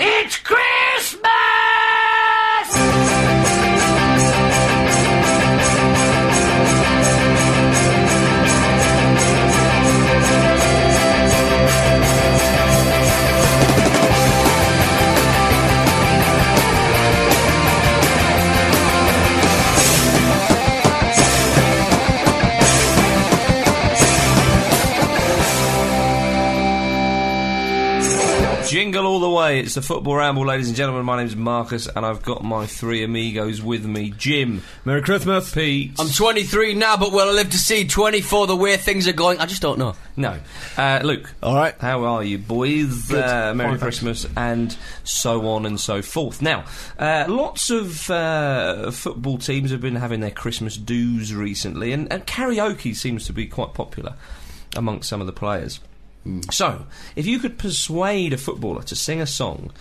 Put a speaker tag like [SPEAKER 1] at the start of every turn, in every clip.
[SPEAKER 1] It's Christmas!
[SPEAKER 2] Jingle all the way. It's the Football Ramble, ladies and gentlemen. My name's Marcus, and I've got my three amigos with me Jim,
[SPEAKER 3] Merry Christmas.
[SPEAKER 2] Pete.
[SPEAKER 1] I'm 23 now, but will I live to see 24 the way things are going? I just don't know.
[SPEAKER 2] no. Uh, Luke.
[SPEAKER 3] All right.
[SPEAKER 2] How are you, boys? Uh, Merry Christmas, and so on and so forth. Now, uh, lots of uh, football teams have been having their Christmas dues recently, and, and karaoke seems to be quite popular amongst some of the players.
[SPEAKER 3] Hmm.
[SPEAKER 2] So, if you could persuade a footballer to sing a song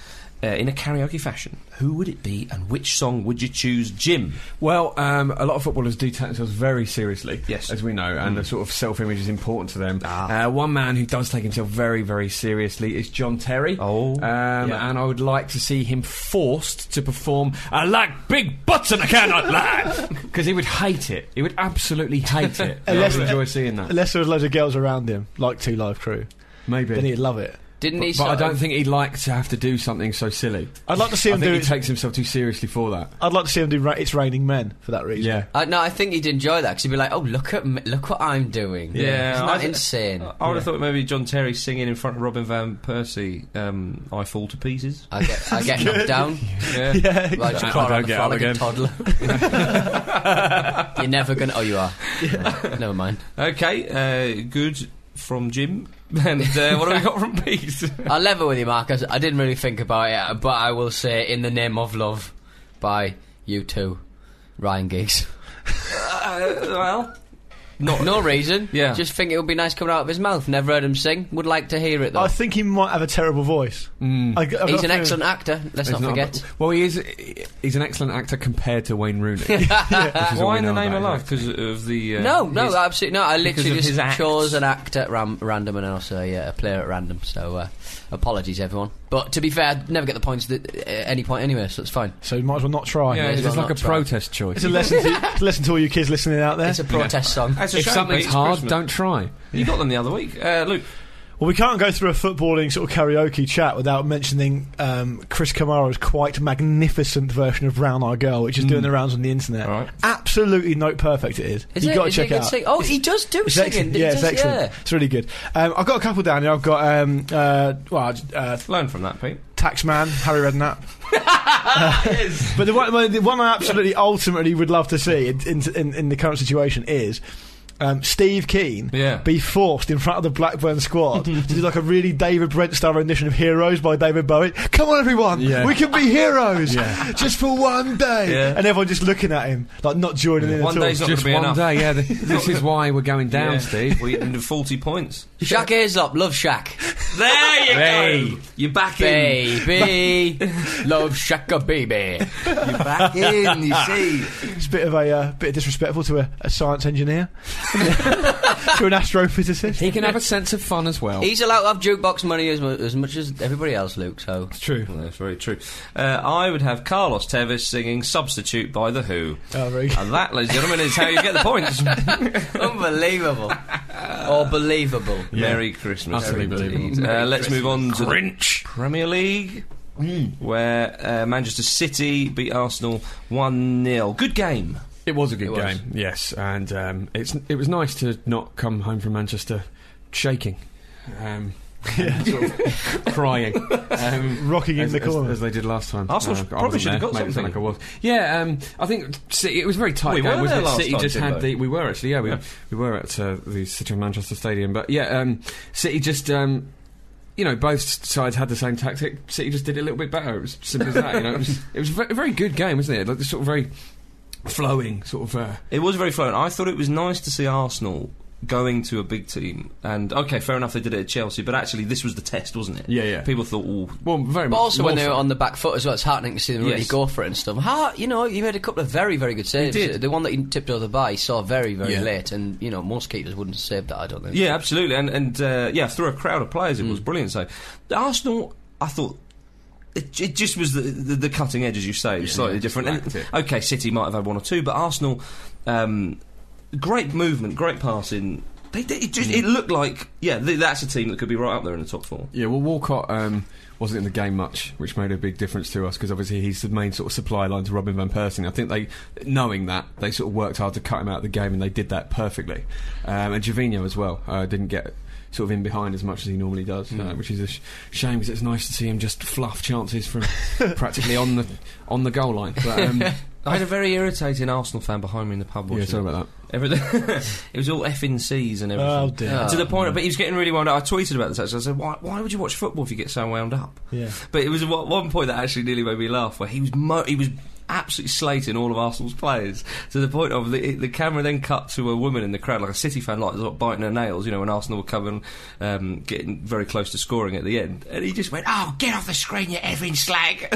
[SPEAKER 2] uh, in a karaoke fashion, who would it be, and which song would you choose, Jim?
[SPEAKER 3] Well, um, a lot of footballers do take themselves very seriously,
[SPEAKER 2] Yes.
[SPEAKER 3] as we know, and the sort of self-image is important to them. Uh, one man who does take himself very, very seriously is John Terry.
[SPEAKER 2] Oh,
[SPEAKER 3] um,
[SPEAKER 2] yeah.
[SPEAKER 3] and I would like to see him forced to perform "I like big butts and I cannot lie" because he would hate it. He would absolutely hate it. And I
[SPEAKER 4] Unless-
[SPEAKER 3] would enjoy seeing that.
[SPEAKER 4] Unless there was loads of girls around him, like Two Live Crew, then
[SPEAKER 3] Maybe.
[SPEAKER 4] he'd love it.
[SPEAKER 1] Didn't he?
[SPEAKER 3] But,
[SPEAKER 1] sort
[SPEAKER 3] I
[SPEAKER 1] of-
[SPEAKER 3] don't think he'd like to have to do something so silly.
[SPEAKER 4] I'd like to see
[SPEAKER 3] I
[SPEAKER 4] him do.
[SPEAKER 3] think he takes himself too seriously for that.
[SPEAKER 4] I'd like to see him do. Ra- it's raining men for that reason.
[SPEAKER 3] Yeah.
[SPEAKER 1] I, no, I think he'd enjoy that because he'd be like, "Oh, look at me, look what I'm doing.
[SPEAKER 2] Yeah,
[SPEAKER 1] isn't
[SPEAKER 2] I
[SPEAKER 1] that
[SPEAKER 2] th-
[SPEAKER 1] insane?"
[SPEAKER 2] I would have thought maybe John Terry singing in front of Robin van Persie, um, "I Fall to Pieces."
[SPEAKER 1] I get, I get knocked down.
[SPEAKER 2] Yeah.
[SPEAKER 4] Yeah,
[SPEAKER 1] Like,
[SPEAKER 3] I- I
[SPEAKER 1] just crawl around
[SPEAKER 3] don't
[SPEAKER 1] the
[SPEAKER 3] get
[SPEAKER 1] floor
[SPEAKER 3] up
[SPEAKER 1] like a
[SPEAKER 3] again.
[SPEAKER 1] toddler. You're never gonna. Oh, you are. Right, never mind.
[SPEAKER 2] Okay, uh, good from Jim. And uh, what have we got from Pete?
[SPEAKER 1] I'll level with you, Marcus. I didn't really think about it, but I will say, "In the Name of Love" by you two, Ryan Giggs.
[SPEAKER 2] uh, well, not
[SPEAKER 1] No reason.
[SPEAKER 2] Yeah.
[SPEAKER 1] Just think it would be nice coming out of his mouth. Never heard him sing. Would like to hear it though.
[SPEAKER 4] I think he might have a terrible voice.
[SPEAKER 2] Mm.
[SPEAKER 4] I, I've got a
[SPEAKER 1] He's an
[SPEAKER 4] feeling-
[SPEAKER 1] excellent actor.
[SPEAKER 3] It's
[SPEAKER 1] Let's not
[SPEAKER 3] not
[SPEAKER 1] forget.
[SPEAKER 3] about- well, he is. He's an excellent actor compared to Wayne Rooney. Which is all
[SPEAKER 2] why
[SPEAKER 3] we
[SPEAKER 2] in the
[SPEAKER 3] know
[SPEAKER 2] name of
[SPEAKER 3] about
[SPEAKER 2] life?
[SPEAKER 3] him.
[SPEAKER 2] Because of the uh,
[SPEAKER 1] No, no,
[SPEAKER 2] his-
[SPEAKER 1] absolutely not. I
[SPEAKER 2] because
[SPEAKER 1] literally
[SPEAKER 2] of his
[SPEAKER 1] just
[SPEAKER 2] acts.
[SPEAKER 1] chose an actor at ram- random and also yeah, a player at random. So uh, apologies, everyone. But to be fair, I'd never get the points at uh, any point anyway, so it's fine.
[SPEAKER 4] So might as well not try.
[SPEAKER 2] Yeah,
[SPEAKER 1] as
[SPEAKER 3] It's
[SPEAKER 1] well
[SPEAKER 3] like a
[SPEAKER 1] not try.
[SPEAKER 3] protest choice.
[SPEAKER 4] It's a lesson. To, it's a lesson to all you kids listening out there.
[SPEAKER 1] It's a protest song.
[SPEAKER 2] That's a
[SPEAKER 3] if
[SPEAKER 2] shame, mate,
[SPEAKER 3] something's
[SPEAKER 2] it's
[SPEAKER 3] hard,
[SPEAKER 2] Christmas.
[SPEAKER 3] don't try.
[SPEAKER 2] You got them the other week, uh, Luke.
[SPEAKER 4] well, we can't go through a footballing sort of karaoke chat without mentioning um, Chris Kamara's quite magnificent version of Brown Eye Girl, which is doing the rounds on the internet.
[SPEAKER 2] Mm. All right.
[SPEAKER 4] Absolutely note perfect. It is.
[SPEAKER 1] Is
[SPEAKER 4] you
[SPEAKER 1] it-
[SPEAKER 4] got to
[SPEAKER 1] is
[SPEAKER 4] check
[SPEAKER 1] he a
[SPEAKER 4] it
[SPEAKER 1] good
[SPEAKER 4] out.
[SPEAKER 1] sing- Oh, he does do
[SPEAKER 4] It's
[SPEAKER 1] singing.
[SPEAKER 4] excellent.
[SPEAKER 1] He
[SPEAKER 4] Yeah,
[SPEAKER 1] does,
[SPEAKER 4] it's excellent.
[SPEAKER 1] yeah.
[SPEAKER 4] It's really good. Um, I've got a couple down here. I've got um, uh, well, uh,
[SPEAKER 2] Learn from that, Pete.
[SPEAKER 4] Taxman, Harry Redknapp. But the one, the one I absolutely ultimately would love to see in, in, in, in the current situation is um, Steve Keane
[SPEAKER 2] Yeah.
[SPEAKER 4] be forced in front of the Blackburn squad to do like a really David Brent style rendition of Heroes by David Bowie. Come on, everyone,
[SPEAKER 3] Yeah.
[SPEAKER 4] we can be heroes just for one day.
[SPEAKER 2] Yeah.
[SPEAKER 4] And everyone just looking at him, like not joining in
[SPEAKER 2] One
[SPEAKER 4] at all.
[SPEAKER 2] day's not
[SPEAKER 3] Just
[SPEAKER 2] gonna be
[SPEAKER 3] one
[SPEAKER 2] enough.
[SPEAKER 3] day, yeah. th- this is why we're going down,
[SPEAKER 2] Yeah.
[SPEAKER 3] Steve.
[SPEAKER 2] We did 40 points.
[SPEAKER 1] Shaq Aislop, love Shaq.
[SPEAKER 2] There you
[SPEAKER 3] Hey.
[SPEAKER 2] go. You're back in.
[SPEAKER 1] Baby, love Shaq a baby.
[SPEAKER 2] You're back in, you see.
[SPEAKER 4] It's a bit of a uh, bit disrespectful to a, a science engineer, to an astrophysicist.
[SPEAKER 3] He can have a sense of fun as well.
[SPEAKER 1] He's allowed to have jukebox money as, mu- as much as everybody else, Luke, so.
[SPEAKER 4] It's true.
[SPEAKER 2] Well, that's very true. Uh, I would have Carlos Tevez singing Substitute by The Who.
[SPEAKER 4] Oh, very good.
[SPEAKER 2] And that, ladies and gentlemen, is how you get the points.
[SPEAKER 1] Unbelievable. or believable.
[SPEAKER 2] Merry Christmas.
[SPEAKER 3] Utterly
[SPEAKER 2] everybody.
[SPEAKER 3] believable.
[SPEAKER 2] Uh, let's move on to Grinch. Premier League, where uh, Manchester City beat Arsenal 1 0. Good game.
[SPEAKER 3] It was a good
[SPEAKER 1] It was.
[SPEAKER 3] game, yes, and um, it's it was nice to not come home from Manchester shaking, um, and sort of crying, um,
[SPEAKER 4] Rocking in
[SPEAKER 3] as,
[SPEAKER 4] the
[SPEAKER 3] as-
[SPEAKER 4] corner.
[SPEAKER 3] as they did last time. Uh,
[SPEAKER 2] Arsenal
[SPEAKER 3] I
[SPEAKER 2] should- probably
[SPEAKER 3] wasn't
[SPEAKER 2] should have
[SPEAKER 3] there,
[SPEAKER 2] got
[SPEAKER 3] made it sound
[SPEAKER 2] something.
[SPEAKER 3] like I was. Yeah, um, I think City, it was a very tight
[SPEAKER 2] We
[SPEAKER 3] game.
[SPEAKER 2] were
[SPEAKER 3] wasn't
[SPEAKER 2] there
[SPEAKER 3] it?
[SPEAKER 2] last
[SPEAKER 3] City
[SPEAKER 2] time,
[SPEAKER 3] just
[SPEAKER 2] didn't
[SPEAKER 3] had
[SPEAKER 2] they?
[SPEAKER 3] the. We were actually, yeah, we,
[SPEAKER 2] Yeah.
[SPEAKER 3] we were at uh, the City of Manchester Stadium, but yeah, um, City just. Um, you know, both sides had the same tactic. City just did it a little bit better. It was simple as that. You know, it was, it was a ve- very good game, wasn't it? Like this sort of very flowing sort of. Uh,
[SPEAKER 2] It was very fluent. I thought it was nice to see Arsenal going to a big team. And okay, fair enough, they did it at Chelsea, but actually, this was the test, wasn't it?
[SPEAKER 3] Yeah, yeah.
[SPEAKER 2] People thought, oh,
[SPEAKER 3] well, very
[SPEAKER 1] But
[SPEAKER 3] much.
[SPEAKER 1] also when
[SPEAKER 3] more
[SPEAKER 1] they were
[SPEAKER 3] fun.
[SPEAKER 1] on the back foot as well, it's heartening to see them really
[SPEAKER 2] Yes.
[SPEAKER 1] go for it and stuff. How you know you made a couple of very very good saves.
[SPEAKER 2] did.
[SPEAKER 1] The one that he tipped over the bar, he saw very very
[SPEAKER 3] Yeah.
[SPEAKER 1] late, and you know most keepers wouldn't have saved that. I don't think.
[SPEAKER 2] yeah, absolutely. And and uh, yeah, through a crowd of players, it was brilliant. So Arsenal, I thought. It, it just was the, the, the cutting edge, as you say, it was
[SPEAKER 3] Yeah,
[SPEAKER 2] slightly
[SPEAKER 3] yeah, just
[SPEAKER 2] different. And,
[SPEAKER 3] lacked it.
[SPEAKER 2] okay, City might have had one or two, but Arsenal, um, great movement, great passing. They, they, it, just, it looked like, yeah, th- that's a team that could be right up there in the top four.
[SPEAKER 3] Yeah, well, Walcott um, wasn't in the game much, which made a big difference to us because obviously he's the main sort of supply line to Robin van Persie. I think they, knowing that, they sort of worked hard to cut him out of the game, and they did that perfectly. Um, and Jovino as well uh, didn't get sort of in behind as much as he normally does, uh,
[SPEAKER 4] Hmm.
[SPEAKER 3] which is a sh- shame because it's nice to see him just fluff chances from practically on the on the goal line. But, um,
[SPEAKER 2] I had a very irritating Arsenal fan behind me in the pub watching
[SPEAKER 3] yeah,
[SPEAKER 2] it.
[SPEAKER 3] sorry about
[SPEAKER 2] Everything. it was all F and C's and everything.
[SPEAKER 4] Oh dear.
[SPEAKER 1] Yeah.
[SPEAKER 2] to the point, but he was getting really wound up. I tweeted about this actually. I said, why, why would you watch football if you get so wound up?
[SPEAKER 4] Yeah.
[SPEAKER 2] But it was at one one point that actually nearly made me laugh, where he was mo- he was absolutely slating all of Arsenal's players to the point of the, the camera then cut to a woman in the crowd, like a City fan, like sort of biting her nails, you know, when Arsenal were coming, um, getting very close to scoring at the end, and he just went, "Oh, get off the screen, you effing slag!"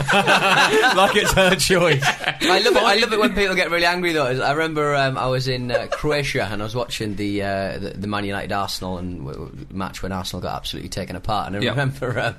[SPEAKER 3] that. like it's her choice.
[SPEAKER 1] I love it. I love it when people get really angry though. I remember um, I was in uh, Croatia and I was watching the, uh, the the Man United Arsenal and w- w- match when Arsenal got absolutely taken apart. And I
[SPEAKER 2] Yeah.
[SPEAKER 1] remember um,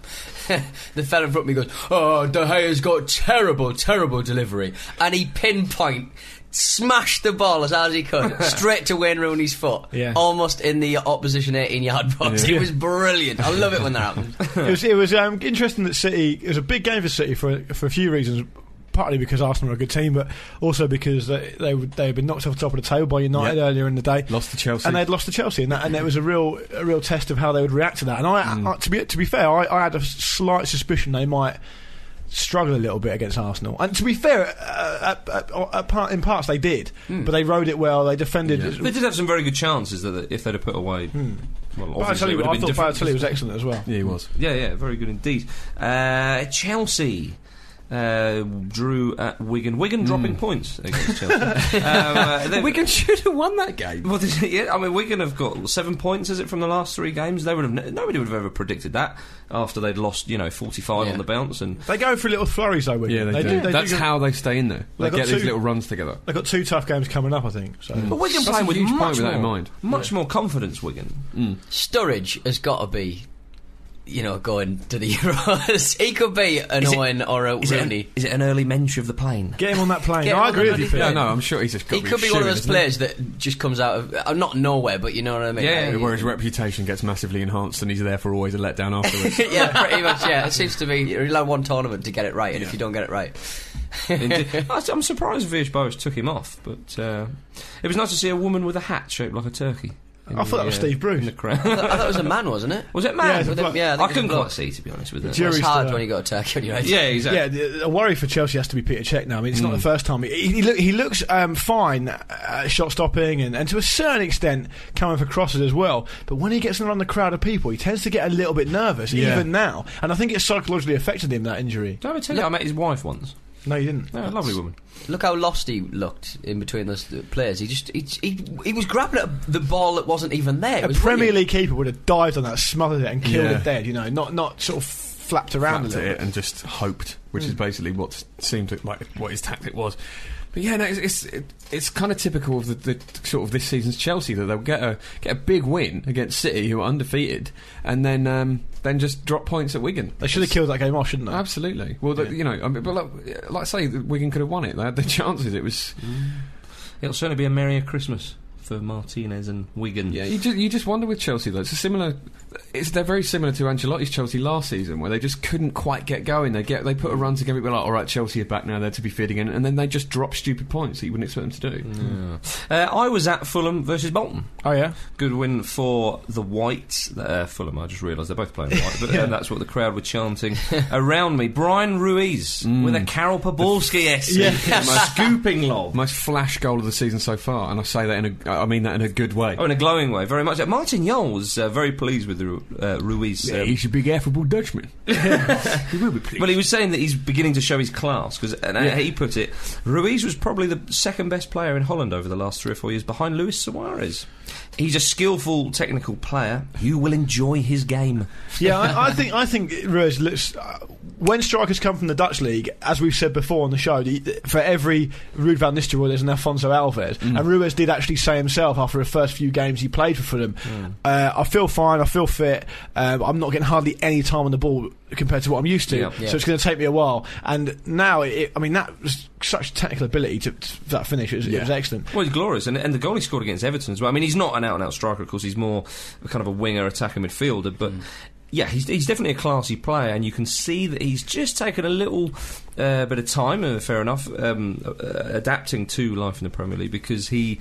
[SPEAKER 1] the fella in front of me goes, "Oh, De Gea's got terrible, terrible delivery," and he pinpoint. Smashed the ball as hard as he could straight to Wayne Rooney's foot,
[SPEAKER 4] Yeah.
[SPEAKER 1] almost in the opposition 18 yard box. It was brilliant. I love it when that happens.
[SPEAKER 4] it was, it was um, interesting that City. It was a big game for City for for a few reasons. Partly because Arsenal are a good team, but also because they they, would- they had been knocked off the top of the table by United
[SPEAKER 3] Yeah.
[SPEAKER 4] earlier in the day.
[SPEAKER 3] Lost to Chelsea.
[SPEAKER 4] and they'd lost to Chelsea, and that, and it was a real, a real test of how they would react to that. And I,
[SPEAKER 3] Mm.
[SPEAKER 4] I to be to be fair, I, I had a slight suspicion they might struggle a little bit against Arsenal. And to be fair, uh, at, at, at part, in parts they did, but they rode it well. They defended.
[SPEAKER 3] Mm. Yeah.
[SPEAKER 2] they did have some very good chances that- that if they'd have put away, well,
[SPEAKER 4] But I
[SPEAKER 2] obviously
[SPEAKER 4] tell
[SPEAKER 2] it Hmm. would
[SPEAKER 4] you what,
[SPEAKER 2] have
[SPEAKER 4] I
[SPEAKER 2] been
[SPEAKER 4] thought
[SPEAKER 2] different.
[SPEAKER 4] Balotelli was excellent as well.
[SPEAKER 3] yeah, he was.
[SPEAKER 2] Yeah, yeah, very good indeed. Uh, Chelsea uh, drew at Wigan. Wigan dropping points against Chelsea. um, uh, they-
[SPEAKER 3] Wigan should have won that game.
[SPEAKER 2] Well, this- yeah, I mean, Wigan have got seven points, is it, from the last three games? They would have ne- nobody would have ever predicted that after they'd lost, you know, forty-five
[SPEAKER 1] Yeah.
[SPEAKER 2] on the bounce, and
[SPEAKER 4] They go for little flurries though. Wigan.
[SPEAKER 3] Yeah, they, do.
[SPEAKER 4] do. They
[SPEAKER 3] That's
[SPEAKER 4] do go-
[SPEAKER 3] how they stay in there. They
[SPEAKER 4] They got
[SPEAKER 3] get these
[SPEAKER 4] two-
[SPEAKER 3] little runs together.
[SPEAKER 4] They've got two tough games coming up, I think. So.
[SPEAKER 2] but Wigan
[SPEAKER 3] That's a
[SPEAKER 2] playing with
[SPEAKER 3] huge point
[SPEAKER 2] much
[SPEAKER 3] with that
[SPEAKER 2] more,
[SPEAKER 3] in mind.
[SPEAKER 2] much more confidence. Wigan,
[SPEAKER 1] Sturridge has got to be, you know, going to the Euros. he could be an
[SPEAKER 2] Is it-
[SPEAKER 1] Owen or a
[SPEAKER 2] is, it an,
[SPEAKER 1] Rooney.
[SPEAKER 2] is it an early mention of the plane?
[SPEAKER 4] Get him on that plane.
[SPEAKER 1] Get
[SPEAKER 4] No,
[SPEAKER 1] him
[SPEAKER 4] I
[SPEAKER 1] on
[SPEAKER 4] agree
[SPEAKER 1] that
[SPEAKER 4] with you.
[SPEAKER 1] bloody
[SPEAKER 4] Phil.
[SPEAKER 3] Yeah, no, I'm sure he's just got
[SPEAKER 1] He
[SPEAKER 3] to be
[SPEAKER 1] could be one of
[SPEAKER 3] shooing,
[SPEAKER 1] those
[SPEAKER 3] isn't he?
[SPEAKER 1] players that just comes out of uh, not nowhere, but you know what I mean.
[SPEAKER 2] Yeah,
[SPEAKER 1] Like,
[SPEAKER 3] where his reputation gets massively enhanced and he's therefore always a letdown afterwards.
[SPEAKER 1] yeah, pretty much. Yeah, it seems to be you will have one tournament to get it right, and if you don't get it right,
[SPEAKER 2] Indeed. I- I'm surprised Vish Boas took him off, but uh, it was nice to see a woman with a hat shaped like a turkey. in
[SPEAKER 4] I
[SPEAKER 2] the,
[SPEAKER 4] thought that was
[SPEAKER 2] uh,
[SPEAKER 4] Steve
[SPEAKER 2] in
[SPEAKER 4] Bruce.
[SPEAKER 2] the crowd.
[SPEAKER 1] I thought, I thought it was a man, wasn't it?
[SPEAKER 2] was it man?
[SPEAKER 4] Yeah,
[SPEAKER 1] With a- yeah, I,
[SPEAKER 2] I,
[SPEAKER 1] think it
[SPEAKER 2] couldn't
[SPEAKER 1] was
[SPEAKER 2] quite
[SPEAKER 1] a bloke.
[SPEAKER 2] see, to be honest with you.
[SPEAKER 4] Jury's
[SPEAKER 1] It's hard
[SPEAKER 4] still
[SPEAKER 1] when you got a turkey on your head.
[SPEAKER 2] Yeah, exactly.
[SPEAKER 4] Yeah, the, a worry for Chelsea has to be Peter Cech now. I mean, it's not the first time. He, he, look, he looks um, fine uh, shot stopping and, and to a certain extent coming for crosses as well. But when he gets around the crowd of people, he tends to get a little bit nervous,
[SPEAKER 3] Yeah.
[SPEAKER 4] even now. And I think it psychologically affected him, that injury.
[SPEAKER 2] Did I ever tell you I met his wife once?
[SPEAKER 4] No, you didn't.
[SPEAKER 2] No, a lovely woman.
[SPEAKER 1] Look how lost he looked in between those uh, players. He just he, he, he was grabbing at the ball that wasn't even there. It
[SPEAKER 4] A
[SPEAKER 1] was
[SPEAKER 4] Premier
[SPEAKER 1] brilliant.
[SPEAKER 4] League keeper would have dived on that, smothered it, and killed
[SPEAKER 3] Yeah.
[SPEAKER 4] it dead, you know, not, not sort of flapped around
[SPEAKER 3] Flapped
[SPEAKER 4] a
[SPEAKER 3] at
[SPEAKER 4] little
[SPEAKER 3] it and just hoped, which is basically what s- seemed to, like what his tactic was. But yeah, no, it's it's, it, it's kind of typical of the, the sort of this season's Chelsea that they'll get a get a big win against City, who are undefeated, and then um, then just drop points at Wigan.
[SPEAKER 4] They should have killed that game off, shouldn't they?
[SPEAKER 3] Absolutely. Well, the, you know, I mean, but like, like I say, Wigan could have won it. They had the chances. It was
[SPEAKER 2] It'll certainly be a merrier Christmas for Martinez and Wigan.
[SPEAKER 3] Yeah, you just, you just wonder with Chelsea though. It's a similar. It's they're very similar to Ancelotti's Chelsea last season, where they just couldn't quite get going. They get they put a run together, but like, all right, Chelsea are back now. They're to be feeding in, and then they just drop stupid points that you wouldn't expect them to do.
[SPEAKER 2] Yeah. Uh, I was at Fulham versus Bolton.
[SPEAKER 4] Mm. Oh, yeah?
[SPEAKER 2] Good win for the Whites. Uh, Fulham, I just realised they're both playing white, but uh, that's what the crowd were chanting around me. Brian Ruiz with a Carol Poborski esque scooping lob.
[SPEAKER 3] Most flash goal of the season so far, and I say that in a, I mean that in a good way.
[SPEAKER 2] Oh, in a glowing way, very much. Martin Yol was uh, very pleased with the, Ru- uh, Ruiz. um,
[SPEAKER 3] he's a big affable Dutchman. he will be pleased.
[SPEAKER 2] well, he was saying that he's beginning to show his class because, and uh,
[SPEAKER 3] Yeah.
[SPEAKER 2] he put it, Ruiz was probably the second best player in Holland over the last three or four years, behind Luis Suarez. He's a skillful technical player. You will enjoy his game.
[SPEAKER 4] yeah, I, I think I think Ruiz looks. Uh, when strikers come from the Dutch league, as we've said before on the show, the, for every Ruud van Nistelrooy, there's an Alfonso Alves, and Ruiz did actually say himself after the first few games he played for them, uh, "I feel fine, I feel fit, uh, I'm not getting hardly any time on the ball compared to what I'm used to,
[SPEAKER 2] Yeah.
[SPEAKER 1] Yeah.
[SPEAKER 4] so it's going to take me a while." And now, it, I mean, that was such technical ability to, to that finish. It was, it was excellent.
[SPEAKER 2] Well, he's glorious, and, and the goal he scored against Everton as well. I mean, he's not an out-and-out striker, of course. He's more kind of a winger, attacker, midfielder.
[SPEAKER 4] Mm.
[SPEAKER 2] But yeah, he's, he's definitely a classy player, and you can see that he's just taken a little uh, bit of time, uh, fair enough, um, uh, adapting to life in the Premier League because he.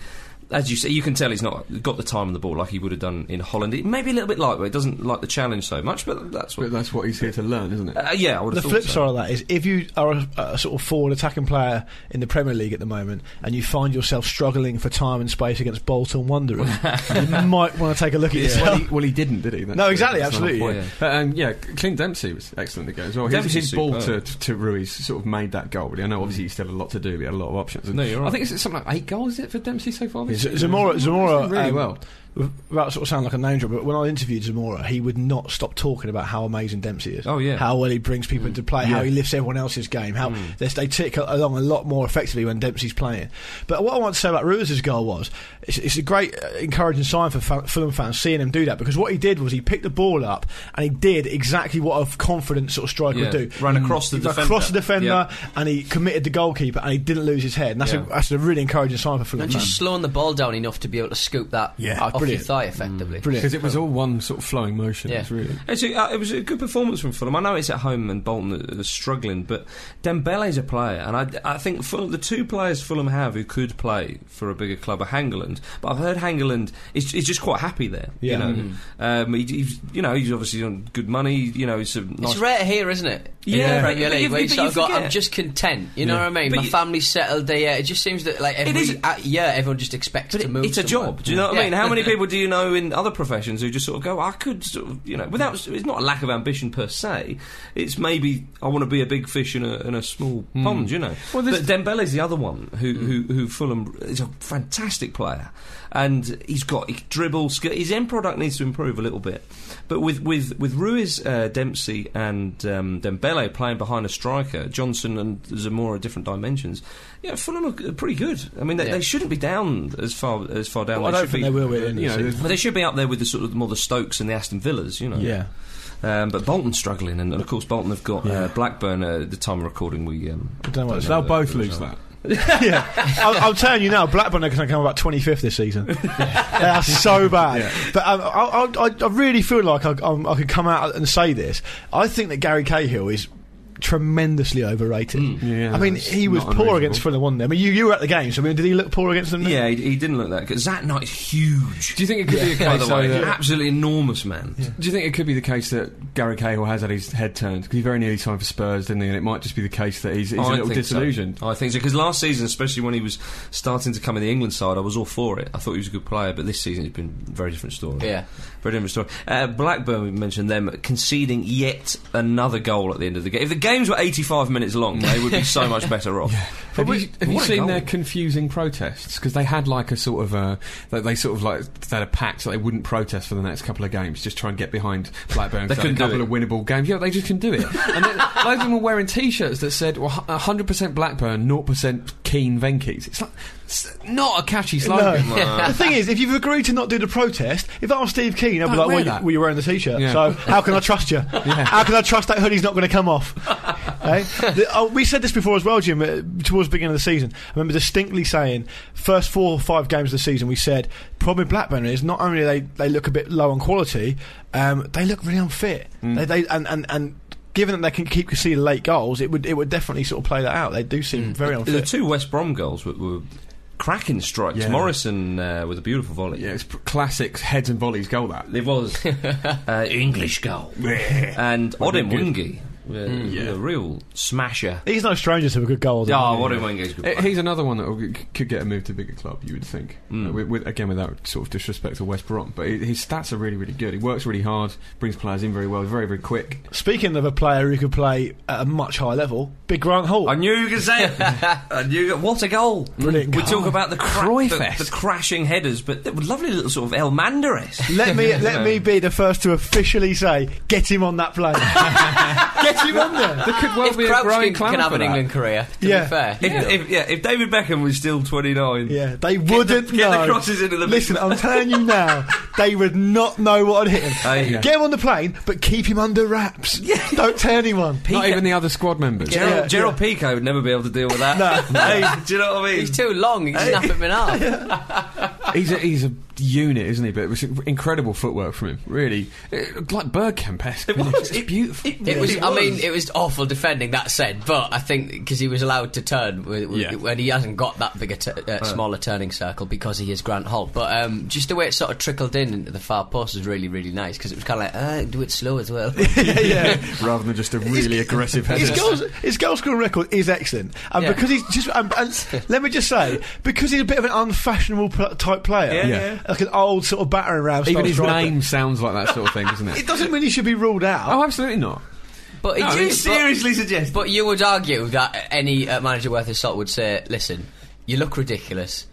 [SPEAKER 2] As you say, you can tell he's not got the time on the ball like he would have done in Holland. It may be a little bit lightweight, doesn't like the challenge so much, but that's
[SPEAKER 3] But
[SPEAKER 2] what.
[SPEAKER 3] that's what he's here to learn, isn't it?
[SPEAKER 2] Uh, yeah, I would
[SPEAKER 4] The
[SPEAKER 2] have thought
[SPEAKER 4] flip
[SPEAKER 2] so.
[SPEAKER 4] side of that is if you are a, a sort of forward attacking player in the Premier League at the moment and you find yourself struggling for time and space against Bolton Wanderers, you might want to take a look at
[SPEAKER 3] Well,
[SPEAKER 4] yourself.
[SPEAKER 3] he, well, he didn't, did he? That's
[SPEAKER 4] No,
[SPEAKER 3] the-
[SPEAKER 4] exactly,
[SPEAKER 3] that's the whole
[SPEAKER 4] absolutely,
[SPEAKER 3] point. Uh, and yeah, Clint Dempsey was excellent again as well. His,
[SPEAKER 2] Dempsey's
[SPEAKER 3] his ball to,
[SPEAKER 2] superb.
[SPEAKER 3] to, to Ruiz sort of made that goal. Really. I know obviously he still had a lot to do, but he had a lot of options. And
[SPEAKER 2] No, you're right.
[SPEAKER 3] I think it's something like eight goals is it for Dempsey so far. this
[SPEAKER 4] Z-
[SPEAKER 3] season?
[SPEAKER 4] Zamora-
[SPEAKER 3] He's
[SPEAKER 4] Zamora,
[SPEAKER 3] done really
[SPEAKER 4] um,
[SPEAKER 3] well.
[SPEAKER 4] That sort of sound like a name drop, but when I interviewed Zamora, he would not stop talking about how amazing Dempsey is.
[SPEAKER 2] Oh, yeah. Mm.
[SPEAKER 4] how well he brings people into play, how he lifts everyone else's game, how they, they tick a- along a lot more effectively when Dempsey's playing. But what I want to say about Ruiz's goal was it's, it's a great uh, encouraging sign for fa- Fulham fans seeing him do that because what he did was he picked the ball up and he did exactly what a confident sort of striker
[SPEAKER 2] Yeah,
[SPEAKER 4] would do.
[SPEAKER 2] ran across the
[SPEAKER 4] He ran
[SPEAKER 2] defender.
[SPEAKER 4] across the defender,
[SPEAKER 2] Yeah.
[SPEAKER 4] and he committed the goalkeeper, and he didn't lose his head. And that's
[SPEAKER 2] Yeah.
[SPEAKER 4] a, that's a really encouraging sign for Fulham
[SPEAKER 1] And
[SPEAKER 4] fans.
[SPEAKER 1] just slowing the ball down enough to be able to scoop that
[SPEAKER 4] Yeah,
[SPEAKER 2] Oh,
[SPEAKER 1] off your
[SPEAKER 4] brilliant.
[SPEAKER 1] thigh
[SPEAKER 2] Mm.
[SPEAKER 1] effectively.
[SPEAKER 4] Brilliant.
[SPEAKER 3] Because it was all one sort of flowing motion.
[SPEAKER 1] Yeah.
[SPEAKER 3] It's really.
[SPEAKER 2] It's a, uh, it was a good performance from Fulham. I know it's at home and Bolton are- are struggling, but Dembele's a player, and I, I think Fulham, the two players Fulham have who could play for a bigger club are Hangeland. But I've heard Hangeland is, is just quite happy there.
[SPEAKER 4] Yeah.
[SPEAKER 2] You know, um, he, he's you know he's obviously on good money. You know, it's a nice.
[SPEAKER 1] It's rare here, isn't it? In
[SPEAKER 2] Yeah,
[SPEAKER 1] the
[SPEAKER 2] but-
[SPEAKER 1] Premier
[SPEAKER 2] but
[SPEAKER 1] League,
[SPEAKER 2] you-
[SPEAKER 1] where you
[SPEAKER 2] but
[SPEAKER 1] sort
[SPEAKER 2] you
[SPEAKER 1] of go, I'm
[SPEAKER 2] forget-
[SPEAKER 1] just content. You know what I mean?
[SPEAKER 2] But
[SPEAKER 1] My
[SPEAKER 2] you-
[SPEAKER 1] family's settled. They, yeah, it just seems that like every
[SPEAKER 2] is-
[SPEAKER 1] uh, yeah, everyone just expects
[SPEAKER 2] but
[SPEAKER 1] to
[SPEAKER 2] it-
[SPEAKER 1] move.
[SPEAKER 2] it's a
[SPEAKER 1] somewhere.
[SPEAKER 2] job. Do you know what
[SPEAKER 1] Yeah.
[SPEAKER 2] I mean? How many people do you know in other professions who just sort of go, I could, sort of, you know, without it's not a lack of ambition per se. It's maybe I want to be a big fish in a, in a small
[SPEAKER 4] Hmm.
[SPEAKER 2] pond, you know.
[SPEAKER 3] Well,
[SPEAKER 2] but
[SPEAKER 3] this-
[SPEAKER 2] Dembele's the other one who, who, who Fulham is a fantastic player, and he's got he dribble skill. His end product needs to improve a little bit, but with with with Ruiz, uh, Dempsey, and um, Dembele playing behind a striker, Johnson and Zamora different dimensions. Yeah, Fulham are g- pretty good. I mean, they,
[SPEAKER 1] Yeah.
[SPEAKER 2] they shouldn't be down as far as far down.
[SPEAKER 4] I
[SPEAKER 2] they
[SPEAKER 4] don't
[SPEAKER 2] should
[SPEAKER 4] think
[SPEAKER 2] be,
[SPEAKER 4] they will be. in
[SPEAKER 3] You know,
[SPEAKER 4] the season.
[SPEAKER 3] there's-
[SPEAKER 2] But they should be up there with the sort of more the Stokes and the Aston Villas, you know.
[SPEAKER 4] yeah.
[SPEAKER 2] Um, but Bolton's struggling, and of course Bolton have got uh, Blackburn uh, at the time of recording. We um,
[SPEAKER 4] I don't know what it's
[SPEAKER 3] They'll
[SPEAKER 2] the-
[SPEAKER 3] both
[SPEAKER 2] the
[SPEAKER 3] lose
[SPEAKER 2] result.
[SPEAKER 3] that.
[SPEAKER 4] yeah, I'm, I'm telling you now, Blackburn are going to come about 25th this season. they are so bad. But um, I, I, I really feel like I, I'm- I could come out and say this. I think that Gary Cahill is tremendously overrated.
[SPEAKER 3] Mm. Yeah,
[SPEAKER 4] I mean,
[SPEAKER 3] that's
[SPEAKER 4] he was
[SPEAKER 3] not
[SPEAKER 4] poor
[SPEAKER 3] unreasonable.
[SPEAKER 4] against Fulham, wasn't he? I mean, you, you were at the game, so I mean, did he look poor against them? then?
[SPEAKER 2] yeah, he, he didn't look that good. Zat Knight's huge.
[SPEAKER 3] Do you think it could be a
[SPEAKER 2] By
[SPEAKER 3] case?
[SPEAKER 2] the
[SPEAKER 3] though,
[SPEAKER 2] way,
[SPEAKER 3] that-
[SPEAKER 2] absolutely enormous man.
[SPEAKER 3] Do you think it could be the case that Gary Cahill has had his head turned? Because he very nearly signed for Spurs, didn't he? And it might just be the case that he's, he's a
[SPEAKER 2] Oh, I
[SPEAKER 3] little
[SPEAKER 2] think so.
[SPEAKER 3] disillusioned.
[SPEAKER 2] I think so because last season, especially when he was starting to come in the England side, I was all for it. I thought he was a good player, but this season it's been a very different story.
[SPEAKER 1] Yeah.
[SPEAKER 2] very different story. Uh, Blackburn, we mentioned them conceding yet another goal at the end of the game. If the games were 85 minutes long, they would be so much better off.
[SPEAKER 3] Have
[SPEAKER 2] What
[SPEAKER 3] you,
[SPEAKER 2] a-
[SPEAKER 3] have you
[SPEAKER 2] what a
[SPEAKER 3] seen
[SPEAKER 2] goal.
[SPEAKER 3] their confusing protests? Because they had like a sort of a they, they sort of like they had a pact that they wouldn't protest for the next couple of games, just try and get behind Blackburn.
[SPEAKER 2] They
[SPEAKER 3] for
[SPEAKER 2] couldn't
[SPEAKER 3] a
[SPEAKER 2] do
[SPEAKER 3] couple
[SPEAKER 2] it.
[SPEAKER 3] of winnable games. Yeah, they just couldn't do it. and then, loads of them were wearing T-shirts that said "Well, hundred percent Blackburn, 0 percent Keen Venkies." It's like it's not a catchy slogan.
[SPEAKER 4] No. the thing is, if you've agreed to not do the protest, if I'm Steve Keane, I'll
[SPEAKER 3] Don't
[SPEAKER 4] be
[SPEAKER 3] wear
[SPEAKER 4] like, well, you,
[SPEAKER 3] that."
[SPEAKER 4] well, you're wearing the t-shirt,
[SPEAKER 3] Yeah.
[SPEAKER 4] so how can I trust you? How can I trust that hoodie's not going to come off? Eh? The- oh, we said this before as well, Jim, uh, towards the beginning of the season. I remember distinctly saying, first four or five games of the season, we said, problem with Blackburn is not only they, they look a bit low on quality, um, they look really unfit. They, they, and, and, and given that they can keep conceding late goals, it would, it would definitely sort of play that out. They do seem very unfit.
[SPEAKER 2] The two West Brom goals were, were cracking strikes.
[SPEAKER 3] Yeah.
[SPEAKER 2] Morrison uh, with a beautiful volley.
[SPEAKER 3] Yeah, it's p- classic heads and volleys goal that.
[SPEAKER 2] It was uh, English goal. and
[SPEAKER 3] Well,
[SPEAKER 2] Odin
[SPEAKER 3] good. Mm.
[SPEAKER 2] Wingy the,
[SPEAKER 3] Yeah.
[SPEAKER 2] the real smasher.
[SPEAKER 4] He's no stranger to a good goal.
[SPEAKER 2] Oh, what a Wenger's good
[SPEAKER 3] Eh,
[SPEAKER 2] player.
[SPEAKER 3] He's another one that will- could get a move to a bigger club, you would think.
[SPEAKER 2] Mm.
[SPEAKER 3] Uh, With, with, again, without sort of disrespect to West Brom, but he- his stats are really, really good. He works really hard, brings players in very well, very, very quick.
[SPEAKER 4] Speaking of a player who could play at a much higher level, Big Grant Hall.
[SPEAKER 2] I knew you could say it. I knew you- what a goal!
[SPEAKER 4] Brilliant
[SPEAKER 2] we
[SPEAKER 4] goal.
[SPEAKER 2] talk about the, cra-
[SPEAKER 3] Cruyff-esque.
[SPEAKER 2] the, the crashing headers, but the lovely little sort of El Mandares.
[SPEAKER 4] Let me let me be the first to officially say, get him on that plane. get him on there.
[SPEAKER 3] There could well
[SPEAKER 1] if
[SPEAKER 3] be a
[SPEAKER 1] Crouch
[SPEAKER 3] growing
[SPEAKER 1] can,
[SPEAKER 3] clamour
[SPEAKER 1] can have
[SPEAKER 3] for
[SPEAKER 1] an
[SPEAKER 3] that.
[SPEAKER 1] England career, to
[SPEAKER 4] Yeah.
[SPEAKER 1] be fair.
[SPEAKER 2] If, if, yeah, if David Beckham was still 29,
[SPEAKER 4] Yeah, they wouldn't
[SPEAKER 2] get the
[SPEAKER 4] know.
[SPEAKER 2] crosses into the-
[SPEAKER 4] Listen, I'm telling you now, they would not know what had hit him.
[SPEAKER 2] Hey.
[SPEAKER 4] Get him on the plane, but keep him under wraps. Don't tell anyone.
[SPEAKER 3] Not even the other squad members.
[SPEAKER 2] Gerald,
[SPEAKER 4] Yeah,
[SPEAKER 2] Gerald Pico would never be able to deal with that.
[SPEAKER 4] No.
[SPEAKER 2] Hey, do you know what I mean?
[SPEAKER 1] He's too long, he's snap him in half.
[SPEAKER 3] he's a, he's a unit, isn't he? But it was incredible footwork from him. Really, it, like Bergkamp esque. It was beautiful.
[SPEAKER 1] It was, I
[SPEAKER 2] was.
[SPEAKER 1] mean, it was awful defending. That said, but I think because he was allowed to turn, w- w-
[SPEAKER 3] Yeah.
[SPEAKER 1] when he hasn't got that bigger, t- uh, smaller turning circle because he is Grant Holt. But um, just the way it sort of trickled in into the far post was really, really nice because it was kind of like uh, do it slow as well.
[SPEAKER 4] Yeah, yeah.
[SPEAKER 3] rather than just a really aggressive
[SPEAKER 4] His
[SPEAKER 3] header.
[SPEAKER 4] goals, his goal scoring record is excellent, and
[SPEAKER 1] Yeah.
[SPEAKER 4] because he's just, and, and let me just say, because he's a bit of an unfashionable pl- type player,
[SPEAKER 2] Yeah, Yeah. yeah.
[SPEAKER 4] like an old sort of battering ram. style
[SPEAKER 3] Even his
[SPEAKER 4] striker,
[SPEAKER 3] name sounds like that sort of thing, doesn't
[SPEAKER 4] It
[SPEAKER 3] it?
[SPEAKER 4] doesn't mean he should be ruled out.
[SPEAKER 3] Oh, absolutely not.
[SPEAKER 1] But he
[SPEAKER 2] Do you
[SPEAKER 1] did- but-
[SPEAKER 2] seriously suggest?
[SPEAKER 1] But you would argue that any uh, manager worth his salt would say, "Listen, you look ridiculous.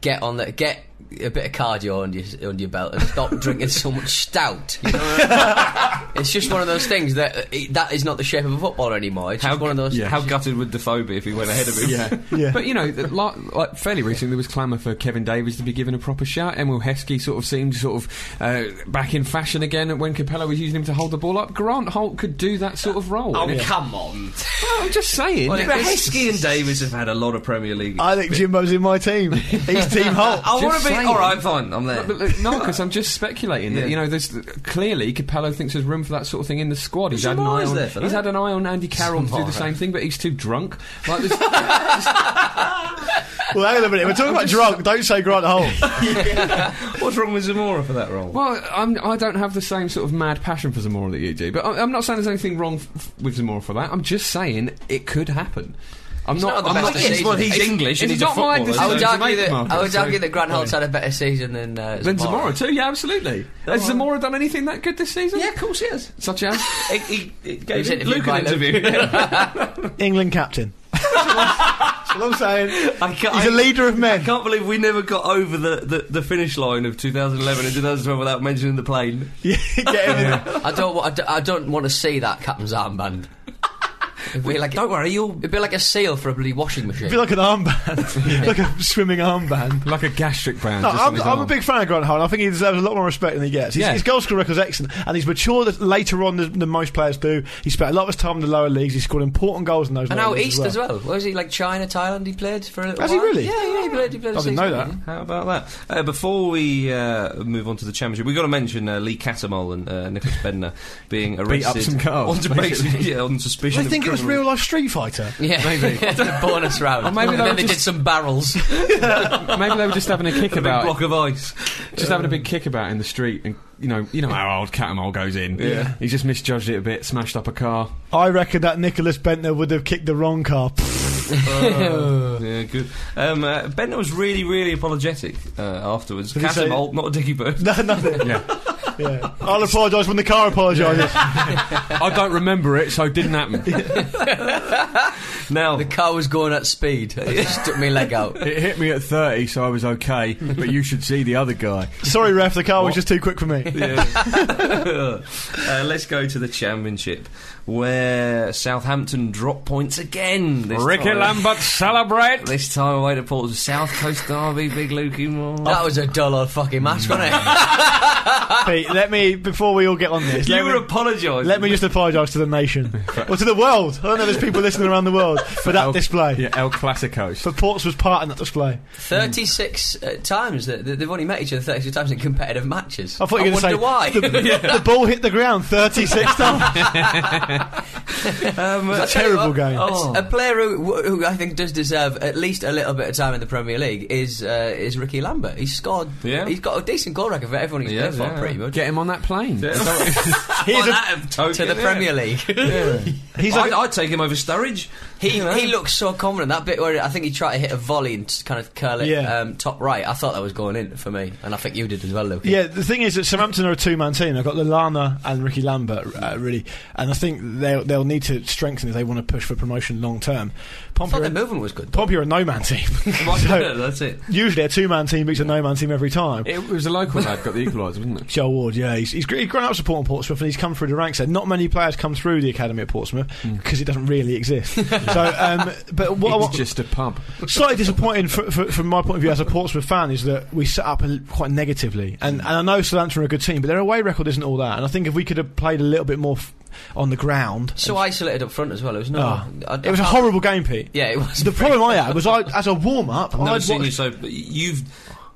[SPEAKER 1] Get on the get." A bit of cardio under your, under your belt and stop drinking so much stout. You know what I mean? it's just one of those things that uh, it- that is not the shape of a footballer anymore. It's
[SPEAKER 2] how,
[SPEAKER 1] just one of those.
[SPEAKER 3] yeah.
[SPEAKER 2] how gutted would Defoe be if he went ahead of him?
[SPEAKER 3] Yeah.
[SPEAKER 4] Yeah.
[SPEAKER 3] But you know, th- like, like fairly recently, there was clamour for Kevin Davies to be given a proper shout. Emil Heskey sort of seemed sort of uh, back in fashion again when Capello was using him to hold the ball up. Grant Holt could do that sort of role.
[SPEAKER 2] Oh,
[SPEAKER 3] Yeah.
[SPEAKER 2] come on.
[SPEAKER 3] I'm just saying.
[SPEAKER 1] Well,
[SPEAKER 2] But Heskey and Davis have had a lot of Premier League.
[SPEAKER 4] I think Jimbo's in my team. He's team Holt.
[SPEAKER 2] I want
[SPEAKER 3] just
[SPEAKER 2] to be.
[SPEAKER 3] saying.
[SPEAKER 2] All right, fine, I'm there.
[SPEAKER 3] But look, no, because I'm just speculating
[SPEAKER 2] Yeah.
[SPEAKER 3] that you know, there's clearly Capello thinks there's room for that sort of thing in the squad. He's
[SPEAKER 2] There's
[SPEAKER 3] had an
[SPEAKER 2] some
[SPEAKER 3] eye
[SPEAKER 2] eyes
[SPEAKER 3] on,
[SPEAKER 2] there for
[SPEAKER 3] he's
[SPEAKER 2] that.
[SPEAKER 3] had an eye on Andy Carroll to do the same thing, but he's too drunk. Like, there's,
[SPEAKER 4] Well, hang on a minute. We're talking about drunk. Don't say Grant Holt.
[SPEAKER 2] What's wrong with Zamora for that role?
[SPEAKER 3] well, I'm, I don't have the same sort of mad passion for Zamora that you do, but I, I'm not saying there's anything wrong f- f- with Zamora for that. I'm just saying it could happen. I'm
[SPEAKER 1] He's not
[SPEAKER 3] not.
[SPEAKER 1] had the
[SPEAKER 3] I'm
[SPEAKER 1] best
[SPEAKER 3] not.
[SPEAKER 1] decision.
[SPEAKER 3] it's- it's-
[SPEAKER 2] He's English
[SPEAKER 3] It's
[SPEAKER 2] and he's a
[SPEAKER 3] not my
[SPEAKER 2] footballer,
[SPEAKER 3] decision
[SPEAKER 1] I would
[SPEAKER 3] to
[SPEAKER 1] argue
[SPEAKER 3] make,
[SPEAKER 1] that
[SPEAKER 3] Marcus,
[SPEAKER 1] I would
[SPEAKER 3] so-
[SPEAKER 1] argue that Grant Holt's had a better season than uh,
[SPEAKER 3] Then
[SPEAKER 1] Zamora.
[SPEAKER 3] Zamora too. Yeah, absolutely. Has Zamora done anything that good this season?
[SPEAKER 2] of course he has.
[SPEAKER 3] Such as
[SPEAKER 2] He, he, he
[SPEAKER 1] was
[SPEAKER 2] gave
[SPEAKER 1] interviewed
[SPEAKER 2] Luke
[SPEAKER 1] by
[SPEAKER 2] an interview.
[SPEAKER 4] England captain. That's what I'm saying.
[SPEAKER 2] I can't,
[SPEAKER 4] He's a leader of
[SPEAKER 2] I
[SPEAKER 4] men.
[SPEAKER 2] can't believe we never got over the, the, the finish line of 2011 and 2012 without mentioning the plane.
[SPEAKER 4] Yeah, get him in.
[SPEAKER 1] I don't. wa- I don't, I don't want to see that captain's armband. It'd be like
[SPEAKER 2] Don't worry, you'll.
[SPEAKER 1] it'd be like a seal for a bloody washing machine.
[SPEAKER 4] Be like an armband, like a swimming armband.
[SPEAKER 3] like a gastric band.
[SPEAKER 4] No,
[SPEAKER 3] just on
[SPEAKER 4] I'm,
[SPEAKER 3] his
[SPEAKER 4] I'm a
[SPEAKER 3] arm.
[SPEAKER 4] big fan of Grant Hall. I think he deserves a lot more respect than he gets. His,
[SPEAKER 3] Yeah.
[SPEAKER 4] his goal scoring record is excellent, and he's matured later on than, than most players do. He spent a lot of his time in the lower leagues. He scored important goals in those.
[SPEAKER 1] And
[SPEAKER 4] lower
[SPEAKER 1] out
[SPEAKER 4] leagues
[SPEAKER 1] east as well. Where was he? Like China, Thailand. He played for a little
[SPEAKER 4] Has he
[SPEAKER 1] while.
[SPEAKER 4] really?
[SPEAKER 1] Yeah, yeah. He played. He played.
[SPEAKER 4] I didn't
[SPEAKER 1] a season,
[SPEAKER 4] know that.
[SPEAKER 1] didn't
[SPEAKER 2] How about that? Uh, before we uh, move on to the championship, we've got to mention uh, Lee Catamol and uh, Nicholas Bedner being arrested
[SPEAKER 3] up some cars,
[SPEAKER 2] on, suspicion,
[SPEAKER 3] basically.
[SPEAKER 2] yeah, on suspicion.
[SPEAKER 4] I think
[SPEAKER 2] of
[SPEAKER 4] it was
[SPEAKER 2] criminal-
[SPEAKER 4] real life Street Fighter.
[SPEAKER 1] he? Yeah, maybe the bonus round.
[SPEAKER 3] Or maybe
[SPEAKER 1] and
[SPEAKER 3] they
[SPEAKER 1] then
[SPEAKER 3] were
[SPEAKER 1] they did
[SPEAKER 3] just-
[SPEAKER 1] some barrels.
[SPEAKER 3] Maybe they were just having a kick
[SPEAKER 2] A big
[SPEAKER 3] about it.
[SPEAKER 2] block of ice.
[SPEAKER 3] just having a big kick about in the street, and you know, you know how old Catamol goes in.
[SPEAKER 2] Yeah.
[SPEAKER 3] he just misjudged it a bit, smashed up a car.
[SPEAKER 4] I reckon that Nicholas Bentner would have kicked the wrong car.
[SPEAKER 2] yeah, good. Um, uh, Bentner was really, really apologetic uh, afterwards.
[SPEAKER 4] he say-
[SPEAKER 2] Catamol, not a dicky bird.
[SPEAKER 4] no, nothing.
[SPEAKER 3] Yeah,
[SPEAKER 4] Yeah. I'll apologise when the car apologises.
[SPEAKER 3] I don't remember it, so it didn't happen.
[SPEAKER 2] Now,
[SPEAKER 1] The car was going at speed. I just took my leg out.
[SPEAKER 3] It hit me at thirty, so I was okay. But you should see the other guy.
[SPEAKER 4] Sorry, ref, the car was just too quick for me.
[SPEAKER 2] uh, let's go to the championship, where Southampton drop points again. This
[SPEAKER 3] Ricky
[SPEAKER 2] time.
[SPEAKER 3] Lambert celebrate.
[SPEAKER 2] This time away to Portsmouth, South Coast Derby, Big Lukey Moore.
[SPEAKER 4] Oh,
[SPEAKER 1] That was a dull old fucking match, wasn't it?
[SPEAKER 4] Pete, let me before we all get on this.
[SPEAKER 2] you
[SPEAKER 4] let
[SPEAKER 2] were
[SPEAKER 4] me,
[SPEAKER 2] apologising.
[SPEAKER 4] let me just apologise to the nation or to the world. I don't know. There's people listening around the world for that
[SPEAKER 3] El-
[SPEAKER 4] display.
[SPEAKER 3] Yeah, El Clasico.
[SPEAKER 4] For Ports was part in that display.
[SPEAKER 1] Thirty-six uh, times that that they've only met each other thirty-six times in competitive matches.
[SPEAKER 4] I thought you were going to
[SPEAKER 1] wonder
[SPEAKER 4] say
[SPEAKER 1] why.
[SPEAKER 4] The, the ball hit the ground 36 times.
[SPEAKER 2] Um,
[SPEAKER 4] It's a terrible game.
[SPEAKER 2] Oh.
[SPEAKER 1] A player who, who I think does deserve at least a little bit of time in the Premier League is uh, is Ricky Lambert. He's scored.
[SPEAKER 2] Yeah.
[SPEAKER 1] He's got a decent goal record for everyone he's
[SPEAKER 2] He
[SPEAKER 1] played
[SPEAKER 2] has,
[SPEAKER 1] for,
[SPEAKER 2] yeah.
[SPEAKER 1] pretty much.
[SPEAKER 3] Get him on that plane.
[SPEAKER 2] He's
[SPEAKER 1] a-
[SPEAKER 2] a,
[SPEAKER 1] to the Premier League,
[SPEAKER 4] He's
[SPEAKER 2] I'd,
[SPEAKER 4] like,
[SPEAKER 2] I'd take him over Sturridge.
[SPEAKER 1] he
[SPEAKER 2] You know?
[SPEAKER 1] he looks so confident. That bit where I think he tried to hit a volley and just kind of curl it
[SPEAKER 4] Yeah.
[SPEAKER 1] um, top right. I thought that was going in for me, and I think you did as well, Luke.
[SPEAKER 4] yeah, the thing is that Southampton are a two-man team. They've got Lallana and Ricky Lambert, uh, really, and I think they'll they'll need to strengthen if they want to push for promotion long term.
[SPEAKER 1] I thought
[SPEAKER 4] Pompey,
[SPEAKER 1] the
[SPEAKER 4] are-
[SPEAKER 1] movement was good.
[SPEAKER 4] Pompey are a no-man team. so
[SPEAKER 2] That's it.
[SPEAKER 4] usually a two-man team beats a no-man team every time.
[SPEAKER 3] It was a local lad got the equaliser, wasn't it?
[SPEAKER 4] Joel Ward, yeah, he's, he's, gr- he's grown up supporting Portsmouth and he's come through the ranks there. Not many players come through the academy at Portsmouth because it doesn't really exist. so, um, but what I
[SPEAKER 3] It's
[SPEAKER 4] want,
[SPEAKER 3] just a pub.
[SPEAKER 4] slightly disappointing for, for, from my point of view as a Portsmouth fan is that we set up a l- quite negatively. And, and I know Southampton are a good team, but their away record isn't all that. And I think if we could have played a little bit more f- on the ground,
[SPEAKER 1] So isolated up front as well. It was no.
[SPEAKER 4] Ah,
[SPEAKER 2] Oh.
[SPEAKER 1] I- I
[SPEAKER 4] it was a
[SPEAKER 1] can't-
[SPEAKER 4] horrible game, Pete.
[SPEAKER 1] Yeah, it was.
[SPEAKER 4] The problem I had was I, as a warm up,
[SPEAKER 2] I've never
[SPEAKER 4] I'd
[SPEAKER 2] seen
[SPEAKER 4] watched
[SPEAKER 2] you so. You've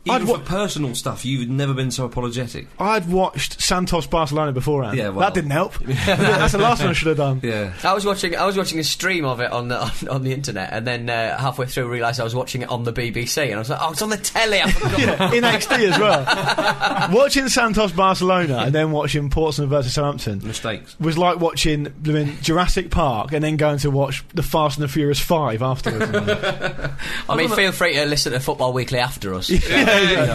[SPEAKER 4] I'd
[SPEAKER 2] even
[SPEAKER 4] wa-
[SPEAKER 2] for personal stuff, you've never been so apologetic.
[SPEAKER 4] I'd watched Santos Barcelona beforehand.
[SPEAKER 2] Yeah, well.
[SPEAKER 4] that didn't help. That's the last one I should have done.
[SPEAKER 2] Yeah.
[SPEAKER 1] I was watching. I was watching a stream of it on the on, on the internet, and then uh, halfway through realised I was watching it on the BBC, and I was like, "Oh, it's on the telly." I forgot.
[SPEAKER 4] in XD as well. watching Santos Barcelona and then watching Portsmouth versus Southampton
[SPEAKER 2] Mistakes.
[SPEAKER 4] was like watching I mean, Jurassic Park and then going to watch The Fast and the Furious Five afterwards.
[SPEAKER 1] I mean, feel free to listen to Football Weekly after us.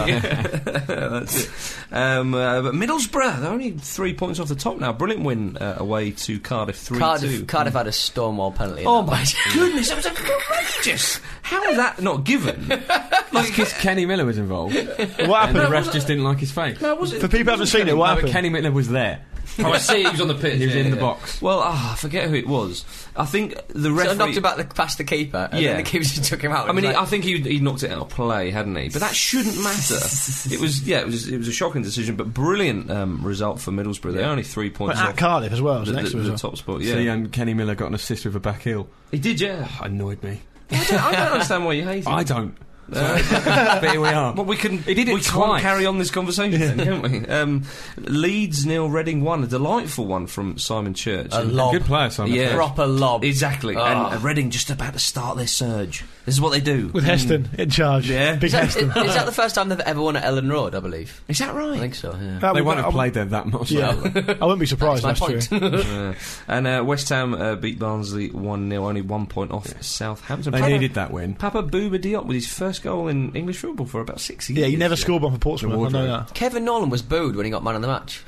[SPEAKER 2] That's it. Um, uh, but Middlesbrough, they're only three points off the top now. Brilliant win uh, away to Cardiff 3 2.
[SPEAKER 1] Cardiff, Cardiff had a Stormwall penalty. in
[SPEAKER 2] Oh
[SPEAKER 1] that
[SPEAKER 2] my
[SPEAKER 1] match.
[SPEAKER 2] goodness, that was outrageous! How was that not given? like,
[SPEAKER 3] Because Kenny Miller was involved,
[SPEAKER 4] what
[SPEAKER 3] and the
[SPEAKER 4] happened?
[SPEAKER 3] ref just didn't like his face.
[SPEAKER 2] no, was it?
[SPEAKER 4] For people who haven't seen it, what
[SPEAKER 3] No, but
[SPEAKER 4] happened?
[SPEAKER 3] Kenny Miller was there.
[SPEAKER 2] Oh, I see, he was on the pitch.
[SPEAKER 3] He was
[SPEAKER 2] yeah,
[SPEAKER 3] in the
[SPEAKER 2] yeah.
[SPEAKER 3] box.
[SPEAKER 2] Well, ah, I forget who it was. I think the
[SPEAKER 1] So I
[SPEAKER 2] referee.
[SPEAKER 1] knocked him out the, past the keeper, and
[SPEAKER 2] Yeah.
[SPEAKER 1] then the keeper just took him out.
[SPEAKER 2] I mean,
[SPEAKER 1] It was
[SPEAKER 2] he, I
[SPEAKER 1] like-
[SPEAKER 2] think he, he knocked it out of play, hadn't he? But that shouldn't matter. it was, yeah, it was, it was a shocking decision, but brilliant um, result for Middlesbrough. They're only three
[SPEAKER 4] But
[SPEAKER 2] points
[SPEAKER 4] at
[SPEAKER 2] off
[SPEAKER 4] Cardiff as well.
[SPEAKER 2] the,
[SPEAKER 4] so next
[SPEAKER 2] the-
[SPEAKER 4] to us
[SPEAKER 2] the
[SPEAKER 4] as well.
[SPEAKER 2] top spot.
[SPEAKER 3] Yeah.
[SPEAKER 2] Yeah,
[SPEAKER 3] See, um, Kenny Miller got an assist with a back heel.
[SPEAKER 2] he did. Yeah,
[SPEAKER 3] Annoyed me.
[SPEAKER 2] I don't, I don't understand why you hate him.
[SPEAKER 3] I don't.
[SPEAKER 2] Uh,
[SPEAKER 3] but here we are.
[SPEAKER 2] well, we can.
[SPEAKER 3] He did it
[SPEAKER 2] we can't
[SPEAKER 3] twice.
[SPEAKER 2] carry on this conversation, then, can we? Um, Leeds nil, Reading one. A delightful one from Simon Church.
[SPEAKER 1] a
[SPEAKER 2] And-
[SPEAKER 1] lob,
[SPEAKER 3] Good player, Simon.
[SPEAKER 2] Yeah.
[SPEAKER 1] proper lob.
[SPEAKER 2] Exactly.
[SPEAKER 1] Oh.
[SPEAKER 2] And uh, Reading just about to start their surge. This is what they do.
[SPEAKER 4] With Heston in charge.
[SPEAKER 2] Yeah.
[SPEAKER 4] Big
[SPEAKER 1] is, that, is,
[SPEAKER 4] Heston.
[SPEAKER 1] is that the first time they've ever won at Ellen Road? I believe.
[SPEAKER 2] Is that
[SPEAKER 1] I
[SPEAKER 2] right?
[SPEAKER 1] think so. Yeah.
[SPEAKER 4] That
[SPEAKER 3] They
[SPEAKER 4] would-
[SPEAKER 3] won't have
[SPEAKER 4] I-
[SPEAKER 3] played there that much.
[SPEAKER 4] Yeah.
[SPEAKER 3] though.
[SPEAKER 4] I wouldn't be surprised.
[SPEAKER 1] That's
[SPEAKER 4] That's,
[SPEAKER 1] my
[SPEAKER 4] true.
[SPEAKER 1] point.
[SPEAKER 2] Yeah. and uh, West Ham uh, beat Barnsley 1 0, only one point off Southampton.
[SPEAKER 3] They
[SPEAKER 2] Papa,
[SPEAKER 3] needed that win.
[SPEAKER 2] Papa Booba Diop with his first goal in English football for about six years.
[SPEAKER 4] Yeah, you never scored one for Portsmouth. I know
[SPEAKER 3] wardrobe.
[SPEAKER 4] that.
[SPEAKER 1] Kevin Nolan was booed when he got man of the match.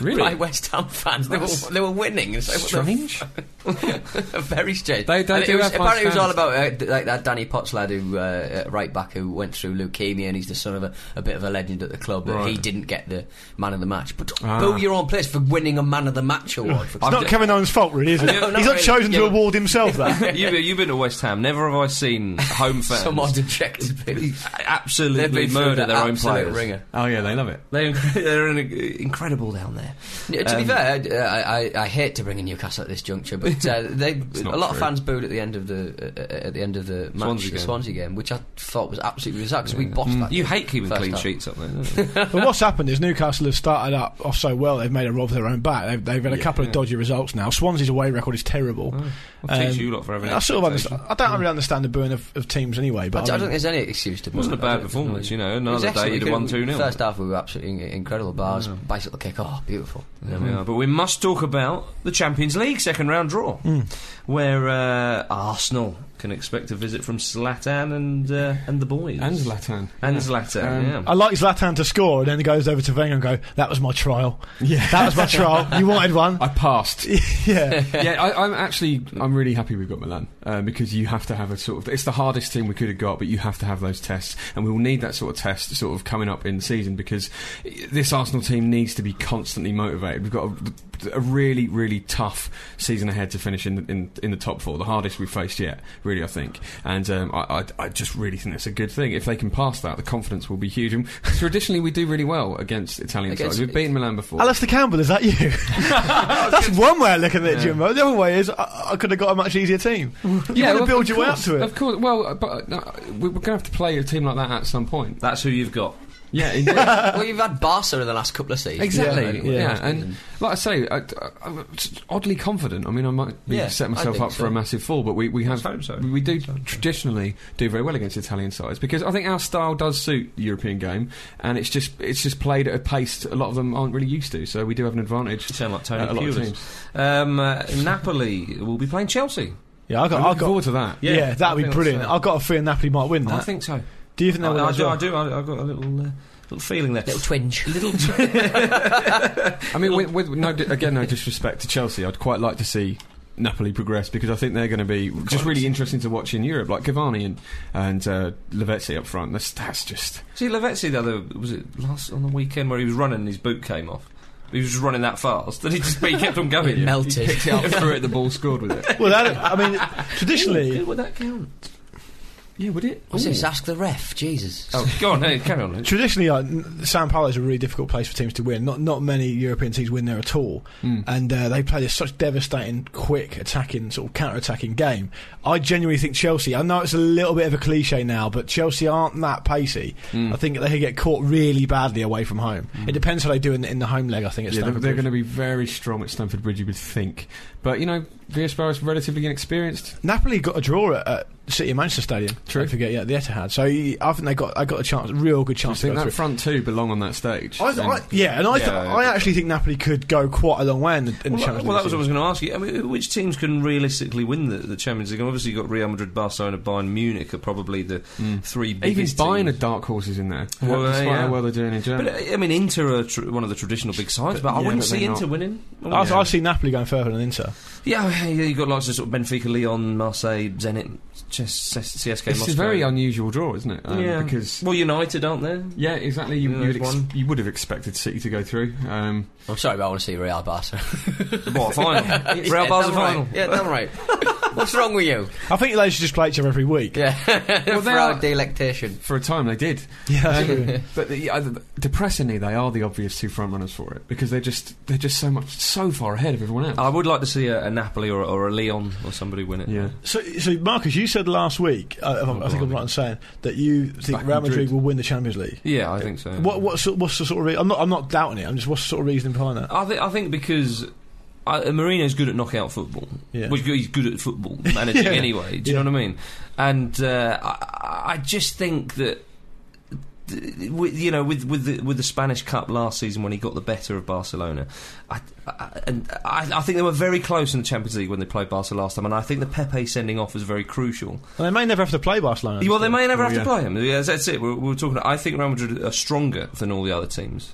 [SPEAKER 3] Really?
[SPEAKER 1] By West Ham fans, they were, they were winning. It's like, what the
[SPEAKER 3] Strange.
[SPEAKER 1] Very strange.
[SPEAKER 3] They- they
[SPEAKER 1] And it
[SPEAKER 3] do
[SPEAKER 1] was,
[SPEAKER 3] have nice
[SPEAKER 1] apparently, it was all
[SPEAKER 3] fans.
[SPEAKER 1] about uh, d- like that Danny Potts lad who uh, uh, right back who went through leukemia, and he's the son of a, a bit of a legend at the club. But he
[SPEAKER 2] Right.
[SPEAKER 1] didn't get the man of the match. But
[SPEAKER 3] Ah.
[SPEAKER 1] boo your own place for winning a man of the match award. For
[SPEAKER 4] It's not Kevin Owen's fault, really, is it?
[SPEAKER 1] No, not
[SPEAKER 4] He's not
[SPEAKER 1] really.
[SPEAKER 4] chosen
[SPEAKER 1] Yeah,
[SPEAKER 4] to
[SPEAKER 1] but-
[SPEAKER 4] award himself that.
[SPEAKER 2] you, you've been to West Ham. Never have I seen home fans
[SPEAKER 1] Someone dejected people. They've
[SPEAKER 2] absolutely
[SPEAKER 1] been through
[SPEAKER 2] murder
[SPEAKER 1] the
[SPEAKER 2] their own
[SPEAKER 1] absolute
[SPEAKER 2] players.
[SPEAKER 1] Ringer.
[SPEAKER 3] Oh yeah, they love it.
[SPEAKER 2] They, they're in incredible down there.
[SPEAKER 1] Yeah, to be
[SPEAKER 2] Um,
[SPEAKER 1] fair, I- I, I, I hate to bring in Newcastle at this juncture, but uh, they a
[SPEAKER 3] not
[SPEAKER 1] lot of
[SPEAKER 3] true.
[SPEAKER 1] fans booed at the end of the uh, at the end of the match,
[SPEAKER 2] Swansea
[SPEAKER 1] the
[SPEAKER 2] game. Mm.
[SPEAKER 1] Swansea game, which I thought was absolutely bizarre because we bossed that.
[SPEAKER 2] Mm-hmm. You hate keeping
[SPEAKER 1] First
[SPEAKER 2] clean
[SPEAKER 1] up.
[SPEAKER 2] sheets up there. Don't you?
[SPEAKER 4] but what's happened is Newcastle have started up off so well, they've made a rob of their own back. They've, they've had a couple of dodgy results now. Swansea's away record is terrible.
[SPEAKER 2] I'll teach
[SPEAKER 4] Um,
[SPEAKER 2] you lot for having.
[SPEAKER 4] I sort of
[SPEAKER 2] expectations.
[SPEAKER 4] understand. I don't really understand the burn of, of teams anyway,
[SPEAKER 1] Mm. I,
[SPEAKER 4] but
[SPEAKER 1] d- I
[SPEAKER 4] I
[SPEAKER 1] don't
[SPEAKER 4] mean,
[SPEAKER 1] think there's any excuse to.
[SPEAKER 2] It wasn't a
[SPEAKER 1] boo them. I
[SPEAKER 2] bad
[SPEAKER 1] don't-
[SPEAKER 2] performance, you know.
[SPEAKER 1] It was
[SPEAKER 2] Another
[SPEAKER 1] excellent.
[SPEAKER 2] day
[SPEAKER 1] We
[SPEAKER 2] you'd
[SPEAKER 1] could-
[SPEAKER 2] have won 2 0.
[SPEAKER 1] First half, we were absolutely in- incredible. Bars, bicycle kick, oh, beautiful. Yeah.
[SPEAKER 2] Yeah, but we must talk about the Champions League second round draw, where uh, Arsenal can expect a visit from Slatan and uh, and the boys
[SPEAKER 3] And Zlatan.
[SPEAKER 2] and Zlatan.
[SPEAKER 3] Um,
[SPEAKER 4] I
[SPEAKER 2] yeah.
[SPEAKER 4] like Zlatan to score, and then he goes over to Wenger and go, "That was my trial.
[SPEAKER 3] Yeah.
[SPEAKER 4] That was my trial. You wanted one,
[SPEAKER 3] I passed.
[SPEAKER 4] yeah."
[SPEAKER 3] yeah, I, I'm actually I'm really happy we've got Milan uh, because you have to have a sort of it's the hardest team we could have got, but you have to have those tests, and we will need that sort of test sort of coming up in the season because this Arsenal team needs to be constantly motivated. We've got a, a really really tough season ahead to finish in the, in, in the top four, the hardest we've faced yet, really I think, and um, I, I I just really think that's a good thing. If they can pass that, the confidence will be huge. And traditionally, we do really well against Italian
[SPEAKER 1] Against-
[SPEAKER 3] sides. We've beaten Milan before.
[SPEAKER 4] Alistair Campbell, is that you? That's one way of looking at it, Jimbo. The other way is I, I could have got a much easier team. You yeah,
[SPEAKER 3] well,
[SPEAKER 4] to build
[SPEAKER 3] of
[SPEAKER 4] your way up
[SPEAKER 3] course,
[SPEAKER 4] to it.
[SPEAKER 3] Of course. Well, uh, but uh, no, we- we're going to have to play a team like that at some point.
[SPEAKER 2] That's who you've got.
[SPEAKER 3] Yeah, indeed.
[SPEAKER 1] well, you've had Barca in the last couple of seasons.
[SPEAKER 3] Exactly.
[SPEAKER 4] Yeah.
[SPEAKER 3] Yeah, and like I say, I, am oddly confident. I mean, I might be
[SPEAKER 1] Yeah,
[SPEAKER 3] set
[SPEAKER 1] I
[SPEAKER 3] myself
[SPEAKER 1] think
[SPEAKER 3] up for
[SPEAKER 1] so.
[SPEAKER 3] a massive fall, but we, we have
[SPEAKER 2] hope so.
[SPEAKER 3] we do traditionally do very well against Italian sides because I think our style does suit the European game, and it's just it's just played at a pace that a lot of them aren't really used to. So we do have an advantage.
[SPEAKER 2] You sound like
[SPEAKER 3] at
[SPEAKER 2] Tony
[SPEAKER 3] a lot of
[SPEAKER 2] Pulis.
[SPEAKER 3] teams.
[SPEAKER 2] Um, uh, Napoli will be playing Chelsea.
[SPEAKER 4] Yeah, I
[SPEAKER 3] I'm
[SPEAKER 4] got, I
[SPEAKER 3] looking
[SPEAKER 4] got,
[SPEAKER 3] forward to that.
[SPEAKER 4] yeah,
[SPEAKER 2] Yeah, I
[SPEAKER 4] that'd be
[SPEAKER 2] think
[SPEAKER 4] brilliant.
[SPEAKER 2] so.
[SPEAKER 4] I've got a feeling Napoli might win
[SPEAKER 2] I
[SPEAKER 4] that.
[SPEAKER 2] think so.
[SPEAKER 4] do you think
[SPEAKER 2] I,
[SPEAKER 4] they'll win
[SPEAKER 2] I
[SPEAKER 4] as
[SPEAKER 2] do.
[SPEAKER 4] well?
[SPEAKER 2] I do. I, I've got a little uh, little feeling there.
[SPEAKER 1] Little twinge.
[SPEAKER 2] Little
[SPEAKER 3] I mean, with, with no di- again, no disrespect to Chelsea, I'd quite like to see Napoli progress because I think they're going to be just really interesting to watch in Europe, like Cavani and and uh, Lavezzi up front. That's that's just
[SPEAKER 2] See Lavezzi the other was it last on the weekend where he was running and his boot came off. He was just running that fast that he just but he kept on going.
[SPEAKER 1] It melted.
[SPEAKER 3] picked it up, threw it at the ball, scored with it.
[SPEAKER 4] Well, that, I mean,
[SPEAKER 2] Ooh,
[SPEAKER 4] traditionally,
[SPEAKER 2] would that count?
[SPEAKER 3] Yeah, would it?
[SPEAKER 1] What's this? Ask the ref. Jesus.
[SPEAKER 2] Oh, go on, hey, carry on. Luke.
[SPEAKER 4] traditionally, uh, n- San Paulo is a really difficult place for teams to win. Not not many European teams win there at all,
[SPEAKER 2] Hmm.
[SPEAKER 4] and uh, they play this such devastating, quick attacking, sort of counter-attacking game. I genuinely think Chelsea. I know it's a little bit of a cliche now, but Chelsea aren't that pacey.
[SPEAKER 2] Hmm.
[SPEAKER 4] I think they could get caught really badly away from home. It depends how they do in, the- in the home leg. I think it's
[SPEAKER 3] Yeah, they're, they're going to be very strong at Stamford Bridge, you would think. But you know, Villas-Boas is relatively inexperienced.
[SPEAKER 4] Napoli got a draw at, at City of Manchester Stadium.
[SPEAKER 3] True.
[SPEAKER 4] Don't forget, yeah, the Etihad. So I think they got, I got a chance, real good
[SPEAKER 3] I
[SPEAKER 4] chance. to
[SPEAKER 3] think
[SPEAKER 4] go
[SPEAKER 3] that
[SPEAKER 4] through.
[SPEAKER 3] front two belong on that stage.
[SPEAKER 5] Oh,
[SPEAKER 4] I, I, yeah, and I, th-
[SPEAKER 2] Yeah, yeah.
[SPEAKER 4] I actually think Napoli could go quite a long way in the, in the
[SPEAKER 2] Well, that-
[SPEAKER 4] Champions
[SPEAKER 2] well, that was what I
[SPEAKER 4] League.
[SPEAKER 2] was going to ask you. I mean, which teams can realistically win the, the Champions League? Obviously, you've got Real Madrid, Barcelona, Bayern Munich are probably the three
[SPEAKER 3] Hmm. even
[SPEAKER 2] biggest.
[SPEAKER 3] Bayern are
[SPEAKER 2] teams.
[SPEAKER 3] dark horses in there,
[SPEAKER 2] Well, uh,
[SPEAKER 3] despite
[SPEAKER 2] yeah.
[SPEAKER 3] how well they're doing in Germany.
[SPEAKER 2] But uh, I mean, Inter are tr- one of the traditional big sides, but, I
[SPEAKER 3] yeah,
[SPEAKER 2] wouldn't
[SPEAKER 3] but
[SPEAKER 2] see
[SPEAKER 3] they're
[SPEAKER 2] Inter
[SPEAKER 3] not. Oh,
[SPEAKER 2] winning. I
[SPEAKER 4] I,
[SPEAKER 2] wouldn't-
[SPEAKER 4] I see Napoli going further than Inter.
[SPEAKER 2] Yeah, yeah, you've got lots of sort of Benfica, Lyon, Marseille, Zenit, Ches- CSK.
[SPEAKER 3] it's
[SPEAKER 2] Moscow.
[SPEAKER 3] a very unusual draw, isn't it? Um,
[SPEAKER 2] yeah,
[SPEAKER 3] Because
[SPEAKER 2] well, United aren't there?
[SPEAKER 3] Yeah, exactly. You,
[SPEAKER 2] Yeah,
[SPEAKER 3] you, would,
[SPEAKER 2] there's
[SPEAKER 3] ex-
[SPEAKER 2] one.
[SPEAKER 3] you would have expected City to go through. Um,
[SPEAKER 1] I'm sorry, but I want to see Real Barca.
[SPEAKER 2] What final? Oh. Real
[SPEAKER 1] Yeah,
[SPEAKER 2] Barca
[SPEAKER 1] damn
[SPEAKER 2] final.
[SPEAKER 1] Right. Yeah, damn right. What's wrong with you?
[SPEAKER 4] I think they should just play each other every week.
[SPEAKER 1] Yeah.
[SPEAKER 3] they
[SPEAKER 1] For our
[SPEAKER 3] are-
[SPEAKER 1] delectation.
[SPEAKER 3] for a time, they did.
[SPEAKER 4] Yeah,
[SPEAKER 3] Um, but the, uh, depressingly, they are the obvious two front runners for it because they're just they're just so much so far ahead of everyone else.
[SPEAKER 2] I would like to see a, a Napoli or, or a Leon or somebody win it.
[SPEAKER 3] yeah,
[SPEAKER 4] so, so Marcus, you said last week, uh, if I'm- I think I'm right in saying that you think
[SPEAKER 3] Back in
[SPEAKER 4] Real Madrid
[SPEAKER 3] Madrid.
[SPEAKER 4] will win the Champions League.
[SPEAKER 2] yeah, I think so.
[SPEAKER 4] What, what's, the- what's the sort of? Re- I'm not, I'm not doubting it. I'm just what's the sort of reasoning behind that?
[SPEAKER 2] I think I think because. I, Marino's good at knockout football.
[SPEAKER 4] Yeah.
[SPEAKER 2] Which he's good at football managing
[SPEAKER 4] Yeah.
[SPEAKER 2] anyway. Do you
[SPEAKER 4] Yeah.
[SPEAKER 2] know what I mean? And uh, I, I just think that th- with, you know with with the, with the Spanish Cup last season when he got the better of Barcelona, I, I, and I, I think they were very close in the Champions League when they played Barca last time. And I think the Pepe sending off was very crucial.
[SPEAKER 4] And they may never have to play Barcelona.
[SPEAKER 2] Yeah, Well, they may never
[SPEAKER 3] Oh,
[SPEAKER 2] have to
[SPEAKER 3] yeah.
[SPEAKER 2] play him. Yeah, that's- that's it. We're, we're talking. I think Real Madrid are stronger than all the other teams,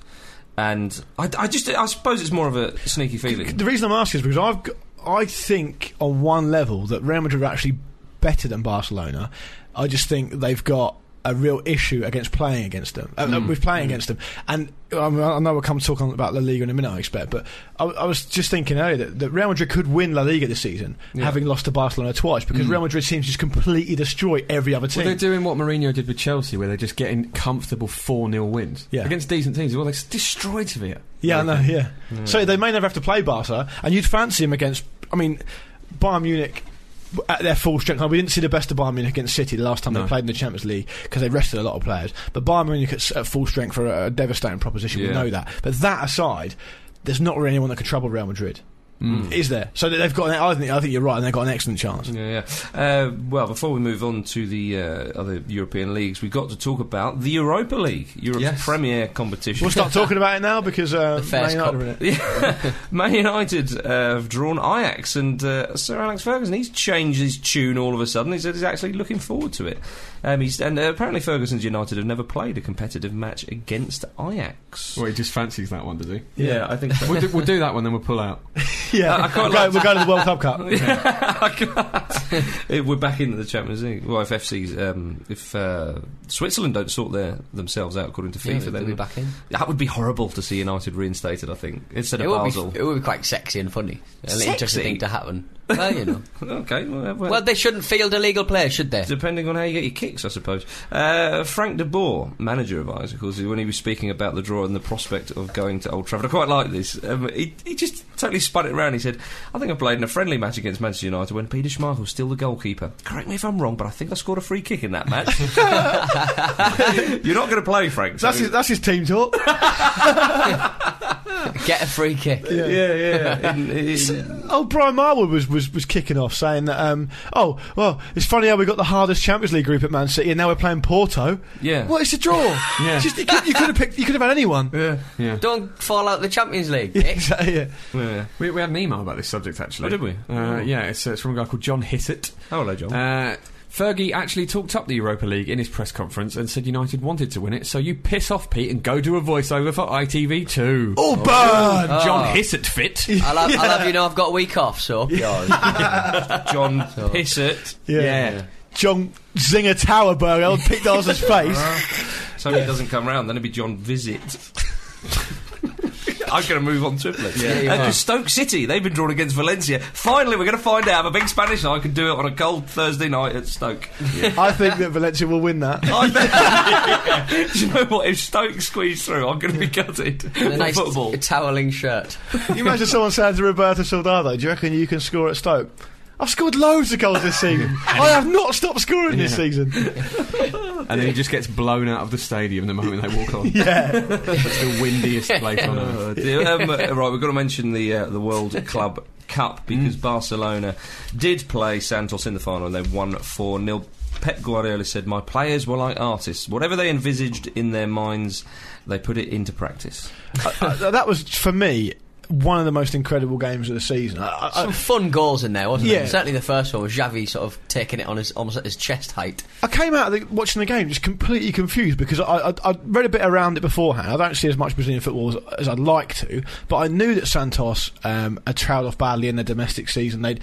[SPEAKER 2] and I, I just I suppose it's more of a sneaky feeling.
[SPEAKER 4] The reason I'm asking is because I've, g- I think on one level that Real Madrid are actually better than Barcelona. I just think they've got a real issue against playing against them. Uh, With playing against them, and I, mean, I know we'll come talk on about La Liga in a minute, I expect. But I, I was just thinking earlier that, that Real Madrid could win La Liga this season, having lost to Barcelona twice, because Real Madrid seems to just completely destroy every other
[SPEAKER 3] well,
[SPEAKER 4] team.
[SPEAKER 3] they're doing what Mourinho did with Chelsea, where they're just getting comfortable four 0 wins
[SPEAKER 4] Yeah.
[SPEAKER 3] against decent teams. Well, they s- destroyed Sevilla.
[SPEAKER 4] Yeah, I know. Yeah. So they may never have to play Barca, and you'd fancy him against. I mean, Bayern Munich w- at their full strength. Now, we didn't see the best of Bayern Munich against City the last time they
[SPEAKER 3] No.
[SPEAKER 4] played in the Champions League because they rested a lot of players. But Bayern Munich at, s- at full strength for a, a devastating proposition. We
[SPEAKER 2] Yeah.
[SPEAKER 4] know that. But that aside, there's not really anyone that can trouble Real Madrid, is there? So they- they've got. An, I think. I think you're right, and they've got an excellent chance.
[SPEAKER 2] Yeah, yeah. Uh, well, before we move on to the uh, other European leagues, we've got to talk about the Europa League, Europe's
[SPEAKER 3] Yes.
[SPEAKER 2] premier competition.
[SPEAKER 4] We'll start talking about it now because uh,
[SPEAKER 1] The first
[SPEAKER 4] Man United
[SPEAKER 1] cup.
[SPEAKER 4] are in it.
[SPEAKER 2] Yeah. Man United uh, have drawn Ajax, and uh, Sir Alex Ferguson he's changed his tune all of a sudden. He said he's actually looking forward to it. Um, he's, and uh, apparently, Ferguson's United have never played a competitive match against Ajax.
[SPEAKER 3] Well, he just fancies that one, does he?
[SPEAKER 4] Yeah.
[SPEAKER 2] I think so.
[SPEAKER 3] We'll do, we'll do that one, then we'll pull out.
[SPEAKER 4] Yeah,
[SPEAKER 2] I quite
[SPEAKER 4] We'll go- we'll go to the World Cup Cup.
[SPEAKER 2] Eh, We're back into the Champions League. Well, if FC's, um, if uh, Switzerland don't sort their themselves out according to
[SPEAKER 1] Yeah,
[SPEAKER 2] FIFA,
[SPEAKER 1] we'll be
[SPEAKER 2] then
[SPEAKER 1] back in.
[SPEAKER 2] that would be horrible to see United reinstated. I think instead
[SPEAKER 1] It
[SPEAKER 2] of
[SPEAKER 1] would,
[SPEAKER 2] Basel.
[SPEAKER 1] be, it would be quite sexy and funny. An
[SPEAKER 2] Sexy?
[SPEAKER 1] interesting thing to happen. Well, you know.
[SPEAKER 2] okay, well, uh, well,
[SPEAKER 1] well, they shouldn't field illegal players, should they?
[SPEAKER 2] Depending on how you get your kicks, I suppose. Uh, Frank de Boer, manager of Ajax, of course, when he was speaking about the draw and the prospect of going to Old Trafford, I quite like this. Um, he, he just totally spun it around. He said, I think I played in a friendly match against Manchester United when Peter Schmeichel was still still the goalkeeper. Correct me if I'm wrong, but I think I scored a free kick in that match. You're not going to play, Frank. so-
[SPEAKER 4] That's his, that's his team talk.
[SPEAKER 1] Get a free kick.
[SPEAKER 2] yeah, yeah. In- in-
[SPEAKER 4] oh, Brian Marwood was, was, was kicking off saying that. Um, oh, well, it's funny how we got the hardest Champions League group at Man City, and now we're playing Porto.
[SPEAKER 2] Yeah.
[SPEAKER 4] Well, it's a draw.
[SPEAKER 3] Yeah.
[SPEAKER 4] Just, you, could, you could have picked. You could have had anyone.
[SPEAKER 2] yeah.
[SPEAKER 3] Yeah.
[SPEAKER 1] Don't fall out the Champions League.
[SPEAKER 4] Yeah,
[SPEAKER 1] Dick.
[SPEAKER 4] exactly, yeah.
[SPEAKER 2] yeah.
[SPEAKER 3] We, we had an email about this subject actually.
[SPEAKER 2] Oh, did we?
[SPEAKER 3] Uh, yeah, it's, uh, it's from a guy called John Hissett.
[SPEAKER 2] Oh, hello, John.
[SPEAKER 3] Uh, Fergie actually talked up the Europa League in his press conference and said United wanted to win it, so you piss off, Pete, and go do a voiceover for ITV2.
[SPEAKER 4] Oh, burn!
[SPEAKER 3] John Hissett fit.
[SPEAKER 1] I'll, have, I'll have you know I've got a week off, so up yours.
[SPEAKER 2] John Pissett.
[SPEAKER 4] Yeah. John Zinger Towerberg, old Pete Darcy's face.
[SPEAKER 2] So if he doesn't come round, then it'd be John Visit. I'm going to move on triplets.
[SPEAKER 1] Yeah, you
[SPEAKER 2] Uh, 'cause
[SPEAKER 1] are.
[SPEAKER 2] Stoke City, they've been drawn against Valencia. Finally, we're going to find out. I'm a big Spanish and I can do it on a cold Thursday night at Stoke.
[SPEAKER 4] I think that Valencia will win that.
[SPEAKER 2] I bet- Do you know what? If Stoke squeeze through, I'm going to be gutted
[SPEAKER 1] A
[SPEAKER 2] for
[SPEAKER 1] nice
[SPEAKER 2] football.
[SPEAKER 1] t- toweling shirt.
[SPEAKER 4] You imagine someone saying to Roberto Soldado, "Do you reckon you can score at Stoke?" I've scored loads of goals this season. I have not stopped scoring this season.
[SPEAKER 3] And then he just gets blown out of the stadium the moment they walk on.
[SPEAKER 4] Yeah,
[SPEAKER 3] It's the windiest place on earth.
[SPEAKER 2] Oh, dear. Um, right, we've got to mention the uh, the World Club Cup because Barcelona did play Santos in the final and they won 4 0. Pep Guardiola said, My players were like artists. Whatever they envisaged in their minds, they put it into practice.
[SPEAKER 4] Uh, that was for me one of the most incredible games of the season. I, I,
[SPEAKER 2] Uh,
[SPEAKER 1] Some fun goals in there, wasn't
[SPEAKER 4] Yeah.
[SPEAKER 1] there? Certainly the first one was Xavi sort of taking it on his almost at his chest height.
[SPEAKER 4] I came out of the, watching the game just completely confused because I, I, I read a bit around it beforehand. I don't see as much Brazilian football as, as I'd like to, but I knew that Santos um, had trailed off badly in their domestic season. They'd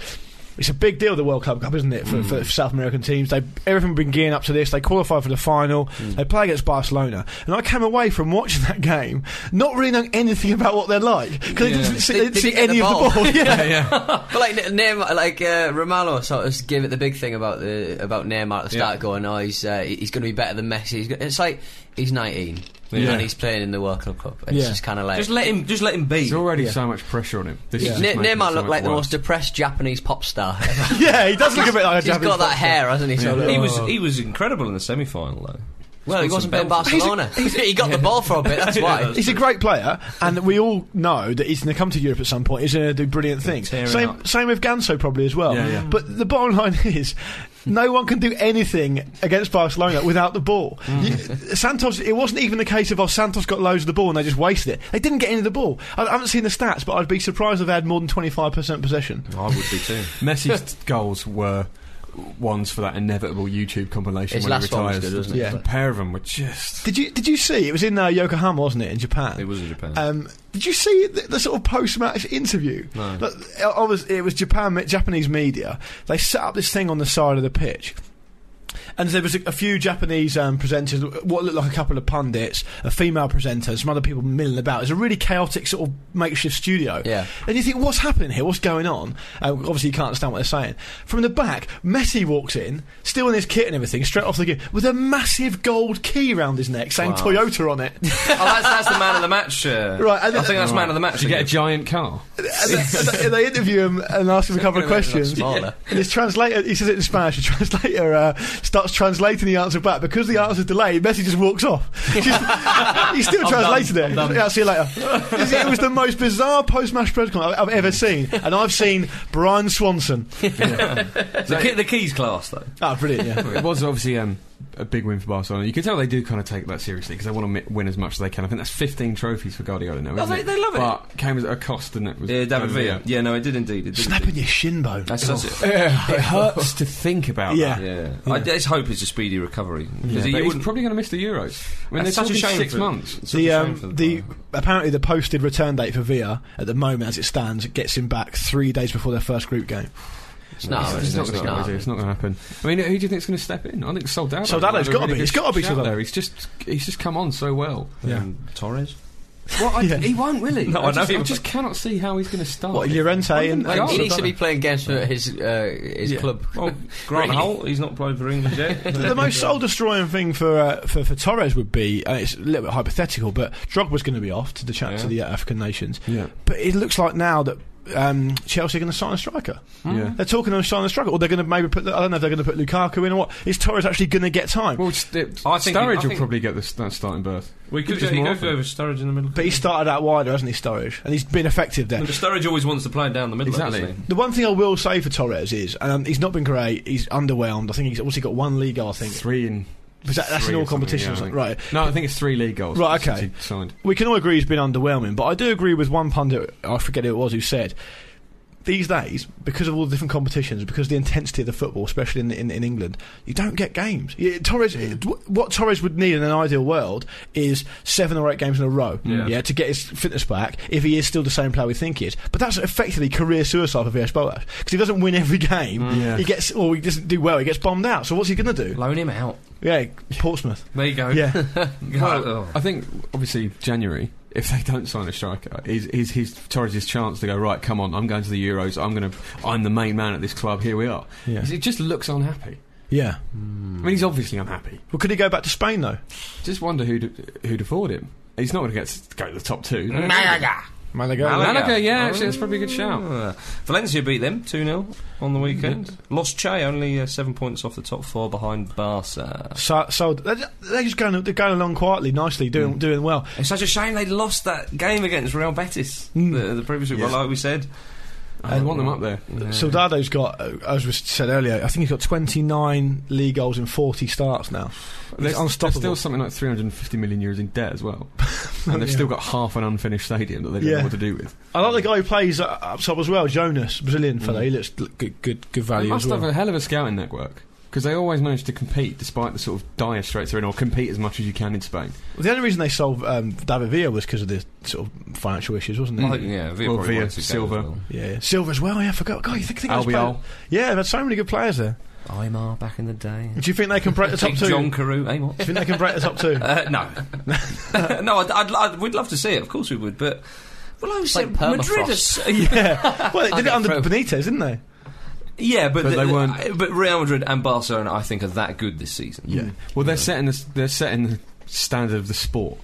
[SPEAKER 4] it's a big deal the World Club Cup, isn't it, for, for South American teams? They everything been gearing up to this. They qualified for the final. They play against Barcelona, and I came away from watching that game not really knowing anything about what they're like because
[SPEAKER 2] Yeah.
[SPEAKER 4] they didn't see,
[SPEAKER 1] They-
[SPEAKER 4] they didn't
[SPEAKER 1] they
[SPEAKER 4] see
[SPEAKER 1] didn't get
[SPEAKER 4] any
[SPEAKER 1] the
[SPEAKER 4] of the
[SPEAKER 1] ball.
[SPEAKER 4] ball. yeah.
[SPEAKER 1] But like Ne- Neymar, like uh, Romano sort of gave it the big thing about the about Neymar at the start, going, "Oh, he's uh, he's going to be better than Messi." He's go- it's like he's 19
[SPEAKER 3] Yeah.
[SPEAKER 1] and he's playing in the World Club Cup. It's
[SPEAKER 4] Yeah.
[SPEAKER 1] just kind of like
[SPEAKER 2] Just let him, just let him be.
[SPEAKER 3] There's already so much pressure on him. This is just
[SPEAKER 1] Ne-
[SPEAKER 3] making it
[SPEAKER 1] Neymar
[SPEAKER 3] so
[SPEAKER 1] looked
[SPEAKER 3] much
[SPEAKER 1] like the
[SPEAKER 3] worse.
[SPEAKER 1] most depressed Japanese pop star. ever.
[SPEAKER 4] yeah, he does look a bit like a
[SPEAKER 1] he's
[SPEAKER 4] Japanese
[SPEAKER 1] got that
[SPEAKER 4] boxer.
[SPEAKER 1] hair, hasn't he? So
[SPEAKER 2] He was,
[SPEAKER 4] Oh.
[SPEAKER 2] he was incredible in the semi-final, though.
[SPEAKER 1] well, he
[SPEAKER 2] got some
[SPEAKER 1] wasn't playing
[SPEAKER 2] belts.
[SPEAKER 1] Barcelona. he got the ball for a bit. That's why.
[SPEAKER 4] He's a great player, and we all know that he's going to come to Europe at some point. He's going to do brilliant things.
[SPEAKER 2] Tearing
[SPEAKER 4] Same,
[SPEAKER 2] up.
[SPEAKER 4] same with Ganso probably as well.
[SPEAKER 3] Yeah, yeah.
[SPEAKER 4] But the bottom line is. No one can do anything against Barcelona without the ball.
[SPEAKER 2] Mm.
[SPEAKER 4] You- Santos, it wasn't even the case of, oh, Santos got loads of the ball and they just wasted it. They didn't get any of the ball. I, I haven't seen the stats, but I'd be surprised if they had more than 25% possession.
[SPEAKER 2] I would be too.
[SPEAKER 3] Messi's goals were ones for that inevitable YouTube compilation
[SPEAKER 1] His
[SPEAKER 3] when
[SPEAKER 1] last
[SPEAKER 3] he
[SPEAKER 1] one was
[SPEAKER 3] retires.
[SPEAKER 1] good, wasn't it?
[SPEAKER 4] Yeah.
[SPEAKER 3] A pair of them were just.
[SPEAKER 4] Did you did you see? It was in uh, Yokohama, wasn't it, in Japan?
[SPEAKER 2] It was in Japan.
[SPEAKER 4] Um, did you see the, the sort of post-match interview?
[SPEAKER 2] No.
[SPEAKER 4] Like, I I was, it was Japan, Japanese media. They set up this thing on the side of the pitch. And there was a, a few Japanese um, presenters, what looked like a couple of pundits, a female presenter, some other people milling about. It was a really chaotic sort of makeshift studio.
[SPEAKER 1] Yeah.
[SPEAKER 4] And you think, what's happening here? What's going on? Uh, obviously, you can't understand what they're saying. From the back, Messi walks in, still in his kit and everything, straight off the game, with a massive gold key round his neck saying Toyota on it.
[SPEAKER 2] oh, that's, that's the man of the match. Uh,
[SPEAKER 4] Right, and
[SPEAKER 2] I
[SPEAKER 4] then-
[SPEAKER 2] think that's man of the match.
[SPEAKER 3] Did you get a giant car?
[SPEAKER 4] and, they, and they- and they interview him and ask him a couple of
[SPEAKER 1] Could've made it
[SPEAKER 4] questions.
[SPEAKER 1] look smaller.
[SPEAKER 4] And his translator, he says it in Spanish. The translator uh, starts translating the answer back because the answer's delayed. Messi just walks off. Just- he's still translating it. Yeah, I'll see you later. it was the most bizarre post-match press conference I've, I've ever seen, and I've seen Brian Swanson.
[SPEAKER 2] the, key, the keys class, though.
[SPEAKER 4] Oh, brilliant! Yeah.
[SPEAKER 3] it was obviously um, a big win for Barcelona. You can tell they do kind of take that seriously because they want to win as much as they can. I think that's 15 trophies for Guardiola now.
[SPEAKER 2] Oh,
[SPEAKER 3] isn't
[SPEAKER 2] they- they love it.
[SPEAKER 3] But came at a cost, didn't it? Was
[SPEAKER 2] Yeah, David Villa. Yeah, no, it did indeed. It did
[SPEAKER 4] Snapping
[SPEAKER 2] indeed.
[SPEAKER 4] your shin bone.
[SPEAKER 2] That's, that's it.
[SPEAKER 3] Yeah, it hurts to think about.
[SPEAKER 4] Yeah.
[SPEAKER 3] that.
[SPEAKER 2] Yeah. I just hope it's a speedy recovery. 'Cause he-
[SPEAKER 3] Yeah, but
[SPEAKER 2] you
[SPEAKER 3] he's
[SPEAKER 2] wouldn't-
[SPEAKER 3] probably going to miss the Euros. I mean,
[SPEAKER 2] That's
[SPEAKER 3] it's
[SPEAKER 2] such a shame
[SPEAKER 3] six
[SPEAKER 2] for-
[SPEAKER 3] months.
[SPEAKER 2] it's such a
[SPEAKER 4] The,
[SPEAKER 2] shame
[SPEAKER 4] um,
[SPEAKER 2] for
[SPEAKER 4] the
[SPEAKER 2] player.
[SPEAKER 4] apparently the posted return date for Villa at the moment, as it stands, it gets him back three days before their first group game.
[SPEAKER 1] It's not.
[SPEAKER 3] it's,
[SPEAKER 1] It's
[SPEAKER 3] not going
[SPEAKER 1] not.
[SPEAKER 3] to happen. I mean, who do you think's going to step in? I think Soldado.
[SPEAKER 4] Soldado's
[SPEAKER 3] might have a
[SPEAKER 4] gotta be.
[SPEAKER 3] good
[SPEAKER 4] It's gotta be
[SPEAKER 3] shout
[SPEAKER 4] Soldado.
[SPEAKER 3] there. He's just he's just come on so well.
[SPEAKER 2] Um, Torres.
[SPEAKER 3] Well, I,
[SPEAKER 4] Yeah.
[SPEAKER 3] he won't, will he?
[SPEAKER 2] No, I know
[SPEAKER 3] just,
[SPEAKER 2] he
[SPEAKER 3] I just cannot see how he's going to start.
[SPEAKER 4] What Llorente and,
[SPEAKER 3] Like,
[SPEAKER 4] and
[SPEAKER 1] He
[SPEAKER 3] Oh,
[SPEAKER 1] needs
[SPEAKER 4] Soldado.
[SPEAKER 1] to be playing games for his uh, his
[SPEAKER 4] Yeah.
[SPEAKER 1] club.
[SPEAKER 2] Well, Grant
[SPEAKER 1] Really?
[SPEAKER 2] Holt, he's not played for England yet.
[SPEAKER 4] the most soul destroying thing for, uh, for for Torres would be, and it's a little bit hypothetical, but Drogba's going to be off to the chat to the uh, African nations.
[SPEAKER 3] Yeah.
[SPEAKER 4] But it looks like now that um, Chelsea going to sign a striker?
[SPEAKER 3] Yeah.
[SPEAKER 4] They're talking of signing a striker, or they're going to maybe put. I don't know if they're going to put Lukaku in or what. Is Torres actually going to get time?
[SPEAKER 3] Well, st-
[SPEAKER 2] I think-
[SPEAKER 3] Sturridge
[SPEAKER 2] I
[SPEAKER 3] will
[SPEAKER 2] think-
[SPEAKER 3] probably get this, that starting berth.
[SPEAKER 2] We could
[SPEAKER 3] Which is
[SPEAKER 2] go,
[SPEAKER 3] more
[SPEAKER 2] go
[SPEAKER 3] often.
[SPEAKER 2] over Sturridge in the middle.
[SPEAKER 4] but he started out wider, hasn't he, Sturridge? And he's been effective there.
[SPEAKER 2] But Sturridge always wants to play down the middle.
[SPEAKER 3] Exactly.
[SPEAKER 2] doesn't he?
[SPEAKER 4] The one thing I will say for Torres is, um, he's not been great. He's underwhelmed. I think he's obviously got one league. I think
[SPEAKER 3] Three in.
[SPEAKER 4] Was that- that's
[SPEAKER 3] three
[SPEAKER 4] in all
[SPEAKER 3] or something,
[SPEAKER 4] competitions,
[SPEAKER 3] yeah, I think.
[SPEAKER 4] right?
[SPEAKER 3] No, I think it's three league goals.
[SPEAKER 4] Right,
[SPEAKER 3] since
[SPEAKER 4] okay.
[SPEAKER 3] he signed.
[SPEAKER 4] we can all agree he's been underwhelming, but I do agree with one pundit, I forget who it was, who said these days, because of all the different competitions, because of the intensity of the football, especially in, in, in England, you don't get games. Yeah, Torres, wh- what Torres would need in an ideal world is seven or eight games in a row, yeah. to get his fitness back. If he is still the same player we think he is, but that's effectively career suicide for VS Boas because he doesn't win every game.
[SPEAKER 3] Yeah.
[SPEAKER 4] He gets or he doesn't do well. He gets bombed out. So what's he going to do?
[SPEAKER 2] Loan him out.
[SPEAKER 4] Yeah, Portsmouth.
[SPEAKER 2] There you go.
[SPEAKER 4] Yeah.
[SPEAKER 2] Go. Oh.
[SPEAKER 3] I think obviously January, if they don't sign a striker, is is his Torres' chance to go right. Come on, I'm going to the Euros. I'm going to. I'm the main man at this club. Here we are.
[SPEAKER 4] Yeah.
[SPEAKER 3] It just looks unhappy.
[SPEAKER 4] Yeah.
[SPEAKER 3] I mean, he's obviously unhappy.
[SPEAKER 4] Well, could he go back to Spain though?
[SPEAKER 3] Just wonder who'd who'd afford him. He's not going to get to go to the top two.
[SPEAKER 2] Malaga.
[SPEAKER 4] Malaga.
[SPEAKER 2] Malaga.
[SPEAKER 3] Malaga, yeah, actually, that's probably a good shout.
[SPEAKER 2] Ah. Valencia beat them 2 0 on the weekend. Lost Che only uh, seven points off the top four behind Barca.
[SPEAKER 4] So, so they're ju- they're just going, they're going along quietly, nicely, doing doing well.
[SPEAKER 2] It's such a shame they lost that game against Real Betis
[SPEAKER 4] Mm.
[SPEAKER 2] the, the previous week.
[SPEAKER 3] Hmm. Yeah.
[SPEAKER 2] Well, like we said,
[SPEAKER 3] I want them up there.
[SPEAKER 4] Soldado's got, uh, as was said earlier, I think he's got 29 league goals in 40 starts now.
[SPEAKER 3] There's, there's
[SPEAKER 4] He's unstoppable.
[SPEAKER 3] still something like 350 million euros in debt as well, and they've
[SPEAKER 4] Yeah.
[SPEAKER 3] still got half an unfinished stadium that they don't
[SPEAKER 4] Yeah.
[SPEAKER 3] know what to do with.
[SPEAKER 4] I like the guy who plays uh, up top as well, Jonas, Brazilian fellow. He looks l- good, good, good
[SPEAKER 3] They
[SPEAKER 4] value as
[SPEAKER 3] must have
[SPEAKER 4] well.
[SPEAKER 3] a hell of a scouting network because they always manage to compete despite the sort of dire straits they're in, or compete as much as you can in Spain.
[SPEAKER 4] The only reason they sold um, David Villa was because of the sort of financial issues, wasn't it?
[SPEAKER 3] Mm.
[SPEAKER 2] I think, yeah, Villa
[SPEAKER 3] Well,
[SPEAKER 2] probably
[SPEAKER 3] Villa,
[SPEAKER 2] wants to go
[SPEAKER 3] Silva.
[SPEAKER 2] as well.
[SPEAKER 4] Yeah, yeah. Silva as well. Yeah, I forgot. God, you think, think those
[SPEAKER 3] Albiol.
[SPEAKER 4] players- Yeah, they've had so many good players there.
[SPEAKER 2] Aymar back in the day.
[SPEAKER 4] Do you think they can break the top
[SPEAKER 2] Big
[SPEAKER 4] two?
[SPEAKER 2] John
[SPEAKER 4] Do
[SPEAKER 2] Carew, Aymar.
[SPEAKER 4] you think they can break the top two?
[SPEAKER 2] Uh, no, no, I'd, I'd, I'd, we'd love to see it. Of course, we would. But well, I was
[SPEAKER 1] like
[SPEAKER 2] saying Madrid. Are, s-
[SPEAKER 1] permafrost.
[SPEAKER 2] yeah,
[SPEAKER 4] yeah. Well, they did it
[SPEAKER 1] get
[SPEAKER 4] under
[SPEAKER 1] through.
[SPEAKER 4] Benitez, didn't they?
[SPEAKER 2] yeah, but,
[SPEAKER 3] But
[SPEAKER 2] the-
[SPEAKER 3] they
[SPEAKER 2] the-
[SPEAKER 3] weren't-
[SPEAKER 2] But Real Madrid and Barcelona, I think, are that good this season.
[SPEAKER 3] Well, they're setting the, they're setting the standard of the sport.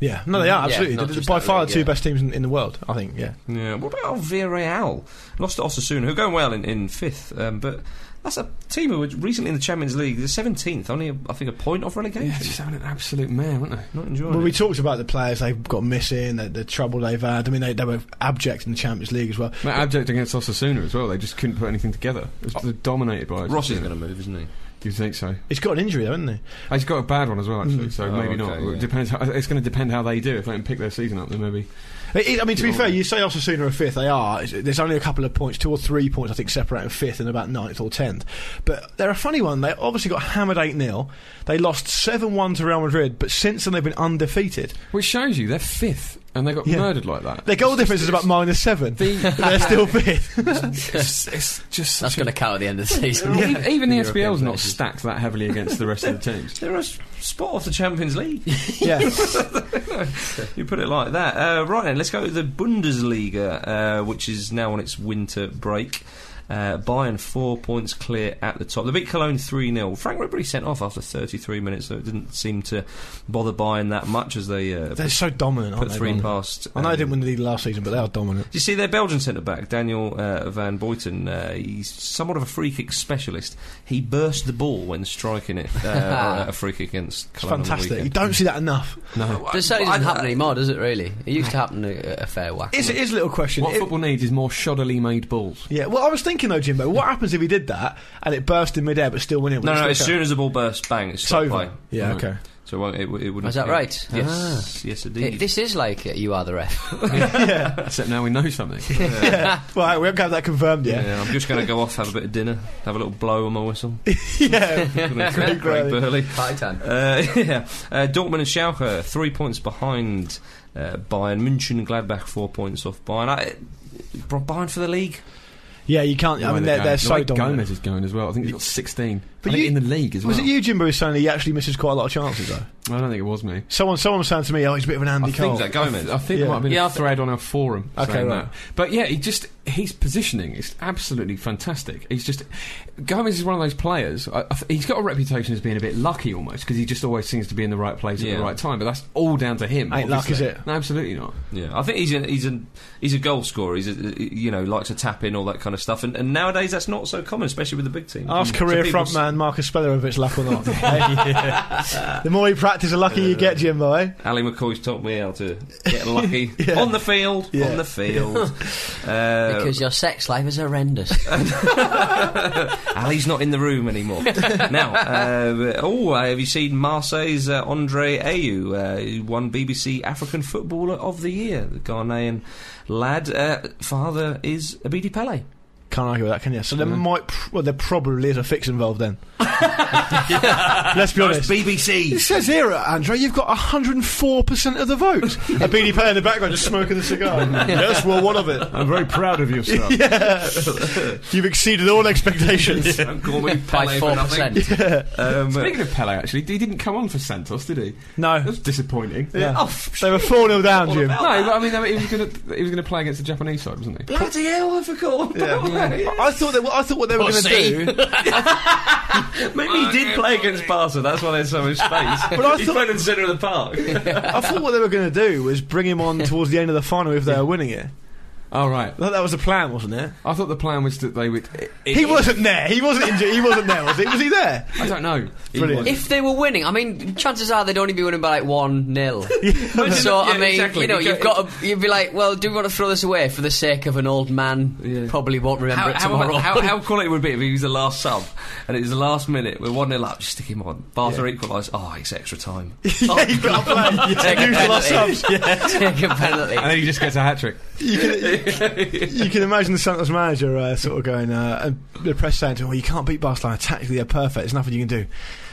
[SPEAKER 4] Yeah, no, they are
[SPEAKER 1] Yeah,
[SPEAKER 4] absolutely.
[SPEAKER 1] not
[SPEAKER 4] They're
[SPEAKER 1] just
[SPEAKER 4] by
[SPEAKER 1] that
[SPEAKER 4] far
[SPEAKER 1] league,
[SPEAKER 4] the two
[SPEAKER 1] yeah.
[SPEAKER 4] best teams in, in the world, I think. Yeah,
[SPEAKER 2] Yeah. What about Villarreal? Lost to Osasuna, who are going well in, in fifth, um, but that's a team who were recently in the Champions League, the seventeenth, only a, I think a point off relegation.
[SPEAKER 3] Yeah, just having an absolute man, weren't they?
[SPEAKER 2] Not enjoying.
[SPEAKER 4] well, we
[SPEAKER 2] it.
[SPEAKER 4] talked about the players they've got missing, the, the trouble they've had. I mean, they, they were abject in the Champions League as well.
[SPEAKER 3] That abject against Osasuna as well. They just couldn't put anything together. It
[SPEAKER 2] Oh.
[SPEAKER 3] was dominated by.
[SPEAKER 2] Ross is
[SPEAKER 3] Osasuna.
[SPEAKER 2] going to move, isn't he?
[SPEAKER 3] You'd think so.
[SPEAKER 4] He's got an injury, though, hasn't he?
[SPEAKER 3] He's got a bad one as well,
[SPEAKER 4] Hmm.
[SPEAKER 3] actually. So
[SPEAKER 2] Oh,
[SPEAKER 3] maybe
[SPEAKER 2] okay,
[SPEAKER 3] not.
[SPEAKER 2] yeah.
[SPEAKER 3] It depends. How, it's going to depend how they do. If they can pick their season up, then maybe.
[SPEAKER 4] It- it- I mean, to be fair, you say Osasuna are fifth. They are. It's- There's only a couple of points, two or three points, I think, separating fifth and about ninth or tenth. But they're a funny one. They obviously got hammered 8 0. They lost 7 1 to Real Madrid, but since then they've been undefeated.
[SPEAKER 3] Which shows you they're fifth, and they got
[SPEAKER 4] Yeah.
[SPEAKER 3] murdered like that.
[SPEAKER 4] Their goal difference is about minus 7.
[SPEAKER 3] The-
[SPEAKER 4] They're still fifth.
[SPEAKER 3] it's, it's just
[SPEAKER 1] That's
[SPEAKER 3] such
[SPEAKER 1] going to
[SPEAKER 3] a,
[SPEAKER 1] count at the end of the season.
[SPEAKER 3] E- even the
[SPEAKER 1] European
[SPEAKER 3] SPL's not
[SPEAKER 1] places.
[SPEAKER 3] stacked that heavily against the rest of the teams.
[SPEAKER 2] They're a s- spot off the Champions League.
[SPEAKER 4] yeah.
[SPEAKER 2] you put it like that. Uh, right then, let's go to the Bundesliga, uh, which is now on its winter break. Uh, Bayern four points clear at the top. They beat Cologne 3 0. Frank Ribery sent off after 33 minutes, so it didn't seem to bother Bayern that much as they uh,
[SPEAKER 4] They're so dominant, aren't
[SPEAKER 2] put
[SPEAKER 4] they?
[SPEAKER 2] three
[SPEAKER 4] Ron?
[SPEAKER 2] past.
[SPEAKER 4] I know they
[SPEAKER 2] um,
[SPEAKER 4] didn't win the league last season, but they are dominant.
[SPEAKER 2] Do you see their Belgian centre back, Daniel uh, Van Boyten? Uh, he's somewhat of a free kick specialist. He burst the ball when striking it uh, on a free kick against
[SPEAKER 4] It's
[SPEAKER 2] Cologne. On
[SPEAKER 4] fantastic.
[SPEAKER 2] the
[SPEAKER 4] You
[SPEAKER 2] weekend.
[SPEAKER 4] don't see that enough.
[SPEAKER 3] No.
[SPEAKER 1] But it certainly doesn't happen anymore, does it? Really, it used to happen a, a fair whack.
[SPEAKER 4] It's, it's a little question.
[SPEAKER 3] What
[SPEAKER 4] It-
[SPEAKER 3] football needs is more shoddily made balls.
[SPEAKER 4] yeah, well, I was thinking though, Jimbo, what happens if he did that and it burst in midair but still went in?
[SPEAKER 2] No,
[SPEAKER 4] Would it
[SPEAKER 2] no. As
[SPEAKER 4] still
[SPEAKER 2] soon as the ball bursts, bang! It's
[SPEAKER 4] count?
[SPEAKER 2] stopped
[SPEAKER 4] It's
[SPEAKER 2] play.
[SPEAKER 4] over. Yeah,
[SPEAKER 3] Right.
[SPEAKER 4] okay.
[SPEAKER 2] So it, won't, it, w- it wouldn't.
[SPEAKER 1] Is that
[SPEAKER 2] count.
[SPEAKER 1] right?
[SPEAKER 2] Yes.
[SPEAKER 1] Ah.
[SPEAKER 2] Yes, indeed.
[SPEAKER 1] It- this is like it, you are the ref.
[SPEAKER 3] Except now we know something.
[SPEAKER 4] Well, hey, we haven't got that confirmed
[SPEAKER 2] yeah.
[SPEAKER 4] yet.
[SPEAKER 2] I'm just going to go off, have a bit of dinner, have a little blow on my whistle.
[SPEAKER 4] Yeah.
[SPEAKER 2] Gonna
[SPEAKER 4] Craig
[SPEAKER 2] Craig Burley.
[SPEAKER 1] High time.
[SPEAKER 2] Uh, yeah, uh, Dortmund and Schalke three points behind uh, Bayern. München and Gladbach four points off Bayern. I, Bayern for the league.
[SPEAKER 4] yeah, you can't. I mean, they're, they're so dominant.
[SPEAKER 3] Gomez is going as well. I think he's got 16.
[SPEAKER 4] But
[SPEAKER 3] I think
[SPEAKER 4] you-
[SPEAKER 3] in the league as well.
[SPEAKER 4] Was it you, Jimbo, who saying he actually misses quite a lot of chances though?
[SPEAKER 3] I don't think it was me.
[SPEAKER 4] Someone, someone was saying to me, "Oh, he's a bit of an Andy
[SPEAKER 3] I think
[SPEAKER 4] Cole."
[SPEAKER 2] Is that Gomez?
[SPEAKER 3] I think
[SPEAKER 4] Yeah.
[SPEAKER 3] it might have been
[SPEAKER 1] Yeah, I
[SPEAKER 3] a
[SPEAKER 1] th-
[SPEAKER 3] thread on our forum.
[SPEAKER 4] Okay,
[SPEAKER 3] saying
[SPEAKER 4] right.
[SPEAKER 3] that. But yeah, he just his positioning is absolutely fantastic. He's just Gomez is one of those players. I, I, th- he's got a reputation as being a bit lucky almost because he just always seems to be in the right place at
[SPEAKER 2] Yeah.
[SPEAKER 3] the right time. But that's all down to him.
[SPEAKER 4] Ain't luck,
[SPEAKER 3] obviously.
[SPEAKER 4] is it?
[SPEAKER 3] No, absolutely not.
[SPEAKER 2] Yeah, I think he's a, he's a he's a goal scorer. He's a, you know likes to tap in all that kind of stuff, and, and nowadays that's not so common, especially with the big teams.
[SPEAKER 4] Ask
[SPEAKER 2] So
[SPEAKER 4] career
[SPEAKER 2] people s-
[SPEAKER 4] frontman Marcus Speller if it's luck or not. The more you practice, the luckier you get, Jimbo. Eh?
[SPEAKER 2] Ali McCoy's taught me how to get lucky
[SPEAKER 4] Yeah.
[SPEAKER 2] on the field,
[SPEAKER 4] Yeah.
[SPEAKER 2] on the field. uh,
[SPEAKER 1] Because your sex life is horrendous.
[SPEAKER 2] Ali's not in the room anymore. now, uh, oh, uh, have you seen Marseille's uh, Andre Ayew, uh, who won BBC African Footballer of the Year? The Ghanaian lad. Uh, father is Abidi Pele.
[SPEAKER 4] Can't argue with that, can you? Mm. So there might, pr- well, there probably is a fix involved then. Let's be honest. It
[SPEAKER 2] BBC.
[SPEAKER 4] says here, Andre, you've got 104% of the votes. A beanie pal in the background just smoking a cigar. yes, well, one of it.
[SPEAKER 3] I'm very proud of you, sir.
[SPEAKER 4] You've exceeded all expectations.
[SPEAKER 2] Don't call me
[SPEAKER 1] By
[SPEAKER 2] Pele for
[SPEAKER 1] four
[SPEAKER 2] nothing.
[SPEAKER 1] percent.
[SPEAKER 2] Um,
[SPEAKER 3] Speaking of Pele, actually, he didn't come on for Santos, did he?
[SPEAKER 4] No.
[SPEAKER 3] That was disappointing.
[SPEAKER 4] Yeah.
[SPEAKER 2] Oh, f-
[SPEAKER 4] They were 4 0 down, Jim.
[SPEAKER 3] No, but I mean, he was going to he was going to play against the Japanese side, wasn't he?
[SPEAKER 2] bloody hell, I forgot all about that.
[SPEAKER 4] I thought, they, were- I thought what they were
[SPEAKER 1] Well,
[SPEAKER 4] going to
[SPEAKER 1] see.
[SPEAKER 4] do.
[SPEAKER 2] Maybe he did play against Barca, that's why there's so much space. but
[SPEAKER 4] I
[SPEAKER 2] He's
[SPEAKER 4] thought-
[SPEAKER 2] played in the centre of the park.
[SPEAKER 4] I thought what they were going to do was bring him on towards the end of the final if they were winning it.
[SPEAKER 3] Oh right,
[SPEAKER 4] I thought that was the plan, wasn't it?
[SPEAKER 3] I thought the plan was that they would.
[SPEAKER 4] He wasn't there. He wasn't injured. He wasn't there, was he? Was he there?
[SPEAKER 3] I don't know.
[SPEAKER 4] Brilliant.
[SPEAKER 1] If they were winning, I mean, chances are they'd only be winning by like one 0 So
[SPEAKER 2] Yeah,
[SPEAKER 1] I mean,
[SPEAKER 2] exactly.
[SPEAKER 1] you know,
[SPEAKER 2] You
[SPEAKER 1] you've
[SPEAKER 2] go-
[SPEAKER 1] got to, you'd be like, well, do we want to throw this away for the sake of an old man?
[SPEAKER 3] Yeah.
[SPEAKER 1] Probably won't remember
[SPEAKER 2] How,
[SPEAKER 1] it
[SPEAKER 2] how,
[SPEAKER 1] tomorrow.
[SPEAKER 2] about- how, how cool it would be if he was the last sub and it was the last minute, we're 1 0 up, just stick him on. Barca equalised, oh, it's extra time.
[SPEAKER 4] yeah, he got to play.
[SPEAKER 1] Take a
[SPEAKER 4] Use the last
[SPEAKER 1] penalty.
[SPEAKER 4] subs. Yeah.
[SPEAKER 1] Take a
[SPEAKER 3] And
[SPEAKER 1] penalty.
[SPEAKER 3] then he just gets a hat trick.
[SPEAKER 4] You can, you can imagine the Santos manager uh, sort of going, uh, and the press saying to him, well, you can't beat Barcelona. Tactically, they're perfect. There's nothing you can do.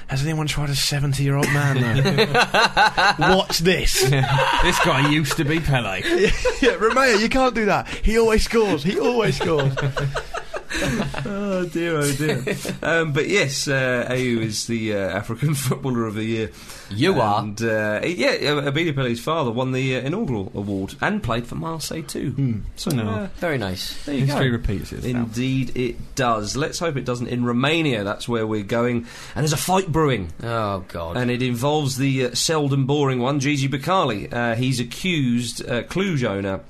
[SPEAKER 4] Has anyone tried a 70 year old man, though? Watch this.
[SPEAKER 3] this guy used to be Pele.
[SPEAKER 4] yeah, Romeo, you can't do that. He always scores. He always scores. oh, dear, oh, dear.
[SPEAKER 2] um, but yes, uh, Ayu is the uh, African Footballer of the Year.
[SPEAKER 1] You are.
[SPEAKER 2] And, uh, yeah, Abidi Pele's father won the uh, inaugural award and played for Marseille too. So,
[SPEAKER 3] No.
[SPEAKER 2] uh,
[SPEAKER 1] Very nice.
[SPEAKER 2] there you
[SPEAKER 3] History
[SPEAKER 2] go.
[SPEAKER 3] repeats itself.
[SPEAKER 2] Indeed, it does. Let's hope it doesn't in Romania. That's where we're going. And there's a fight brewing.
[SPEAKER 1] Oh God.
[SPEAKER 2] And it involves the uh, seldom boring one, Gigi Bacali. Uh, he's accused uh, Cluj owner.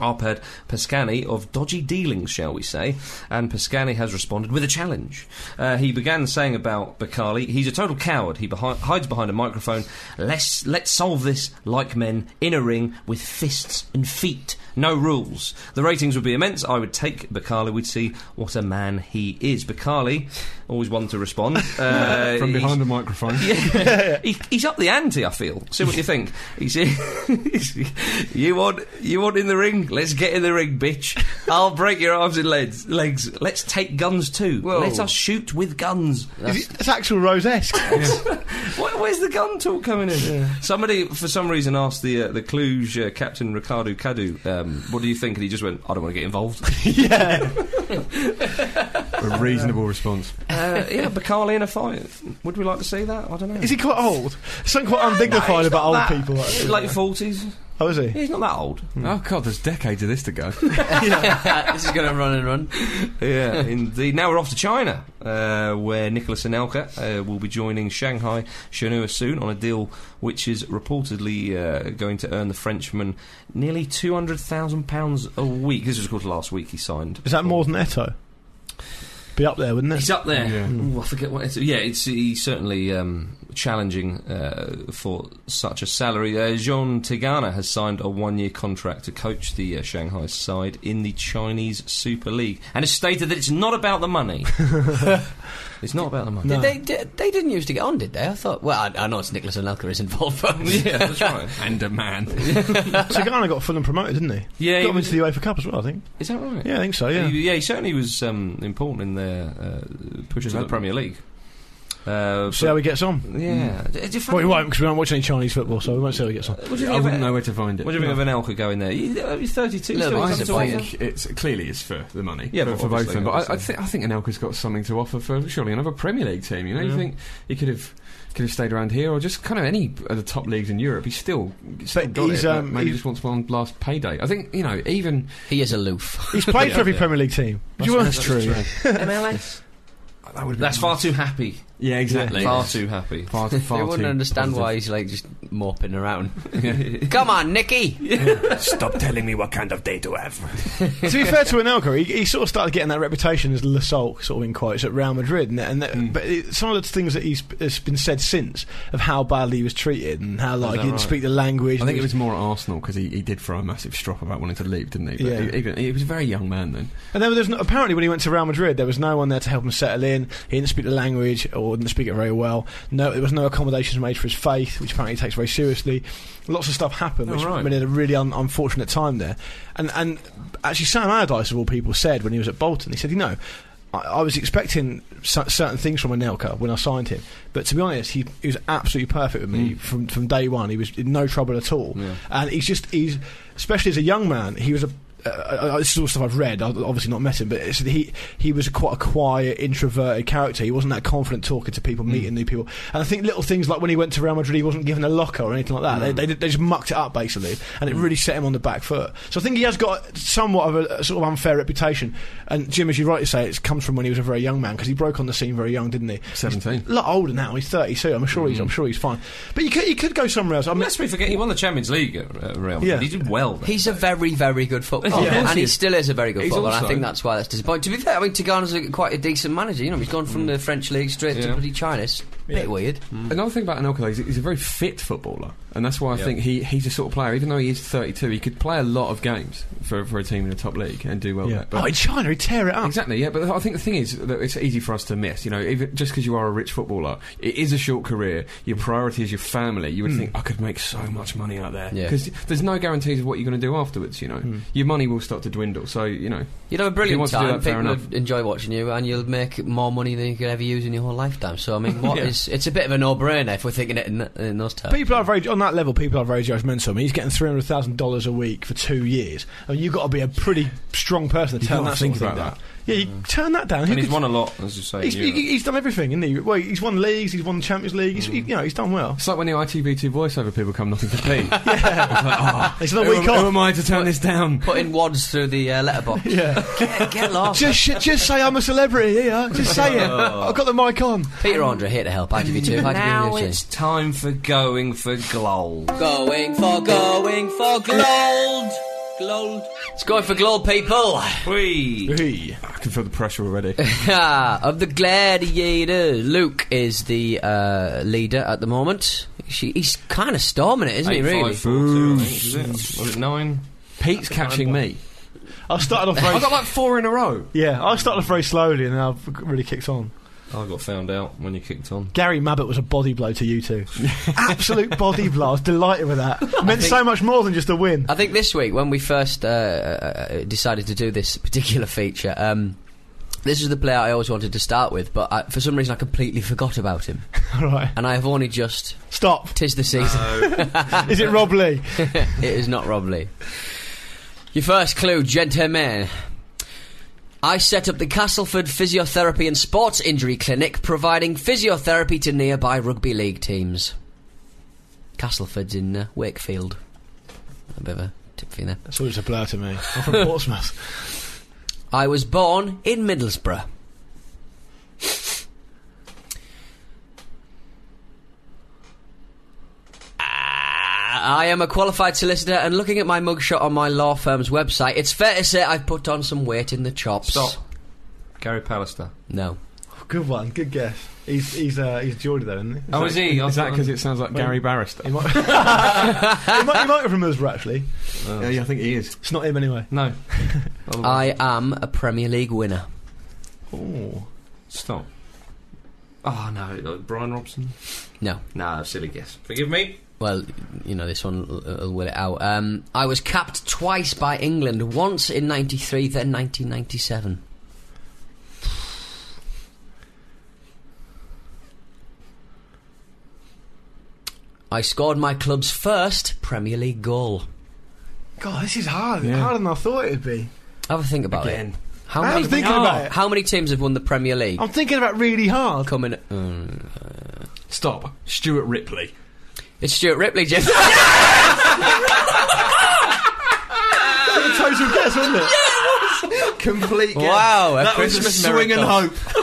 [SPEAKER 2] Arpad Pascani of dodgy dealings, shall we say, and Pascani has responded with a challenge. Uh, he began saying about Bakali, he's a total coward. He behi- hides behind a microphone. Let's let's solve this like men in a ring with fists and feet. No rules. The ratings would be immense. I would take Bakali. We'd see what a man he is. Bakali, always one to respond uh,
[SPEAKER 3] From
[SPEAKER 2] he's-
[SPEAKER 3] behind the microphone.
[SPEAKER 2] he, he's up the ante. I feel. See what you think. He's, he's- you want you want in the ring? Let's get in the ring, bitch. I'll break your arms and legs. Legs. Let's take guns too.
[SPEAKER 1] Whoa.
[SPEAKER 2] Let us shoot with guns.
[SPEAKER 4] Is it- It's Axel Rose esque.
[SPEAKER 2] Where, where's the gun talk coming in? Somebody for some reason asked the uh, the Cluj uh, captain Ricardo Cadu, um, "What do you think?" And he just went, "I don't want to get involved."
[SPEAKER 3] a reasonable response.
[SPEAKER 2] uh, yeah, Bacali in a fight. Would we like to see that? I don't know.
[SPEAKER 4] Is he quite old? Something quite undignified about old people.
[SPEAKER 2] Late forties.
[SPEAKER 4] Oh, is he?
[SPEAKER 2] He's not that old.
[SPEAKER 3] Oh god, there's decades of this to go.
[SPEAKER 2] Uh,
[SPEAKER 1] this is going to run and run.
[SPEAKER 2] yeah, indeed. Now we're off to China, uh, where Nicholas Anelka uh, will be joining Shanghai Shenhua soon on a deal which is reportedly uh, going to earn the Frenchman nearly two hundred thousand pounds a week. This was called last week. He signed.
[SPEAKER 4] Is that more than Eto? Be up there, wouldn't it?
[SPEAKER 2] He's up there.
[SPEAKER 3] Yeah.
[SPEAKER 2] Ooh, I forget what. It's, yeah, it's he's certainly um, challenging uh, for such a salary. Uh, Jean Tigana has signed a one-year contract to coach the uh, Shanghai side in the Chinese Super League, and has stated that it's not about the money. it's not about the money.
[SPEAKER 4] No.
[SPEAKER 1] Did they, did, they didn't used to get on, did they? I thought. Well, I, I know it's Nicholas Anelka is involved, but
[SPEAKER 2] Yeah, that's right.
[SPEAKER 3] and a man.
[SPEAKER 4] Sagana got Fulham promoted, didn't he?
[SPEAKER 2] Yeah,
[SPEAKER 4] got
[SPEAKER 2] he
[SPEAKER 4] him
[SPEAKER 2] was-
[SPEAKER 4] into the UEFA Cup as well, I think.
[SPEAKER 2] is that right?
[SPEAKER 4] Yeah, I think so. Yeah,
[SPEAKER 2] He, yeah, he certainly was um, important in their uh, push to the
[SPEAKER 3] Development.
[SPEAKER 2] Premier League. Uh,
[SPEAKER 4] See how
[SPEAKER 2] but-
[SPEAKER 4] he gets on.
[SPEAKER 2] yeah. Do you find-
[SPEAKER 4] Well, we won't because we don't watch any Chinese football, so we won't see how he gets on.
[SPEAKER 2] What do you
[SPEAKER 3] I
[SPEAKER 2] think, of,
[SPEAKER 3] wouldn't
[SPEAKER 2] an-
[SPEAKER 3] know where to find it.
[SPEAKER 2] what do you think of an Elka going there? You, uh, you're 32.
[SPEAKER 1] Look,
[SPEAKER 2] still
[SPEAKER 1] I
[SPEAKER 2] comes
[SPEAKER 1] think
[SPEAKER 2] to
[SPEAKER 3] I
[SPEAKER 1] Yeah.
[SPEAKER 2] Arsenal.
[SPEAKER 3] think it's clearly it's for the money.
[SPEAKER 2] Yeah,
[SPEAKER 3] for,
[SPEAKER 2] but
[SPEAKER 3] for both of them. But I, I
[SPEAKER 2] obviously,
[SPEAKER 3] think I think Anelka's got something to offer for surely another Premier League team. You know, you think he could have could have stayed around here or just kind of any of the top leagues in Europe. He's still, he's still
[SPEAKER 4] But
[SPEAKER 3] got
[SPEAKER 4] he's,
[SPEAKER 3] it. but
[SPEAKER 4] um,
[SPEAKER 3] maybe
[SPEAKER 4] he's-
[SPEAKER 3] just wants one last payday. I think you know even
[SPEAKER 1] He is aloof.
[SPEAKER 4] He's played
[SPEAKER 2] Yeah,
[SPEAKER 4] for every
[SPEAKER 2] yeah.
[SPEAKER 4] Premier League team. Do you want-
[SPEAKER 2] MLS.
[SPEAKER 3] that would
[SPEAKER 2] That's far too happy.
[SPEAKER 3] yeah exactly
[SPEAKER 2] Far too happy.
[SPEAKER 3] far, far
[SPEAKER 1] They wouldn't
[SPEAKER 3] too
[SPEAKER 1] understand why
[SPEAKER 3] positive.
[SPEAKER 1] he's like just moping around. Come on, Nicky.
[SPEAKER 6] Stop telling me what kind of day to have.
[SPEAKER 4] to be fair to Anelka, he, he sort of started getting that reputation as Le Sol, sort of in quotes, at Real Madrid. And, and that, but it, some of the things that he's has been said since of how badly he was treated and how like he didn't speak the language.
[SPEAKER 3] I
[SPEAKER 4] and
[SPEAKER 3] think
[SPEAKER 4] he
[SPEAKER 3] it was more at Arsenal because he, he did throw a massive strop about wanting to leave, didn't he? But
[SPEAKER 4] Yeah.
[SPEAKER 3] he, even, he was a very young man then.
[SPEAKER 4] And then there's no, apparently when he went to Real Madrid, there was no one there to help him settle in. He didn't speak the language or didn't speak it very well. No, there was no accommodations made for his faith, which apparently he takes very seriously. Lots of stuff happened, which
[SPEAKER 2] Oh, right.
[SPEAKER 4] made it a really un- unfortunate time there. And and actually, Sam Allardyce of all people said when he was at Bolton, he said, you know. I, I was expecting cer- certain things from Anelka when I signed him, but to be honest, he, he was absolutely perfect with me from, from day one. He was in no trouble at all, and he's just he's especially as a young man, he was a uh, uh, this is all stuff I've read. I've obviously not met him, but it's, he he was quite a quiet, introverted character. He wasn't that confident talking to people, meeting new people. And I think little things like when he went to Real Madrid, he wasn't given a locker or anything like that. They, they, they just mucked it up basically, and it really set him on the back foot. So I think he has got somewhat of a, a sort of unfair reputation. And Jim, as you rightly say, it comes from when he was a very young man because he broke on the scene very young, didn't he?
[SPEAKER 3] Seventeen.
[SPEAKER 4] He's a lot older now. He's thirty-two. I'm sure he's. I'm sure he's fine. But you could he could go somewhere else. I mean,
[SPEAKER 2] Let's be forgetting he won the Champions League at uh, Real Madrid.
[SPEAKER 4] Yeah.
[SPEAKER 2] He did well. There.
[SPEAKER 1] He's a very, very good footballer,
[SPEAKER 2] Yeah, of course
[SPEAKER 1] and
[SPEAKER 2] he
[SPEAKER 1] he
[SPEAKER 2] is.
[SPEAKER 1] still is a very good
[SPEAKER 3] He's
[SPEAKER 1] footballer. and
[SPEAKER 3] also-
[SPEAKER 1] I think that's why that's disappointing. To be fair, I mean, Tagana's a, quite a decent manager. You know, he's gone from
[SPEAKER 3] Mm.
[SPEAKER 1] the French league straight
[SPEAKER 2] Yeah.
[SPEAKER 1] to bloody China. It's a bit weird.
[SPEAKER 3] Another thing about Anelka though, is he's a very fit footballer, and that's why I
[SPEAKER 2] Yeah.
[SPEAKER 3] think he, he's the sort of player. Even though he is 32, he could play a lot of games for, for a team in the top league and do well.
[SPEAKER 4] yeah.
[SPEAKER 3] There. But
[SPEAKER 4] Oh, in China, he'd tear it up.
[SPEAKER 3] Exactly, yeah. But I think the thing is that it's easy for us to miss. You know, even just because you are a rich footballer, it is a short career. Your priority is your family. You would think I could make so much money out there
[SPEAKER 1] Yeah.
[SPEAKER 3] because there's no guarantees of what you're going to do afterwards. You know, your money will start to dwindle. So you know,
[SPEAKER 1] You'd have a brilliant
[SPEAKER 3] wants to do
[SPEAKER 1] time.
[SPEAKER 3] that, fair
[SPEAKER 1] People
[SPEAKER 3] enough.
[SPEAKER 1] would enjoy watching you, and you'll make more money than you could ever use in your whole lifetime. So, I mean, what is?
[SPEAKER 3] Yeah.
[SPEAKER 1] It's a bit of a no-brainer if we're thinking it in, th- in those terms.
[SPEAKER 4] People are very on that level. People are very judgmental. I mean, he's getting three hundred thousand dollars a week for two years. I mean, you've got to be a pretty strong person to
[SPEAKER 3] You
[SPEAKER 4] turn
[SPEAKER 3] gotta
[SPEAKER 4] that sort
[SPEAKER 3] think
[SPEAKER 4] of thing
[SPEAKER 3] about Mm.
[SPEAKER 4] down. Yeah, you turn that down. Who
[SPEAKER 2] and he's
[SPEAKER 4] could-
[SPEAKER 2] won a lot, as you say.
[SPEAKER 4] he's,
[SPEAKER 2] in Europe.
[SPEAKER 4] he- he's done everything, isn't he? Well, he's won leagues. He's won the Champions League. He's, he- you know, he's done well.
[SPEAKER 3] it's like when the ITV2 voiceover people come nothing to pee.
[SPEAKER 4] It's another
[SPEAKER 3] "Oh, who,
[SPEAKER 4] week
[SPEAKER 3] am, who
[SPEAKER 4] off.
[SPEAKER 3] am I to turn this down?
[SPEAKER 1] putting wads through the uh, letterbox.
[SPEAKER 4] Yeah.
[SPEAKER 1] Get, get lost.
[SPEAKER 4] Just, sh- just say I'm a celebrity. Yeah, just say it.
[SPEAKER 3] Oh.
[SPEAKER 4] I've got the mic on.
[SPEAKER 1] Peter Andre here to help. ITV2.
[SPEAKER 2] now
[SPEAKER 1] ITV2.
[SPEAKER 2] it's time for going for gold.
[SPEAKER 1] Going for going for gold. Gold. It's going for gold, people.
[SPEAKER 2] Whee!
[SPEAKER 4] Hey.
[SPEAKER 3] I can feel the pressure already.
[SPEAKER 1] Ah, of the gladiators, Luke is the uh, leader at the moment. She, he's kind of storming it, isn't he?
[SPEAKER 2] Eight,
[SPEAKER 1] Really.
[SPEAKER 2] five, four, two, I think, is it? Was it nine?
[SPEAKER 3] Pete's catching me.
[SPEAKER 4] I started off
[SPEAKER 3] I
[SPEAKER 4] very.
[SPEAKER 3] got like four in a row.
[SPEAKER 4] Yeah, I started off very slowly, and then I've really kicked on.
[SPEAKER 2] I got found out when you kicked on.
[SPEAKER 4] Gary Mabbott was a body blow to you two. Absolute body blow. I was delighted with that. It meant so much more than just a win.
[SPEAKER 1] I think this week, when we first uh, uh, decided to do this particular feature, um, this is the player I always wanted to start with, but I, for some reason I completely forgot about him,
[SPEAKER 4] All right.
[SPEAKER 1] and I have only just
[SPEAKER 4] Stop.
[SPEAKER 1] tis the season.
[SPEAKER 4] Is it Rob Lee?
[SPEAKER 1] it is not Rob Lee. Your first clue, gentlemen. I set up the Castleford Physiotherapy and Sports Injury Clinic, providing physiotherapy to nearby rugby league teams. Castleford's in uh, Wakefield. A bit of a tip for you there.
[SPEAKER 4] That's always a blur to me. I'm from Portsmouth.
[SPEAKER 1] I was born in Middlesbrough. Ah, I am a qualified solicitor, and looking at my mugshot on my law firm's website, it's fair to say I've put on some weight in the chops.
[SPEAKER 2] Stop. Gary Pallister.
[SPEAKER 1] No.
[SPEAKER 4] Good one. Good guess. He's he's uh, he's Geordie though, isn't he?
[SPEAKER 2] Oh, is he?
[SPEAKER 3] Is that because it sounds like Gary Barrister?
[SPEAKER 4] He might, he might, he might have from Middlesbrough actually.
[SPEAKER 3] Yeah, yeah, I think he is.
[SPEAKER 4] It's not him anyway.
[SPEAKER 2] No.
[SPEAKER 1] I am a Premier League winner.
[SPEAKER 4] Oh,
[SPEAKER 2] Stop. Oh, no. uh, Brian Robson?
[SPEAKER 1] No.
[SPEAKER 2] No, silly guess. Forgive me.
[SPEAKER 1] Well, you know, this one will, will will it out. Um, I was capped twice by England, once in 93, then 1997. I scored my club's first Premier League goal.
[SPEAKER 4] God, this is hard.
[SPEAKER 3] Yeah.
[SPEAKER 4] Harder than I thought it'd be.
[SPEAKER 1] Have a think about it.
[SPEAKER 2] Again.
[SPEAKER 1] How
[SPEAKER 4] I
[SPEAKER 1] many, Oh,
[SPEAKER 4] was thinking about it.
[SPEAKER 1] how many teams have won the Premier League?
[SPEAKER 3] Oh.
[SPEAKER 4] I'm thinking about really hard.
[SPEAKER 1] Coming. Mm.
[SPEAKER 3] Stop. Stuart Ripley.
[SPEAKER 1] It's Stuart Ripley, Jim.
[SPEAKER 4] That's a total guess, wasn't it?
[SPEAKER 7] Complete guess.
[SPEAKER 1] wow, a
[SPEAKER 3] that was a
[SPEAKER 1] Christmas
[SPEAKER 3] swing
[SPEAKER 1] miracle.
[SPEAKER 3] and hope.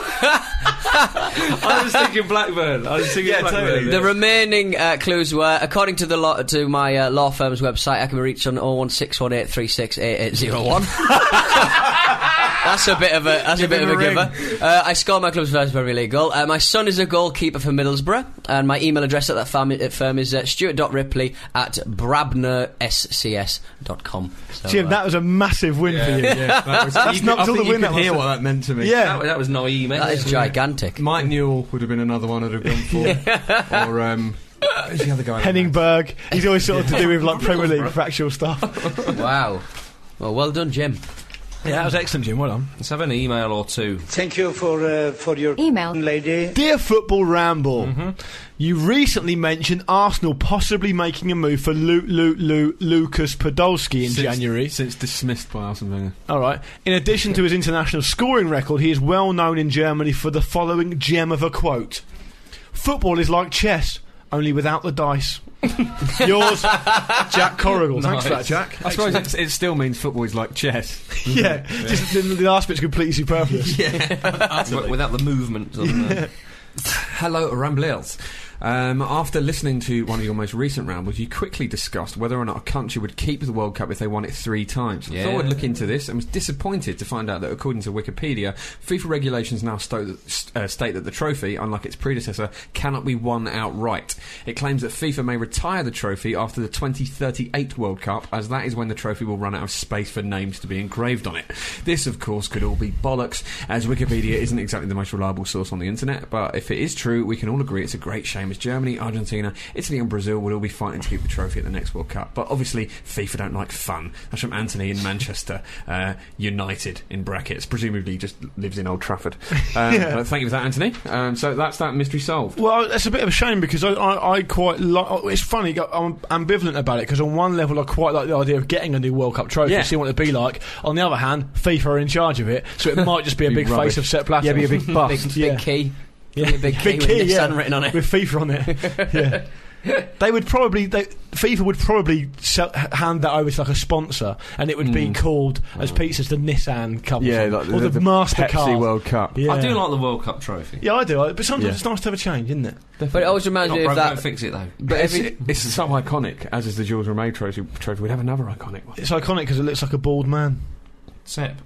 [SPEAKER 2] I was thinking Blackburn. I was thinking
[SPEAKER 7] Yeah,
[SPEAKER 2] Blackburn.
[SPEAKER 7] totally.
[SPEAKER 1] The remaining uh, clues were, according to the law, to my uh, law firm's website, I can be reached on 01618368801. that's a bit of a that's a bit of a, giver. Uh, I scored my club's first Premier League goal. Uh, my son is a goalkeeper for Middlesbrough, and my email address at that firm, at firm is uh, stuart.ripley at brabnerscs.com. So,
[SPEAKER 4] Jim,
[SPEAKER 1] uh,
[SPEAKER 4] that was a massive win for you.
[SPEAKER 3] that was,
[SPEAKER 4] That's
[SPEAKER 3] you-
[SPEAKER 4] not
[SPEAKER 3] I
[SPEAKER 4] till
[SPEAKER 3] think
[SPEAKER 4] the
[SPEAKER 3] you
[SPEAKER 4] win
[SPEAKER 3] could
[SPEAKER 4] that
[SPEAKER 3] hear
[SPEAKER 4] was-
[SPEAKER 3] what that meant to me.
[SPEAKER 4] Yeah.
[SPEAKER 2] That, that was naive.
[SPEAKER 1] that is gigantic.
[SPEAKER 3] Mike Newell would have been another one I'd have gone for. or um, who's the other guy?
[SPEAKER 4] Henning Berg. He's always sort of to do with like Premier League factual stuff.
[SPEAKER 1] wow. Well, well done, Jim.
[SPEAKER 4] Yeah, that was excellent, Jim. Well done.
[SPEAKER 2] Let's have an email or two.
[SPEAKER 8] Thank you for uh, for your
[SPEAKER 9] Email.
[SPEAKER 8] lady.
[SPEAKER 4] Dear Football Ramble, you recently mentioned Arsenal possibly making a move for Lu- Lu- Lu- Lucas Podolski in
[SPEAKER 3] Since-
[SPEAKER 4] January.
[SPEAKER 3] Since dismissed by Arsene Wenger.
[SPEAKER 4] All right. In addition to his international scoring record, he is well known in Germany for the following gem of a quote Football is like chess, only without the dice. Yours, Jack Corrigal. Thanks for that, Jack.
[SPEAKER 3] I suppose it's, it still means football is like chess.
[SPEAKER 4] yeah, just the, the last bit's completely superfluous.
[SPEAKER 2] W- Without the movement. on the-
[SPEAKER 3] Hello, Ramblers. Um, after listening to one of your most recent rambles, you quickly discussed whether or not a country would keep the World Cup if they won it three times. I thought I'd look into this and was disappointed to find out that, according to Wikipedia, FIFA regulations now sto- st- uh, state that the trophy, unlike its predecessor, cannot be won outright. It claims that FIFA may retire the trophy after the 2038 World Cup, as that is when the trophy will run out of space for names to be engraved on it. This, of course, could all be bollocks, as Wikipedia isn't exactly the most reliable source on the internet, but if it is true, we can all agree it's a great shame as Germany, Argentina, Italy, and Brazil would all be fighting to keep the trophy at the next World Cup. But obviously, FIFA don't like fun. That's from Anthony in Manchester, uh, United in brackets, presumably just lives in Old Trafford. Um, but thank you for that, Anthony. Um, so that's that mystery solved.
[SPEAKER 4] Well, that's a bit of a shame because I, I, I quite like. It's funny. I'm ambivalent about it because on one level I quite like the idea of getting a new World Cup trophy,
[SPEAKER 3] Yeah.
[SPEAKER 4] see what it'd be like. On the other hand, FIFA are in charge of it, so it might just be a
[SPEAKER 3] Be
[SPEAKER 4] big
[SPEAKER 3] rubbish.
[SPEAKER 4] face of Sepp Blatter.
[SPEAKER 3] Yeah, be a big
[SPEAKER 4] bust.
[SPEAKER 1] Big,
[SPEAKER 4] yeah.
[SPEAKER 1] big key.
[SPEAKER 4] Yeah.
[SPEAKER 1] Big key with Nissan written on it.
[SPEAKER 4] with FIFA on it. yeah. They would probably, they, FIFA would probably sell, h- hand that over to like a sponsor, and it would
[SPEAKER 3] Hmm.
[SPEAKER 4] be called, as Pete says, the Nissan Cup, or something, or the, Mastercard
[SPEAKER 3] Cup.
[SPEAKER 4] Yeah.
[SPEAKER 2] I do like the World Cup trophy.
[SPEAKER 4] Yeah, I do. I- But sometimes
[SPEAKER 3] Yeah.
[SPEAKER 4] it's nice to have a change, isn't it?
[SPEAKER 1] But it always reminds
[SPEAKER 2] Not
[SPEAKER 1] me
[SPEAKER 2] broke,
[SPEAKER 1] of that.
[SPEAKER 2] don't fix it though.
[SPEAKER 1] But
[SPEAKER 3] It's,
[SPEAKER 1] every,
[SPEAKER 3] it's so iconic, as is the Jules Rimet trophy. trophy. We'd have another iconic one.
[SPEAKER 4] It's iconic because it looks like a bald man.
[SPEAKER 2] Sep.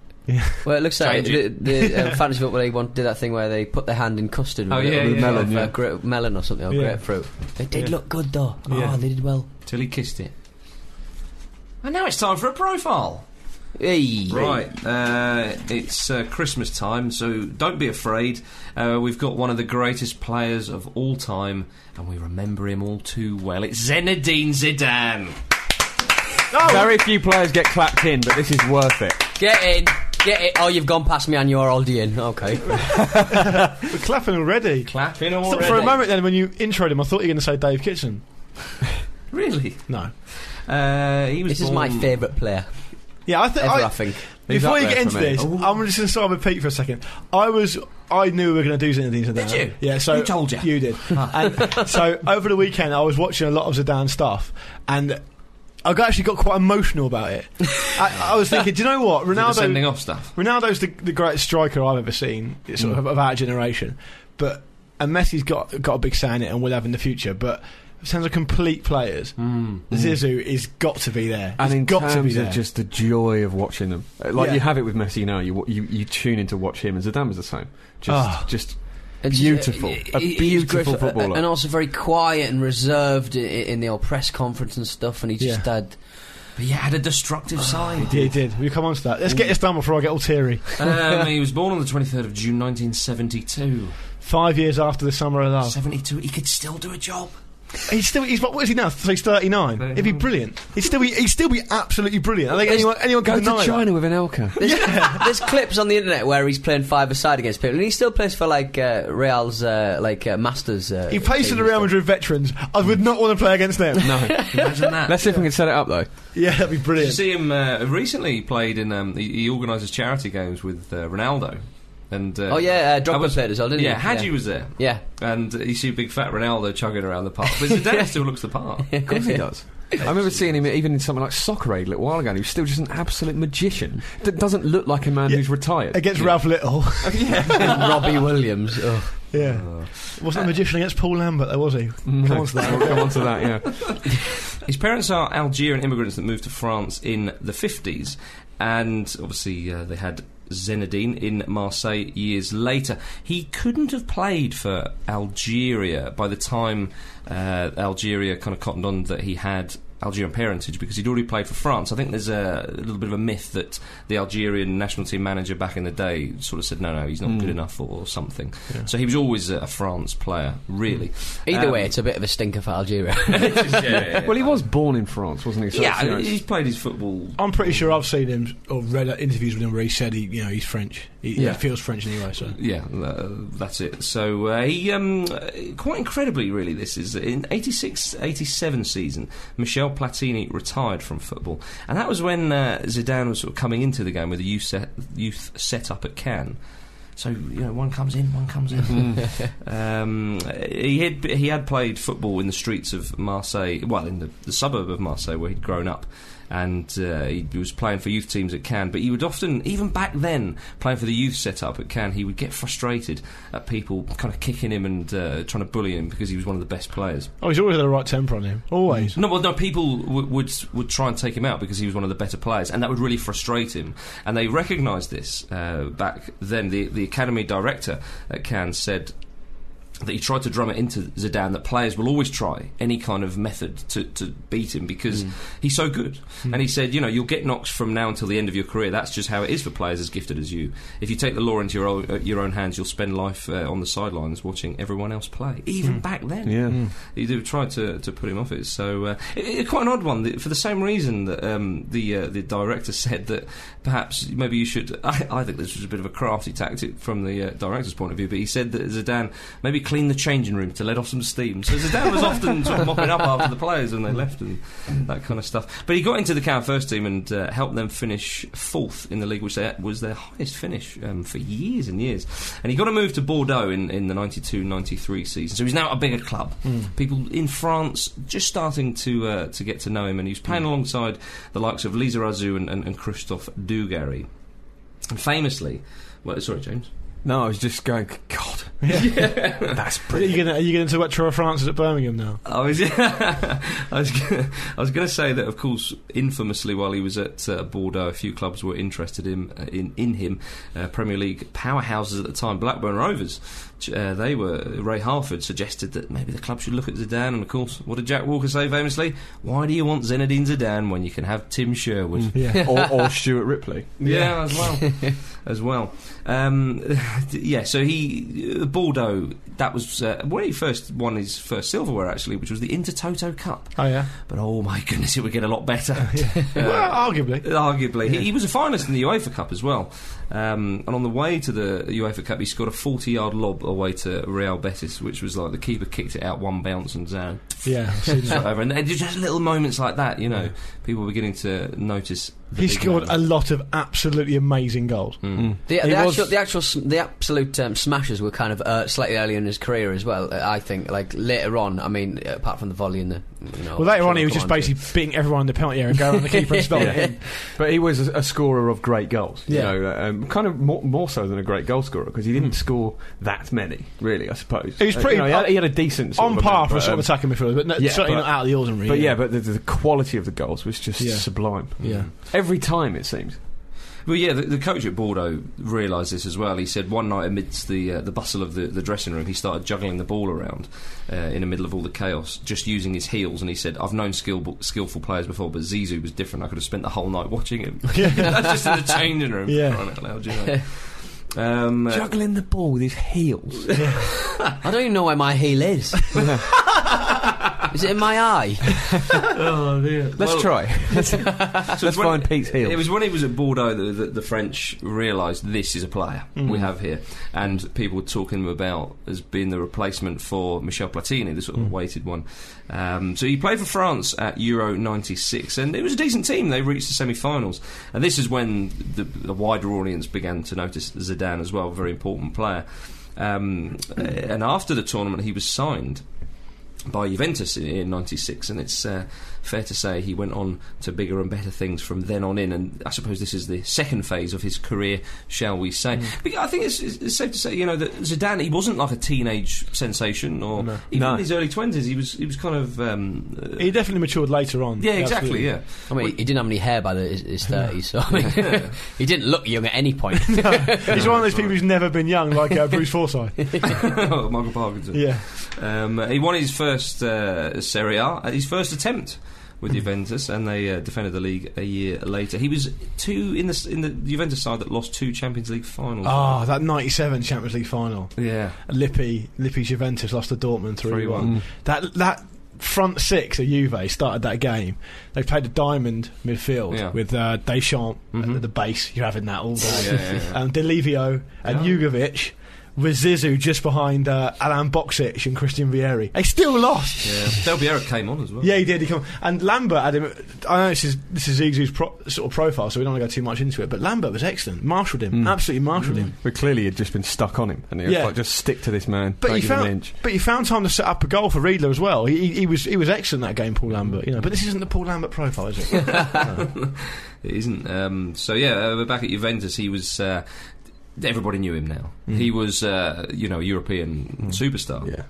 [SPEAKER 1] Well, it looks like
[SPEAKER 2] Change
[SPEAKER 1] the, the uh, fantasy football league one did that thing where they put their hand in custard with
[SPEAKER 2] Oh,
[SPEAKER 1] a little
[SPEAKER 2] yeah,
[SPEAKER 1] bit
[SPEAKER 2] yeah.
[SPEAKER 1] of,
[SPEAKER 3] Melon,
[SPEAKER 1] uh,
[SPEAKER 3] yeah.
[SPEAKER 1] gra- melon or something, or
[SPEAKER 4] Yeah.
[SPEAKER 1] grapefruit. It did
[SPEAKER 4] Yeah.
[SPEAKER 1] look good though.
[SPEAKER 4] Yeah.
[SPEAKER 1] Oh, they did well.
[SPEAKER 2] Till he kissed it. And now it's time for a profile.
[SPEAKER 1] Hey.
[SPEAKER 2] Right, uh, it's uh, Christmas time, so don't be afraid. Uh, we've got one of the greatest players of all time, and we remember him all too well. It's Zinedine Zidane.
[SPEAKER 4] Oh!
[SPEAKER 3] Very few players get clapped in, but this is worth it.
[SPEAKER 1] Get in. Get it. Oh, you've gone past me and you're already in. Okay.
[SPEAKER 4] We're clapping already.
[SPEAKER 2] Clapping
[SPEAKER 4] I thought
[SPEAKER 2] already.
[SPEAKER 4] for a moment then when you introed him, I thought you were going to say Dave Kitchen.
[SPEAKER 2] Really?
[SPEAKER 4] No.
[SPEAKER 2] Uh, he was
[SPEAKER 1] this is
[SPEAKER 2] born-
[SPEAKER 1] my favourite player
[SPEAKER 4] Yeah, I think.
[SPEAKER 1] ever, I,
[SPEAKER 4] I,
[SPEAKER 1] think.
[SPEAKER 3] He's up
[SPEAKER 4] before you
[SPEAKER 3] there
[SPEAKER 4] get into
[SPEAKER 3] for me.
[SPEAKER 4] this, I'm just going to start with Pete for a second. I was. I knew we were going to do Zinedine Zidane.
[SPEAKER 2] Did you?
[SPEAKER 4] Yeah, so
[SPEAKER 2] Who told you?
[SPEAKER 4] You did. and so over the weekend, I was watching a lot of Zidane stuff, and I got- actually got quite emotional about it. I, I was thinking, do you know what,
[SPEAKER 2] Did the
[SPEAKER 4] Ronaldo?
[SPEAKER 2] sending off stuff.
[SPEAKER 4] Ronaldo's the, the greatest striker I've ever seen, sort
[SPEAKER 3] Mm.
[SPEAKER 4] of of our generation. But and Messi's got got a big say in it, and will have in the future. But in terms of complete players, Zizou is got to be there.
[SPEAKER 3] Mm. And
[SPEAKER 4] He's
[SPEAKER 3] in
[SPEAKER 4] got
[SPEAKER 3] terms
[SPEAKER 4] to be there.
[SPEAKER 3] of just the joy of watching them, Uh, like
[SPEAKER 4] Yeah.
[SPEAKER 3] you have it with Messi now, you, wa- you you tune in to watch him, and Zidane was the same. Just
[SPEAKER 4] Ah.
[SPEAKER 3] just
[SPEAKER 1] It's-
[SPEAKER 3] beautiful,
[SPEAKER 1] it-
[SPEAKER 3] a
[SPEAKER 1] it- he's
[SPEAKER 3] beautiful
[SPEAKER 1] great for- uh,
[SPEAKER 3] footballer.
[SPEAKER 1] And also very quiet and reserved i- i- in the old press conference and stuff, and he just
[SPEAKER 4] Yeah.
[SPEAKER 1] had.
[SPEAKER 2] But yeah, had a destructive side.
[SPEAKER 4] yeah, Oh, he did. We come on to that. Let's
[SPEAKER 3] Mm.
[SPEAKER 4] get this done before I get all teary.
[SPEAKER 2] um, he was born on the 23rd of June 1972.
[SPEAKER 4] Five years after the summer of love.
[SPEAKER 2] 72, he could still do a job.
[SPEAKER 4] He's still. He's what is he now? So he's thirty nine. He'd be brilliant. He'd still be. He'd still be absolutely brilliant. I think anyone anyone
[SPEAKER 3] Go
[SPEAKER 4] can deny
[SPEAKER 3] to
[SPEAKER 4] that.
[SPEAKER 3] China with an Elka.
[SPEAKER 1] There's, there's clips on the internet where he's playing five aside against people, and he still plays for like uh, Real's uh, like uh, Masters. Uh,
[SPEAKER 4] He plays for
[SPEAKER 1] team
[SPEAKER 4] the
[SPEAKER 1] and
[SPEAKER 4] Real
[SPEAKER 1] stuff.
[SPEAKER 4] Madrid veterans. I would not want to play against them.
[SPEAKER 3] No.
[SPEAKER 2] Imagine that.
[SPEAKER 3] Let's see if we can set it up though.
[SPEAKER 4] Yeah, that'd be
[SPEAKER 2] Did you
[SPEAKER 4] brilliant.
[SPEAKER 2] see him uh, recently? He played in. Um, he, he organises charity games with uh, Ronaldo. And uh,
[SPEAKER 1] Oh yeah, uh,
[SPEAKER 2] I
[SPEAKER 1] Drogba
[SPEAKER 2] was-
[SPEAKER 1] played as well, didn't
[SPEAKER 2] yeah,
[SPEAKER 1] he?
[SPEAKER 2] Hadji was there,
[SPEAKER 1] Yeah.
[SPEAKER 2] and uh, you see big fat Ronaldo chugging around the park. But Zidane still looks the part.
[SPEAKER 3] Of course he does. I remember seeing him even in something like Soccer Aid a little while ago, and he was still just an absolute magician that doesn't look like a man
[SPEAKER 4] Yeah.
[SPEAKER 3] who's retired.
[SPEAKER 4] Against Ralph Little.
[SPEAKER 1] Robbie Williams. Oh.
[SPEAKER 4] yeah. Wasn't a magician against Paul Lambert, though, was he?
[SPEAKER 3] No.
[SPEAKER 4] Come on to that.
[SPEAKER 3] We'll come on to Mm, that, yeah.
[SPEAKER 2] His parents are Algerian immigrants that moved to France in the 50s, and obviously uh, they had Zinedine in Marseille years later. He couldn't have played for Algeria by the time uh, Algeria kind of cottoned on that he had. Algerian parentage because he'd already played for France. I think there's a, a little bit of a myth that the Algerian national team manager back in the day sort of said, no, no, he's not good enough or, or something. So he was always a, a France player, really.
[SPEAKER 1] Either
[SPEAKER 2] Um,
[SPEAKER 1] way, it's a bit of a stinker for Algeria.
[SPEAKER 3] Well, he was born in France, wasn't he? So it's, you know,
[SPEAKER 2] yeah,
[SPEAKER 3] it's-
[SPEAKER 2] he's played his football
[SPEAKER 4] I'm pretty sure I've seen him or read interviews with him where he said he, you know, he's French. He,
[SPEAKER 3] Yeah.
[SPEAKER 4] he feels French anyway. So
[SPEAKER 2] Yeah, uh, that's it. So uh, he, um, uh, quite incredibly, really, this is in 86 87 season, Michel Platini retired from football. And that was when uh, Zidane was sort of coming into the game with a youth set, youth setup at Cannes. So you know, one comes in, one comes in. um, he had he had played football in the streets of Marseille, well, in the, the suburb of Marseille where he'd grown up, and uh, he was playing for youth teams at Cannes. But he would often, even back then, playing for the youth setup at Cannes, he would get frustrated at people kind of kicking him and uh, trying to bully him because he was one of the best players.
[SPEAKER 4] oh, he's always had the right temper on him. Always.
[SPEAKER 2] No, well, no. People w- would would try and take him out because he was one of the better players, and that would really frustrate him. And they recognised this uh, back then. The the academy director at Cannes said that he tried to drum it into Zidane that players will always try any kind of method to, to beat him because he's so good. And he said, you know, you'll get knocks from now until the end of your career. That's just how it is for players as gifted as you. If you take the law into your own, uh, your own hands, you'll spend life uh, on the sidelines watching everyone else play. Even back then,
[SPEAKER 3] Yeah.
[SPEAKER 2] he did try to, to put him off it. So uh, it, it- quite an odd one th- for the same reason that um, the uh, the director said that perhaps maybe you should. I, I think this was a bit of a crafty tactic from the uh, director's point of view, but he said that Zidane maybe clean the changing room to let off some steam. So Zidane was often sort of mopping up after the players when they left and that kind of stuff. But he got into the Can first team and uh, helped them finish fourth in the league, which they, was their highest finish um, for years and years. And he got a move to Bordeaux in, in the 92 93 season. So he's now at a bigger club. People in France just starting to uh, to get to know him, and he was playing alongside the likes of Lisa Razou and, and, and Christophe Dugarry. And famously, well, sorry, James.
[SPEAKER 3] No, I was just going, God, that's
[SPEAKER 4] Are
[SPEAKER 3] brilliant.
[SPEAKER 4] you gonna Are you gonna talk about Troy Francis at Birmingham now?
[SPEAKER 2] I was, I was, gonna, I was going to say that, of course, infamously, while he was at uh, Bordeaux, a few clubs were interested in uh, in, in him. Uh, Premier League powerhouses at the time, Blackburn Rovers, ch- uh, they were. Ray Harford suggested that maybe the club should look at Zidane, and of course, what did Jack Walker say famously? Why do you want Zinedine Zidane when you can have Tim Sherwood?
[SPEAKER 4] Yeah.
[SPEAKER 3] or, or Stuart Ripley.
[SPEAKER 2] Yeah, as well, as well. Um, yeah, so he uh, Bordeaux. That was uh, when he first won his first silverware, actually, which was the Intertoto Cup.
[SPEAKER 4] Oh yeah.
[SPEAKER 2] But oh my goodness, it would get a lot better. Uh,
[SPEAKER 4] well, arguably.
[SPEAKER 2] Arguably, he, he was a finalist in the UEFA Cup as well. Um, and on the way to the UEFA Cup, he scored a 40-yard lob away to Real Betis, which was like the keeper kicked it out one bounce and down
[SPEAKER 4] Yeah. I've seen that.
[SPEAKER 2] over. And and just little moments like that, you know, people were beginning to notice. the
[SPEAKER 4] He
[SPEAKER 2] big
[SPEAKER 4] scored a
[SPEAKER 2] man.
[SPEAKER 4] lot of absolutely amazing goals.
[SPEAKER 1] The,
[SPEAKER 4] He
[SPEAKER 1] the
[SPEAKER 4] was-
[SPEAKER 1] actual, the actual, s- the absolute um, smashes were kind of uh, slightly earlier in his career as well. uh, I think, like later on. I mean, apart from the volley and the. You know,
[SPEAKER 4] Well, later
[SPEAKER 1] sure
[SPEAKER 4] on, he
[SPEAKER 1] we'll
[SPEAKER 4] was
[SPEAKER 1] come
[SPEAKER 4] just
[SPEAKER 1] on to it.
[SPEAKER 4] basically beating everyone in the penalty area and going on the keeper and stopping him.
[SPEAKER 3] But he was a, a scorer of great goals.
[SPEAKER 4] Yeah. Hmm.
[SPEAKER 3] You know, um, kind of more, more so than a great goal scorer because he didn't score that many, really, I suppose.
[SPEAKER 4] He was
[SPEAKER 3] Uh,
[SPEAKER 4] pretty-
[SPEAKER 3] you know, he, had, he had a decent. Sort
[SPEAKER 4] on
[SPEAKER 3] of
[SPEAKER 4] par
[SPEAKER 3] amount,
[SPEAKER 4] for a
[SPEAKER 3] but,
[SPEAKER 4] sort of
[SPEAKER 3] um,
[SPEAKER 4] attacking midfielder, but no,
[SPEAKER 3] yeah,
[SPEAKER 4] certainly
[SPEAKER 3] but-
[SPEAKER 4] not out of the ordinary.
[SPEAKER 3] But yeah, but the, the quality of the goals was just
[SPEAKER 4] Yeah.
[SPEAKER 3] sublime.
[SPEAKER 4] yeah.
[SPEAKER 3] Every time, it seems.
[SPEAKER 2] Well, yeah, the, the coach at Bordeaux realised this as well. He said one night, amidst the uh, the bustle of the, the dressing room, he started juggling the ball around uh, in the middle of all the chaos, just using his heels. And he said, "I've known skill, skillful players before, but Zizou was different. I could have spent the whole night watching him. That's just in the changing room. for
[SPEAKER 4] Yeah.
[SPEAKER 2] crying out loud, you know. Um, uh,
[SPEAKER 3] Juggling the ball with his heels.
[SPEAKER 1] I don't even know where my heel is. Is it in my eye?
[SPEAKER 2] oh dear.
[SPEAKER 3] Let's try. Let's
[SPEAKER 2] when-
[SPEAKER 3] find Pete's heel.
[SPEAKER 2] It was when he was at Bordeaux that, that the French realised this is a player
[SPEAKER 3] Mm.
[SPEAKER 2] we have here, and people were talking him about as being the replacement for Michel Platini, the sort
[SPEAKER 3] Mm.
[SPEAKER 2] of weighted one. Um, so he played for France at Euro '96, and it was a decent team. They reached the semi-finals, and this is when the, the wider audience began to notice Zidane as well, a very important player. Um, and after the tournament, he was signed by Juventus in, in 96 and it's uh, fair to say he went on to bigger and better things from then on in and I suppose this is the second phase of his career shall we say
[SPEAKER 4] Mm.
[SPEAKER 2] but I think it's, it's safe to say you know that Zidane he wasn't like a teenage sensation or even
[SPEAKER 3] No.
[SPEAKER 2] in his early 20s he was he was kind of um, uh,
[SPEAKER 4] He definitely matured later on.
[SPEAKER 2] yeah exactly
[SPEAKER 4] absolutely.
[SPEAKER 2] yeah
[SPEAKER 1] I mean, he didn't have any hair by the, his, his 30s, so I mean, he didn't look young at any point.
[SPEAKER 4] He's one of those people who's never been young, like uh, Bruce Forsyth.
[SPEAKER 2] Oh, Michael Parkinson
[SPEAKER 4] yeah.
[SPEAKER 2] Um, he won his first uh, Serie A, his first attempt with Juventus, and they uh, defended the league a year later. He was two in the in the Juventus side that lost two Champions League finals.
[SPEAKER 4] Ah, that 97 Champions League final.
[SPEAKER 2] Yeah,
[SPEAKER 4] Lippi, Lippi Juventus lost to Dortmund 3 1.
[SPEAKER 2] 3-1.
[SPEAKER 4] That, that front six of Juve started that game. They played a diamond midfield
[SPEAKER 2] Yeah.
[SPEAKER 4] with uh, Deschamps
[SPEAKER 2] Mhm.
[SPEAKER 4] at the base. You're having that all day.
[SPEAKER 2] yeah, yeah, yeah.
[SPEAKER 4] And Delivio and Jugovic with Zizou just behind uh, Alan Boxic and Christian Vieri. They still lost.
[SPEAKER 2] yeah. Del Piero came on as well.
[SPEAKER 4] Yeah, he did. He come and Lambert had him. I know this is this is Zizou's pro, sort of profile, so we don't want to go too much into it. But Lambert was excellent. Marshalled
[SPEAKER 3] Mm.
[SPEAKER 4] him, absolutely marshalled him.
[SPEAKER 3] But clearly, he'd just been stuck on him, and he was
[SPEAKER 4] Yeah.
[SPEAKER 3] like, "Just stick to this man."
[SPEAKER 4] But
[SPEAKER 3] don't
[SPEAKER 4] he
[SPEAKER 3] give him an
[SPEAKER 4] found,
[SPEAKER 3] inch.
[SPEAKER 4] but he found time to set up a goal for Riedler as well. He, he, he was he was excellent that game, Paul Lambert. You know, but this isn't the Paul Lambert profile, is it?
[SPEAKER 2] It isn't. Um, so yeah, uh, we're back at Juventus. He was. Uh, everybody knew him now. He was, uh, you know, a European superstar.
[SPEAKER 3] Yeah.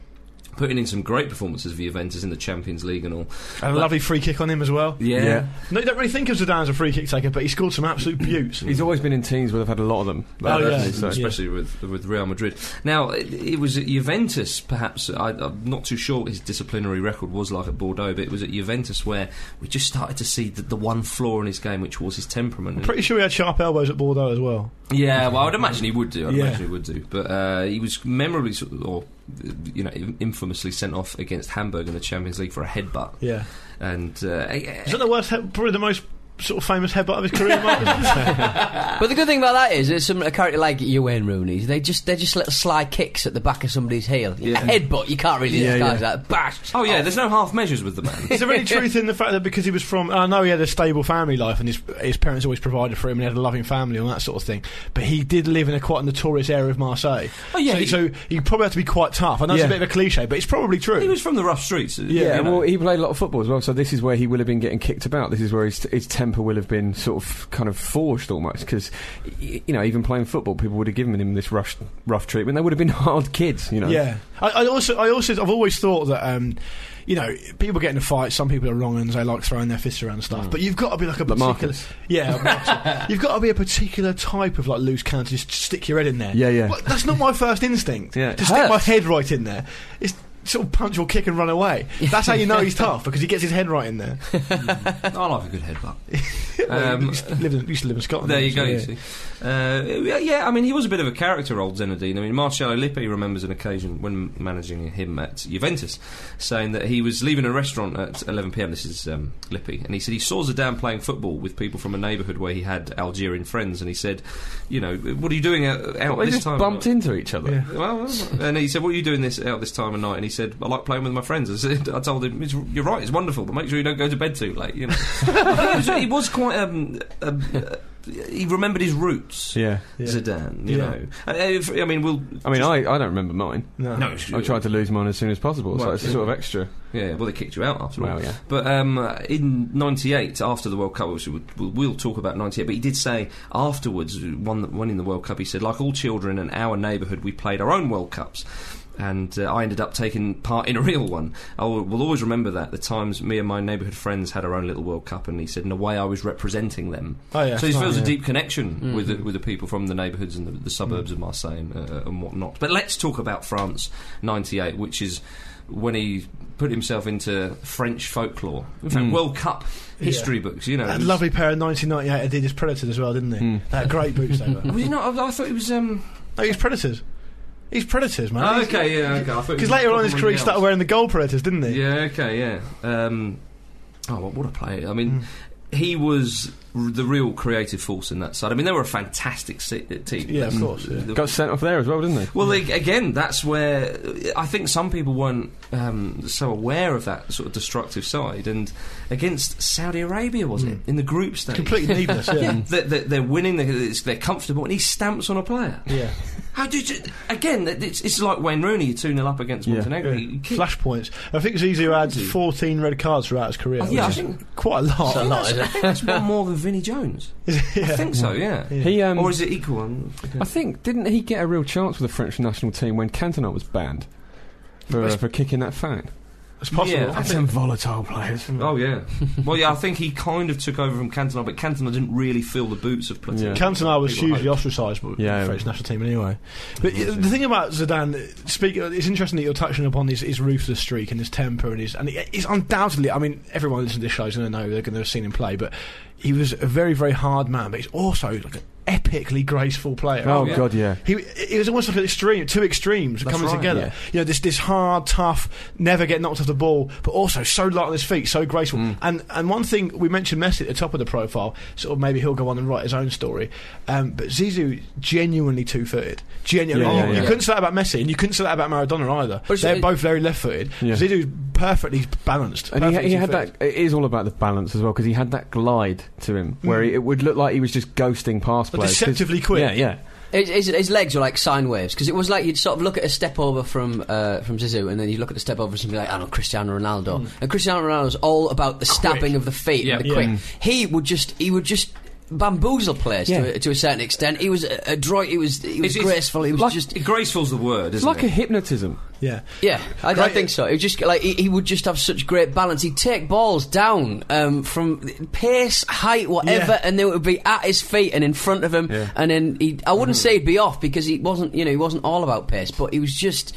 [SPEAKER 2] Putting in some great performances for Juventus in the Champions League and all.
[SPEAKER 4] and a lovely free kick on him as well.
[SPEAKER 3] Yeah.
[SPEAKER 4] No, you don't really think of Zidane as a free kick taker, but he scored some absolute beauts.
[SPEAKER 3] He's always been in teams where they've had a lot of them.
[SPEAKER 4] Oh,
[SPEAKER 3] hasn't
[SPEAKER 4] yeah.
[SPEAKER 3] he? So-
[SPEAKER 4] Yeah.
[SPEAKER 2] especially with with Real Madrid. Now it, it was at Juventus, perhaps I, I'm not too sure what his disciplinary record was like at Bordeaux, but it was at Juventus where we just started to see the, the one flaw in his game, which was his temperament.
[SPEAKER 4] Pretty sure he had sharp elbows at Bordeaux as well.
[SPEAKER 2] Yeah, well, I'd imagine he would do. I'd
[SPEAKER 4] Yeah.
[SPEAKER 2] imagine he would do. But uh, he was memorably, sort of- or you know, infamously sent off against Hamburg in the Champions League for a headbutt,
[SPEAKER 4] Yeah,
[SPEAKER 2] and uh,
[SPEAKER 4] is that the worst? Head, probably the most sort of famous headbutt of his career. Mark, isn't it?
[SPEAKER 1] but the good thing about that is, there's some a character like Ewan Rooney. They just they're just little sly kicks at the back of somebody's heel.
[SPEAKER 2] Yeah.
[SPEAKER 1] A headbutt, you can't really
[SPEAKER 3] Yeah,
[SPEAKER 1] disguise
[SPEAKER 3] yeah.
[SPEAKER 1] that. Bash.
[SPEAKER 2] oh yeah, there's no half measures with the man.
[SPEAKER 4] Is there any truth in the fact that because he was from, I know he had a stable family life and his his parents always provided for him and he had a loving family and that sort of thing, but he did live in a quite notorious area of Marseille.
[SPEAKER 2] Oh, yeah,
[SPEAKER 4] so
[SPEAKER 2] he-
[SPEAKER 4] he, so he probably had to be quite tough. I know it's a
[SPEAKER 3] Yeah.
[SPEAKER 4] bit of a cliche, but it's probably true.
[SPEAKER 2] he was from the rough streets. uh,
[SPEAKER 3] Yeah,
[SPEAKER 2] you know.
[SPEAKER 3] well, he played a lot of football as well, so this is where he will have been getting kicked about. This is where his, his temper will have been sort of kind of forged almost, because, you know, even playing football, people would have given him this rough, rough treatment. They would have been hard kids, you know.
[SPEAKER 4] Yeah, I, I also, I also, I've always thought that, um, you know, people get in a fight. Some people are wrong and they like throwing their fists around and stuff. But you've got to be like a
[SPEAKER 3] Mm. Like
[SPEAKER 4] particular,
[SPEAKER 3] Marcus.
[SPEAKER 4] yeah, Marcus. you've got to be a particular type of like loose cannon to just stick your head in there.
[SPEAKER 3] Yeah, yeah.
[SPEAKER 4] Well, that's not my first instinct.
[SPEAKER 3] Yeah, it
[SPEAKER 4] to stick my
[SPEAKER 3] hurts.
[SPEAKER 4] head right in there. It's sort of punch or kick and run away. That's how you know he's tough because he gets his head right in there.
[SPEAKER 2] I like a good headbutt.
[SPEAKER 4] Well, he
[SPEAKER 2] Um,
[SPEAKER 4] used, to live in, used to live in Scotland.
[SPEAKER 2] There you
[SPEAKER 4] so,
[SPEAKER 2] go.
[SPEAKER 4] yeah.
[SPEAKER 2] You see. Uh, yeah, yeah, I mean, he was a bit of a character, old Zinedine. I mean, Marcello Lippi remembers an occasion when managing him at Juventus, saying that he was leaving a restaurant at 11 p.m. This is um, Lippi, and he said he saw Zidane playing football with people from a neighbourhood where he had Algerian friends, and he said, "You know, what are you doing out, out
[SPEAKER 3] They
[SPEAKER 2] this
[SPEAKER 3] just
[SPEAKER 2] time?"
[SPEAKER 3] bumped into each other.
[SPEAKER 2] Well, and he said, "What are you doing this out this time of night?" And he said, "I like playing with my friends." I said, "I told him, it's, you're right, it's wonderful, but make sure you don't go to bed too late." You know, he, was, he was quite. Um, um, uh, he remembered his roots,
[SPEAKER 3] Yeah.
[SPEAKER 2] Zidane. You
[SPEAKER 4] Yeah.
[SPEAKER 2] know, And if- I mean, we'll.
[SPEAKER 3] I mean, I, I don't remember mine.
[SPEAKER 4] No.
[SPEAKER 2] no, it's-
[SPEAKER 3] I tried to lose mine as soon as possible, so
[SPEAKER 2] Well,
[SPEAKER 3] it's a sort of extra.
[SPEAKER 2] Yeah, well, they kicked you out after all.
[SPEAKER 3] Well, yeah.
[SPEAKER 2] But um, uh, in '98, after the World Cup, which we'll, we'll- we'll talk about '98. But he did say afterwards, one winning the World Cup, he said, like all children in our neighbourhood, we played our own World Cups. And uh, I ended up taking part in a real one. I will, will always remember that. The times me and my neighbourhood friends had our own little World Cup, and he said, in a way, I was representing them.
[SPEAKER 4] Oh, yeah,
[SPEAKER 2] so he
[SPEAKER 4] it's
[SPEAKER 2] feels
[SPEAKER 4] nice,
[SPEAKER 2] a
[SPEAKER 4] yeah.
[SPEAKER 2] deep connection with, the, with the people from the neighbourhoods and the, the suburbs of Marseille and, uh, and whatnot. But let's talk about France '98, which is when he put himself into French folklore. In
[SPEAKER 4] Hmm.
[SPEAKER 2] fact, World Cup history books, you know. it
[SPEAKER 4] That
[SPEAKER 2] was-
[SPEAKER 4] lovely pair of 1998
[SPEAKER 3] Hmm.
[SPEAKER 4] Adidas Predators as well, didn't he? That great boots they were.
[SPEAKER 2] Was he not? I, I thought he was. Um,
[SPEAKER 4] No, he was Predators. He's predators, man.
[SPEAKER 2] Oh, okay, yeah, okay. I thought
[SPEAKER 4] Because
[SPEAKER 2] you
[SPEAKER 4] later
[SPEAKER 2] were
[SPEAKER 4] on, his
[SPEAKER 2] talking
[SPEAKER 4] career, he
[SPEAKER 2] about
[SPEAKER 4] started wearing the gold predators, didn't he?
[SPEAKER 2] Yeah, okay, yeah. Um, oh, what, what a player. I mean,
[SPEAKER 4] Hmm.
[SPEAKER 2] he was r- the real creative force in that side. I mean, they were a fantastic se- uh, team.
[SPEAKER 4] Yeah, of
[SPEAKER 2] Mm.
[SPEAKER 4] course, yeah.
[SPEAKER 2] The-
[SPEAKER 3] Got sent off there as well, didn't they?
[SPEAKER 2] well, like, again, that's where uh, I think some people weren't um, so aware of that sort of destructive side. And against Saudi Arabia, was
[SPEAKER 4] Hmm.
[SPEAKER 2] it in the group stage?
[SPEAKER 4] Completely needless. Yeah.
[SPEAKER 2] They're, they're, they're winning. They're, it's- they're comfortable, and he stamps on a player.
[SPEAKER 4] yeah.
[SPEAKER 2] How did you? Again, that- it's, it's like Wayne Rooney. You're two 0 up against
[SPEAKER 3] Yeah.
[SPEAKER 2] Montenegro.
[SPEAKER 4] yeah.
[SPEAKER 2] You kick-
[SPEAKER 4] Flash points. I think Zizou had
[SPEAKER 2] Crazy.
[SPEAKER 4] 14 red cards throughout his career.
[SPEAKER 2] Oh, yeah,
[SPEAKER 4] which
[SPEAKER 2] I
[SPEAKER 4] is
[SPEAKER 2] think-
[SPEAKER 4] quite a lot.
[SPEAKER 1] It's a lot,
[SPEAKER 2] That's-
[SPEAKER 1] isn't
[SPEAKER 2] I
[SPEAKER 1] it?
[SPEAKER 2] think that's one more than Vinnie Jones. I think so, yeah.
[SPEAKER 3] He, um,
[SPEAKER 2] or is it equal? I'm-
[SPEAKER 3] I think didn't he get a real chance with the French national team when Cantona was banned for, for kicking that fan?
[SPEAKER 4] It's possible.
[SPEAKER 2] Yeah.
[SPEAKER 3] That's some volatile players.
[SPEAKER 2] Oh yeah. well, yeah. I think he kind of took over from Cantona, but Cantona didn't really feel the boots of Platini.
[SPEAKER 3] Yeah.
[SPEAKER 4] Cantona was
[SPEAKER 2] People
[SPEAKER 4] hugely
[SPEAKER 2] hope.
[SPEAKER 4] ostracised by
[SPEAKER 3] Yeah.
[SPEAKER 4] the French national team anyway. But uh, the thing about Zidane, speak, uh, it's interesting that you're touching upon his, his ruthless streak and his temper and his and he- he's undoubtedly. I mean, everyone listening to this show is going to know they're going to have seen him play, but he was a very very hard man. But he's also like an epically graceful player.
[SPEAKER 3] Oh,
[SPEAKER 2] yeah.
[SPEAKER 3] God, yeah.
[SPEAKER 4] He, it was almost like an extreme, two extremes coming
[SPEAKER 2] right,
[SPEAKER 4] together. You know, this this hard, tough, never get knocked off the ball, but also so light on his feet, so graceful.
[SPEAKER 3] Mm.
[SPEAKER 4] And and one thing we mentioned Messi at the top of the profile, sort of maybe he'll go on and write his own story. Um, but Zizou genuinely two footed. Genuinely,
[SPEAKER 3] Yeah, yeah,
[SPEAKER 4] you
[SPEAKER 3] yeah.
[SPEAKER 4] couldn't say that about Messi, and you couldn't say that about Maradona either.
[SPEAKER 1] But it's-
[SPEAKER 4] They're
[SPEAKER 1] it-
[SPEAKER 4] both very left footed.
[SPEAKER 3] Yeah.
[SPEAKER 4] Zizou's perfectly balanced.
[SPEAKER 3] And he,
[SPEAKER 4] perfectly
[SPEAKER 3] he had
[SPEAKER 4] two-footed.
[SPEAKER 3] that. It is all about the balance as well because he had that glide to him where he, it would look like he was just ghosting past
[SPEAKER 4] But
[SPEAKER 3] players. 'cause-
[SPEAKER 4] Mm. deceptively quick.
[SPEAKER 3] Yeah, yeah.
[SPEAKER 1] His, his, his legs were like sine waves because it was like you'd sort of look at a step over from uh, from Zizou and then you look at the step over and something like I don't know Cristiano Ronaldo and Cristiano Ronaldo's all about the stabbing of the feet
[SPEAKER 2] Yeah.
[SPEAKER 1] and the
[SPEAKER 4] Yeah.
[SPEAKER 1] quick. He would just he would just bamboozle players
[SPEAKER 3] Yeah.
[SPEAKER 1] to, a, to a certain extent. He was a- adroit. He was he was
[SPEAKER 2] It's- it's
[SPEAKER 1] graceful. He was
[SPEAKER 3] like-
[SPEAKER 1] just
[SPEAKER 2] Graceful's the word,
[SPEAKER 3] It's
[SPEAKER 2] isn't
[SPEAKER 3] like a
[SPEAKER 2] it?
[SPEAKER 3] hypnotism.
[SPEAKER 4] Yeah.
[SPEAKER 1] Yeah, I, I
[SPEAKER 4] Great-
[SPEAKER 1] think so. It was just like he, he would just have such great balance. He'd take balls down um, from pace, height, whatever,
[SPEAKER 4] Yeah.
[SPEAKER 1] and they would be at his feet and in front of him.
[SPEAKER 3] Yeah.
[SPEAKER 1] And then he, I wouldn't
[SPEAKER 4] Mm-hmm.
[SPEAKER 1] say he'd be off because he wasn't, you know, he wasn't all about pace, but he was just,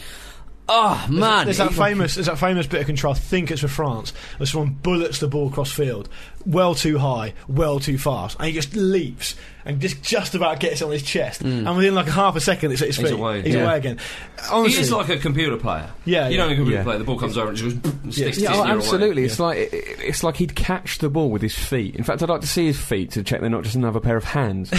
[SPEAKER 1] oh man,
[SPEAKER 4] There's that
[SPEAKER 1] He-
[SPEAKER 4] famous, there's that famous bit of control. I think it's for France. Where someone bullets the ball cross field, well too high, well too fast, and he just leaps and just just about gets it on his chest, and within like a half a second, it's at his
[SPEAKER 2] Mm. He's
[SPEAKER 4] feet.
[SPEAKER 2] away.
[SPEAKER 4] He's
[SPEAKER 3] Yeah.
[SPEAKER 4] away again.
[SPEAKER 2] He
[SPEAKER 4] Honestly,
[SPEAKER 2] is like a computer player.
[SPEAKER 4] Yeah,
[SPEAKER 2] You know,
[SPEAKER 4] yeah.
[SPEAKER 2] a computer
[SPEAKER 3] Yeah.
[SPEAKER 2] player. The ball comes over and it just goes and sticks
[SPEAKER 3] Yeah,
[SPEAKER 2] to
[SPEAKER 3] oh,
[SPEAKER 2] you.
[SPEAKER 3] absolutely. It's like it, it- it's like he'd catch the ball with his feet. In fact, I'd like to see his feet to check they're not just another pair of hands.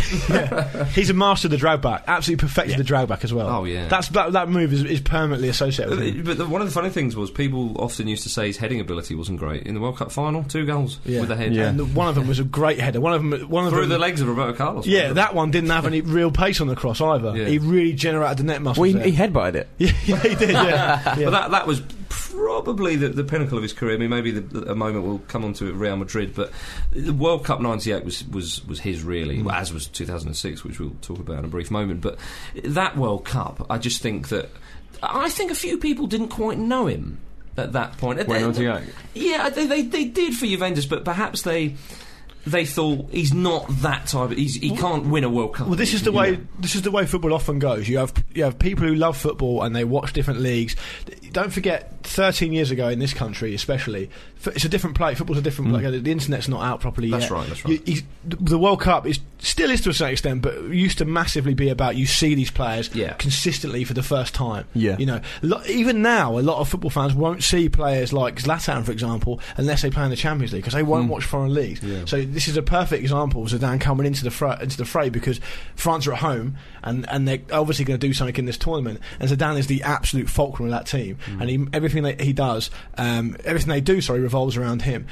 [SPEAKER 4] he's a master of the drag back, absolutely perfected the drag back as well.
[SPEAKER 2] Oh, yeah.
[SPEAKER 4] that's that, that move is, is permanently associated with him.
[SPEAKER 2] But the, one of the funny things was people often used to say his heading ability wasn't great in the World Cup final. Two goals
[SPEAKER 4] Yeah.
[SPEAKER 2] with the head
[SPEAKER 3] Yeah.
[SPEAKER 4] And the, one of them was a great header. One of them, one of
[SPEAKER 2] through
[SPEAKER 4] them,
[SPEAKER 2] the legs of Roberto Carlos.
[SPEAKER 4] Yeah, that one didn't have any real pace on the cross either.
[SPEAKER 2] Yeah.
[SPEAKER 4] He really generated the net muscles.
[SPEAKER 3] well, he,
[SPEAKER 4] there.
[SPEAKER 3] he headbutted it.
[SPEAKER 4] yeah, he did. Yeah, yeah.
[SPEAKER 2] But that, that was probably the, the pinnacle of his career. I mean, maybe the, a moment we'll come on to at Real Madrid, but the World Cup 98 was, was, was his, really, as was 2006, which we'll talk about in a brief moment. But that World Cup, I just think that. I think a few people didn't quite know him at that point.
[SPEAKER 3] Went on to go.
[SPEAKER 2] Yeah, they, they, they did for Juventus, but perhaps they. They thought he's not that type. Of, he's, he can't win a World Cup.
[SPEAKER 4] Well, this is the
[SPEAKER 2] You
[SPEAKER 4] way
[SPEAKER 2] know.
[SPEAKER 4] this is the way football often goes. You have you have people who love football and they watch different leagues. Don't forget, 13 years ago in this country, especially, f- it's a different play. Football's a different play. The internet's not out properly
[SPEAKER 2] Mm. That's
[SPEAKER 4] yet.
[SPEAKER 2] right, that's
[SPEAKER 4] You- you- the World Cup is still is to a certain extent, but used to massively be about you see these players
[SPEAKER 2] Yeah.
[SPEAKER 4] consistently for the first time.
[SPEAKER 3] Yeah.
[SPEAKER 4] you know, lo- even now, a lot of football fans won't see players like Zlatan, for example, unless they play in the Champions League because they won't watch foreign leagues. So this is a perfect example of Zidane coming into the fray, into the fray because France are at home and, and they're obviously going to do something in this tournament. And Zidane is the absolute fulcrum of that team, and he, everything that he does, um, everything they do, sorry, revolves around him.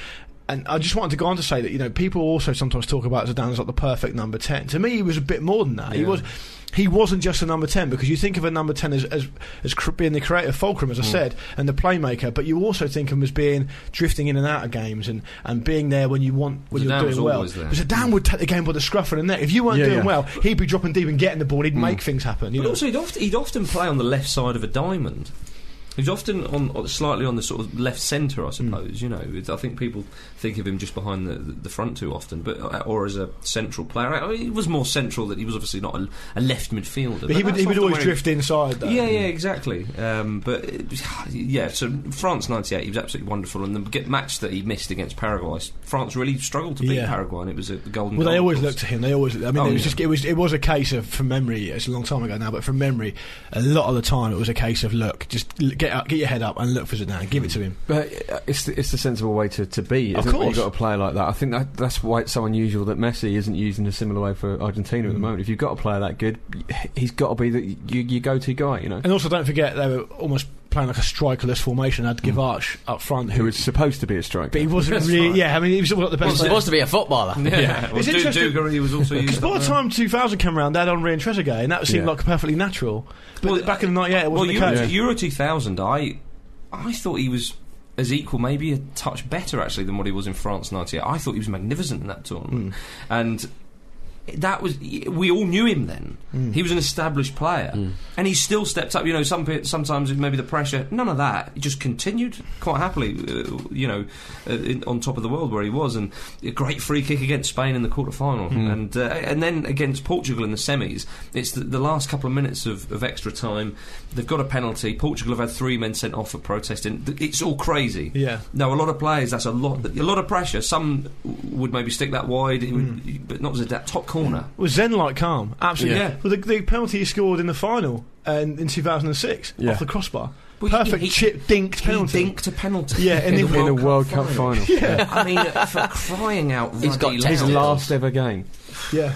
[SPEAKER 4] And I just wanted to go on to say that you know people also sometimes talk about Zidane as like the perfect number ten. To me, he was a bit more than that. He was he wasn't just a number 10 because you think of a number 10 as, as, as cr- being the creative fulcrum
[SPEAKER 2] Mm.
[SPEAKER 4] as I said and the playmaker but you also think of him as being drifting in and out of games and, and being there when you want when
[SPEAKER 2] Zidane
[SPEAKER 4] you're
[SPEAKER 2] was
[SPEAKER 4] doing well
[SPEAKER 2] always there.
[SPEAKER 4] but Zidane would take the game by the scruff of the neck if you weren't
[SPEAKER 3] Yeah,
[SPEAKER 4] doing
[SPEAKER 3] yeah.
[SPEAKER 4] well he'd be dropping deep and getting the ball he'd make things happen you
[SPEAKER 2] Mm. But
[SPEAKER 4] know
[SPEAKER 2] also, he'd often, he'd often play on the left side of a diamond. He's often on on- slightly on the sort of left centre, I
[SPEAKER 4] Hmm.
[SPEAKER 2] suppose. You know, It's- I think people think of him just behind the, the front too often, but uh, or as a central player. I mean, he was more central that he was obviously not a, a left midfielder.
[SPEAKER 4] But he would,
[SPEAKER 2] that's
[SPEAKER 4] he would
[SPEAKER 2] often
[SPEAKER 4] always
[SPEAKER 2] when
[SPEAKER 4] drift inside, though.
[SPEAKER 2] yeah, yeah, exactly. Um, but uh, yeah, so France '98, he was absolutely wonderful, and the get- match that he missed against Paraguay, Paraguy—France really struggled to beat
[SPEAKER 4] Yeah.
[SPEAKER 2] Paraguay, and it was a golden.
[SPEAKER 4] Well, they
[SPEAKER 2] goal,
[SPEAKER 4] always
[SPEAKER 2] of course.
[SPEAKER 4] looked to him. They always. I mean,
[SPEAKER 2] Oh,
[SPEAKER 4] it was
[SPEAKER 2] yeah.
[SPEAKER 4] just. It was. It was a case of, from memory, it's a long time ago now, but from memory, a lot of the time it was a case of look, just l- get up, get your head up, and look for Zidane, give it to him.
[SPEAKER 3] But uh, it's the, it's the sensible way to, to be. Isn't
[SPEAKER 4] Of
[SPEAKER 3] it, when
[SPEAKER 4] course.
[SPEAKER 3] you've got a player like that. I think that that's why it's so unusual that Messi isn't used in a similar way for Argentina at
[SPEAKER 4] Mm.
[SPEAKER 3] the moment. If you've got a player that good, y- he's got to be the, you, your go to guy. You know,
[SPEAKER 4] And also, don't forget they were almost playing like a strikerless formation. They had to
[SPEAKER 2] Hmm.
[SPEAKER 4] give Arch up front,
[SPEAKER 3] who is supposed to be a striker.
[SPEAKER 4] but he wasn't really. Yeah, I mean, he was not the best.
[SPEAKER 1] He's
[SPEAKER 4] player.
[SPEAKER 1] supposed to be a footballer.
[SPEAKER 2] Yeah, Well,
[SPEAKER 4] It's
[SPEAKER 2] Du-
[SPEAKER 4] interesting-
[SPEAKER 2] Dugar, he was also used.
[SPEAKER 4] Because by the time 2000 came around, they had Henri and Trezeguet, and that seemed
[SPEAKER 3] Yeah.
[SPEAKER 4] like perfectly natural. But
[SPEAKER 2] Well,
[SPEAKER 4] back in the night, yeah, it
[SPEAKER 2] well,
[SPEAKER 4] wasn't
[SPEAKER 2] Euro,
[SPEAKER 4] the case.
[SPEAKER 2] Euro 2000, I, I thought he was as equal, maybe a touch better actually than what he was in France '98. I thought he was magnificent in that tournament, and. That was we all knew him then. He was an established player, and he still stepped up. You know, some pe- sometimes it maybe the pressure, none of that. He just continued quite happily. Uh, you know, uh, in, on top of the world where he was, and a great free kick against Spain in the quarter final, and uh, and then against Portugal in the semis. It's the, the last couple of minutes of, of extra time. They've got a penalty. Portugal have had three men sent off for protesting. Th- It's all crazy.
[SPEAKER 4] Yeah.
[SPEAKER 2] No, a lot of players. That's a lot. A lot of pressure. Some w- would maybe stick that wide, it would,
[SPEAKER 4] Hmm.
[SPEAKER 2] but not as a top corner.
[SPEAKER 4] It was zen-like calm, absolutely.
[SPEAKER 2] Yeah.
[SPEAKER 4] Well, the, the penalty he scored in the final uh, in, in 2006
[SPEAKER 3] Yeah.
[SPEAKER 4] off the crossbar,
[SPEAKER 2] Well,
[SPEAKER 4] perfect
[SPEAKER 2] he-
[SPEAKER 4] chip dinked penalty.
[SPEAKER 2] He dinked a penalty.
[SPEAKER 4] Yeah, in the-
[SPEAKER 3] in the World Cup final,
[SPEAKER 2] I mean, for crying out,
[SPEAKER 1] He's got
[SPEAKER 2] ruddy
[SPEAKER 1] ten
[SPEAKER 3] his
[SPEAKER 2] loud.
[SPEAKER 3] last ever game.
[SPEAKER 4] Yeah,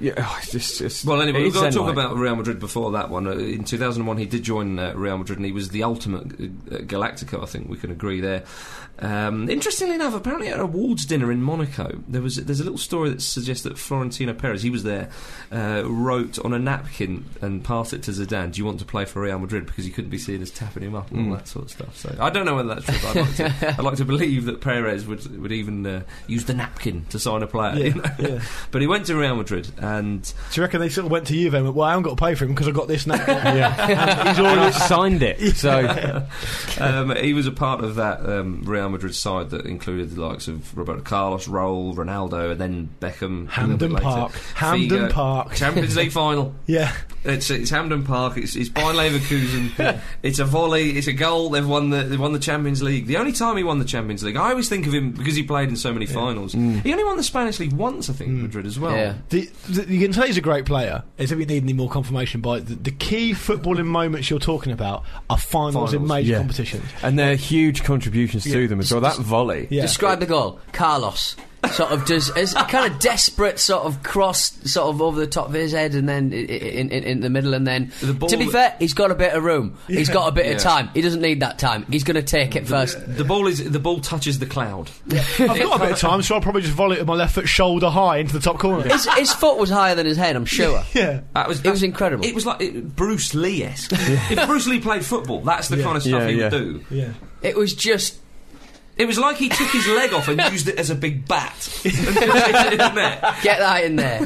[SPEAKER 3] Yeah, oh, it's just, it's,
[SPEAKER 2] Well, anyway,
[SPEAKER 3] it
[SPEAKER 2] we've
[SPEAKER 3] is
[SPEAKER 2] got to talk
[SPEAKER 3] zen-like.
[SPEAKER 2] about Real Madrid before that one. Uh, In 2001, he did join uh, Real Madrid, and he was the ultimate uh, uh, Galactico. I think we can agree there. Um, interestingly enough, apparently at an awards dinner in Monaco, there was there's a little story that suggests that Florentino Perez, he was there, uh, wrote on a napkin and passed it to Zidane. Do you want to play for Real Madrid? Because he couldn't be seen as tapping him up and all that sort of stuff. So I don't know whether that's true. But I'd, like to, I'd like to believe that Perez would would even uh, use the napkin to sign a player.
[SPEAKER 4] yeah,
[SPEAKER 2] you know?
[SPEAKER 4] yeah.
[SPEAKER 2] But he went to Real Madrid and.
[SPEAKER 4] Do you reckon they sort of went to Juve and went, "Well, I haven't got to pay for him because I got this now."
[SPEAKER 3] Yeah, he's already signed it. So
[SPEAKER 2] um, he was a part of that um, Real Madrid side that included the likes of Roberto Carlos, Raul, Ronaldo, and then Beckham. a little bit
[SPEAKER 4] Hampden
[SPEAKER 2] later.
[SPEAKER 4] Park, Hampden
[SPEAKER 2] Figo.
[SPEAKER 4] Park.
[SPEAKER 2] Champions League final.
[SPEAKER 4] Yeah,
[SPEAKER 2] It's, it's Hampden Park. It's, it's by Leverkusen. it's a volley. It's a goal. They've won the they won the Champions League. The only time he won the Champions League, I always think of him because he played in so many finals.
[SPEAKER 4] Mm.
[SPEAKER 2] He only won the Spanish League once, I think, Madrid as well.
[SPEAKER 1] Yeah.
[SPEAKER 4] the, the, you can say he's a great player. Is if we need any more confirmation by the, the key footballing moments you're talking about are finals, in
[SPEAKER 2] Finals,
[SPEAKER 4] major
[SPEAKER 3] yeah.
[SPEAKER 4] competitions.
[SPEAKER 3] and they're huge contributions
[SPEAKER 4] Yeah.
[SPEAKER 3] to them as well. That volley.
[SPEAKER 4] Yeah.
[SPEAKER 1] Describe the goal. Carlos sort of does is a kind of desperate sort of cross sort of over the top of his head and then i- i- in, in, in the middle and then
[SPEAKER 2] The ball
[SPEAKER 1] to be
[SPEAKER 2] that-
[SPEAKER 1] fair he's got a bit of room he's got a bit
[SPEAKER 2] Yeah.
[SPEAKER 1] of time he doesn't need that time he's going to take it first
[SPEAKER 2] The ball is the ball touches the cloud.
[SPEAKER 4] I've got a bit of time, so I'll probably just volley it with my left foot shoulder high into the top corner.
[SPEAKER 1] his, his foot was higher than his head I'm sure
[SPEAKER 4] Yeah.
[SPEAKER 2] That was,
[SPEAKER 1] It was incredible.
[SPEAKER 2] It was like it, Bruce Lee esque. if Bruce Lee played football, that's the kind of stuff
[SPEAKER 3] Yeah,
[SPEAKER 2] he
[SPEAKER 3] yeah.
[SPEAKER 2] would do.
[SPEAKER 4] Yeah.
[SPEAKER 1] it was just
[SPEAKER 2] It was like he took his leg off and used it as a big bat. and pushed it in the net.
[SPEAKER 1] get that in there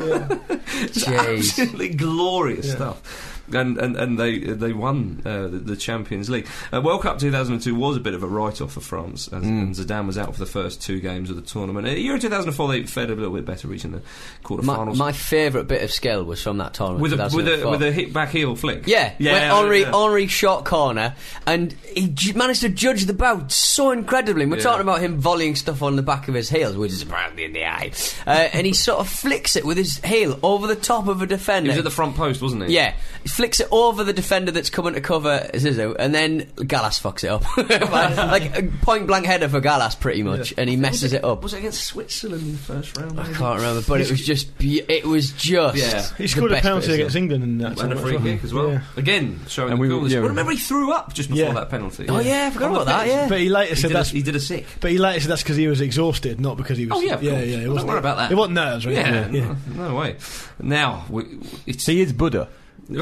[SPEAKER 2] It's
[SPEAKER 1] jeez
[SPEAKER 2] absolutely glorious stuff. And, and and they they won uh, the, the Champions League. Uh, World Cup 2002 was a bit of a write off for France, as,
[SPEAKER 1] Mm.
[SPEAKER 2] and Zidane was out for the first two games of the tournament. Uh, Euro 2004 they fared a little bit better, reaching the
[SPEAKER 1] my,
[SPEAKER 2] quarterfinals
[SPEAKER 1] my favourite bit of skill was from that tournament
[SPEAKER 2] with a with a
[SPEAKER 1] 2004.
[SPEAKER 2] with a hit back heel flick.
[SPEAKER 1] Yeah, when
[SPEAKER 2] yeah.
[SPEAKER 1] Henri,
[SPEAKER 2] yeah.
[SPEAKER 1] Henri shot corner and he ju- managed to judge the bout so incredibly. And We're
[SPEAKER 2] Yeah.
[SPEAKER 1] talking about him volleying stuff on the back of his heels, which is apparently in the eye. Uh, and he sort of flicks it with his heel over the top of a
[SPEAKER 2] He
[SPEAKER 1] defender.
[SPEAKER 2] was at the front post, wasn't he?
[SPEAKER 1] yeah, he flicks it over the defender that's coming to cover Zizou, and then Gallas fucks it up. like a point blank header for Gallas, pretty much, and he messes it, up.
[SPEAKER 2] Was it against Switzerland in the first round?
[SPEAKER 1] I can't remember, but it was just be- it was just
[SPEAKER 2] Yeah.
[SPEAKER 4] He
[SPEAKER 1] the
[SPEAKER 4] scored a
[SPEAKER 1] best bit
[SPEAKER 4] penalty
[SPEAKER 1] of
[SPEAKER 4] against England in that.
[SPEAKER 2] And a
[SPEAKER 4] tournament
[SPEAKER 2] free kick as well.
[SPEAKER 4] Yeah.
[SPEAKER 2] Again, showing
[SPEAKER 3] And
[SPEAKER 2] the
[SPEAKER 3] we-
[SPEAKER 2] coolness.
[SPEAKER 3] yeah,
[SPEAKER 2] Well,
[SPEAKER 3] we-
[SPEAKER 2] remember, he threw up just before
[SPEAKER 4] Yeah.
[SPEAKER 2] that penalty.
[SPEAKER 1] Oh, yeah, I forgot
[SPEAKER 2] On the
[SPEAKER 1] about that,
[SPEAKER 2] pitch.
[SPEAKER 1] yeah.
[SPEAKER 4] But he later
[SPEAKER 2] He
[SPEAKER 4] said
[SPEAKER 2] did, a,
[SPEAKER 4] that's.
[SPEAKER 2] he did a sick.
[SPEAKER 4] but he later said that's because he was exhausted, not because he was.
[SPEAKER 2] Oh, yeah, of
[SPEAKER 4] yeah,
[SPEAKER 2] course.
[SPEAKER 4] yeah. It
[SPEAKER 2] Don't
[SPEAKER 4] wasn't
[SPEAKER 2] worry about that.
[SPEAKER 4] It wasn't nerves, right?
[SPEAKER 2] Yeah, No, no way. Now, we, it's
[SPEAKER 3] He is Buddha.
[SPEAKER 4] You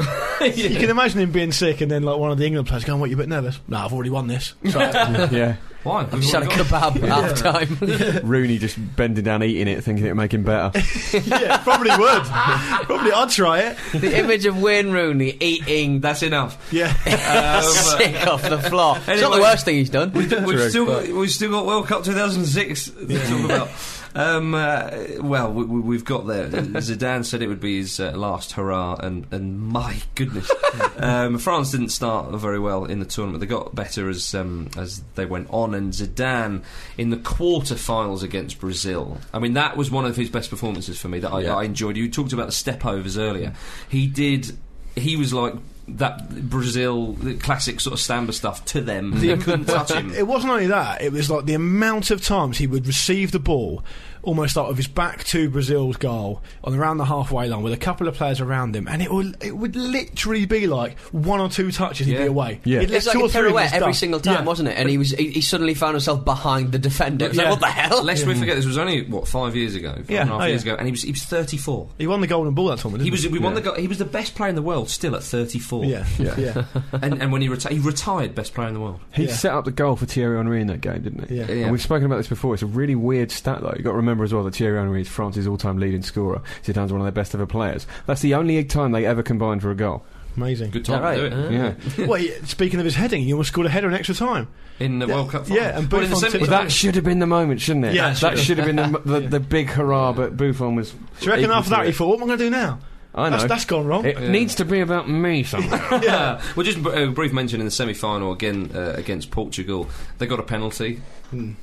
[SPEAKER 4] can imagine him being sick and then like one of the England players going, "What, you a bit nervous?" No, I've already won this. So,
[SPEAKER 3] yeah.
[SPEAKER 2] Why? We've
[SPEAKER 1] I've just had a
[SPEAKER 2] already got-
[SPEAKER 1] kebab at half time.
[SPEAKER 3] Rooney just bending down, eating it, thinking it'd make him better.
[SPEAKER 4] yeah, probably would. probably, I'd try it.
[SPEAKER 1] the image of Wayne Rooney eating
[SPEAKER 2] That's enough. Um,
[SPEAKER 4] Yeah,
[SPEAKER 1] sick off the floor. it's not
[SPEAKER 2] Anyway.
[SPEAKER 1] the worst thing he's done.
[SPEAKER 2] We've
[SPEAKER 3] True,
[SPEAKER 2] still, got, we've still got World Cup 2006 to talk about. Um, uh, well, we, we- we've got there. Zidane said it would be his uh, last hurrah, and, and my goodness, um, France didn't start very well in the tournament. They got better as um, as they went on, and Zidane in the quarterfinals against Brazil. I mean, that was one of his best performances for me that I,
[SPEAKER 3] Yeah.
[SPEAKER 2] I enjoyed. You talked about the step overs earlier. He did. He was like that Brazil the classic sort of Samba stuff to them. They couldn't touch him.
[SPEAKER 4] it wasn't only that. It was like the amount of times he would receive the ball, almost like with his back to Brazil's goal on around the halfway line, with a couple of players around him, and it would it would literally be like one or two touches, he'd
[SPEAKER 2] Yeah.
[SPEAKER 4] be away.
[SPEAKER 3] Yeah.
[SPEAKER 4] He'd let
[SPEAKER 1] It's like
[SPEAKER 4] two
[SPEAKER 1] a
[SPEAKER 4] or three of
[SPEAKER 1] pirouette
[SPEAKER 4] his
[SPEAKER 1] every
[SPEAKER 4] stuff-
[SPEAKER 1] single time,
[SPEAKER 4] Yeah.
[SPEAKER 1] wasn't it? And he was he, he suddenly found himself behind the defender. It was like,
[SPEAKER 4] Yeah.
[SPEAKER 1] what the hell?
[SPEAKER 2] Lest we forget, this was only what five years ago, five and a half
[SPEAKER 4] Yeah, oh,
[SPEAKER 2] years
[SPEAKER 4] yeah.
[SPEAKER 2] ago, and he was he was thirty four.
[SPEAKER 4] He won the golden ball that tournament.
[SPEAKER 2] He was
[SPEAKER 4] didn't
[SPEAKER 2] we won the go- he was the best player in the world still at thirty four.
[SPEAKER 4] Yeah, yeah, yeah.
[SPEAKER 2] and and when he retired, he retired best player in the world.
[SPEAKER 3] He
[SPEAKER 4] Yeah.
[SPEAKER 3] set up the goal for Thierry Henry in that game, didn't he?
[SPEAKER 4] Yeah.
[SPEAKER 3] And we've spoken about this before. It's a really weird stat, though. You've got to remember as well that Thierry Henry is France's all-time leading scorer. Zidane's one of their best ever players. That's the only time they ever combined for a goal.
[SPEAKER 4] Amazing.
[SPEAKER 2] Good
[SPEAKER 1] Is that
[SPEAKER 2] time
[SPEAKER 1] right?
[SPEAKER 2] to do it.
[SPEAKER 1] Uh,
[SPEAKER 3] Yeah.
[SPEAKER 4] well, he- speaking of his heading, he almost scored a header in extra time.
[SPEAKER 2] In the World Cup final.
[SPEAKER 4] yeah, and
[SPEAKER 2] Well, in the semi-
[SPEAKER 4] Buffon tipped
[SPEAKER 3] Well, that should have been the moment, shouldn't it?
[SPEAKER 4] Yeah, it
[SPEAKER 3] that
[SPEAKER 4] should
[SPEAKER 3] should have been the, mo- the, the big hurrah. But Buffon was.
[SPEAKER 4] Do you reckon
[SPEAKER 3] equal
[SPEAKER 4] after
[SPEAKER 3] to
[SPEAKER 4] that he
[SPEAKER 3] it.
[SPEAKER 4] thought, what am I going to do now?
[SPEAKER 3] I know.
[SPEAKER 4] That's, that's gone wrong.
[SPEAKER 3] it needs to be about me somehow.
[SPEAKER 2] yeah. Well, just br- a brief mention in the semi-final again uh, against Portugal. They got a penalty.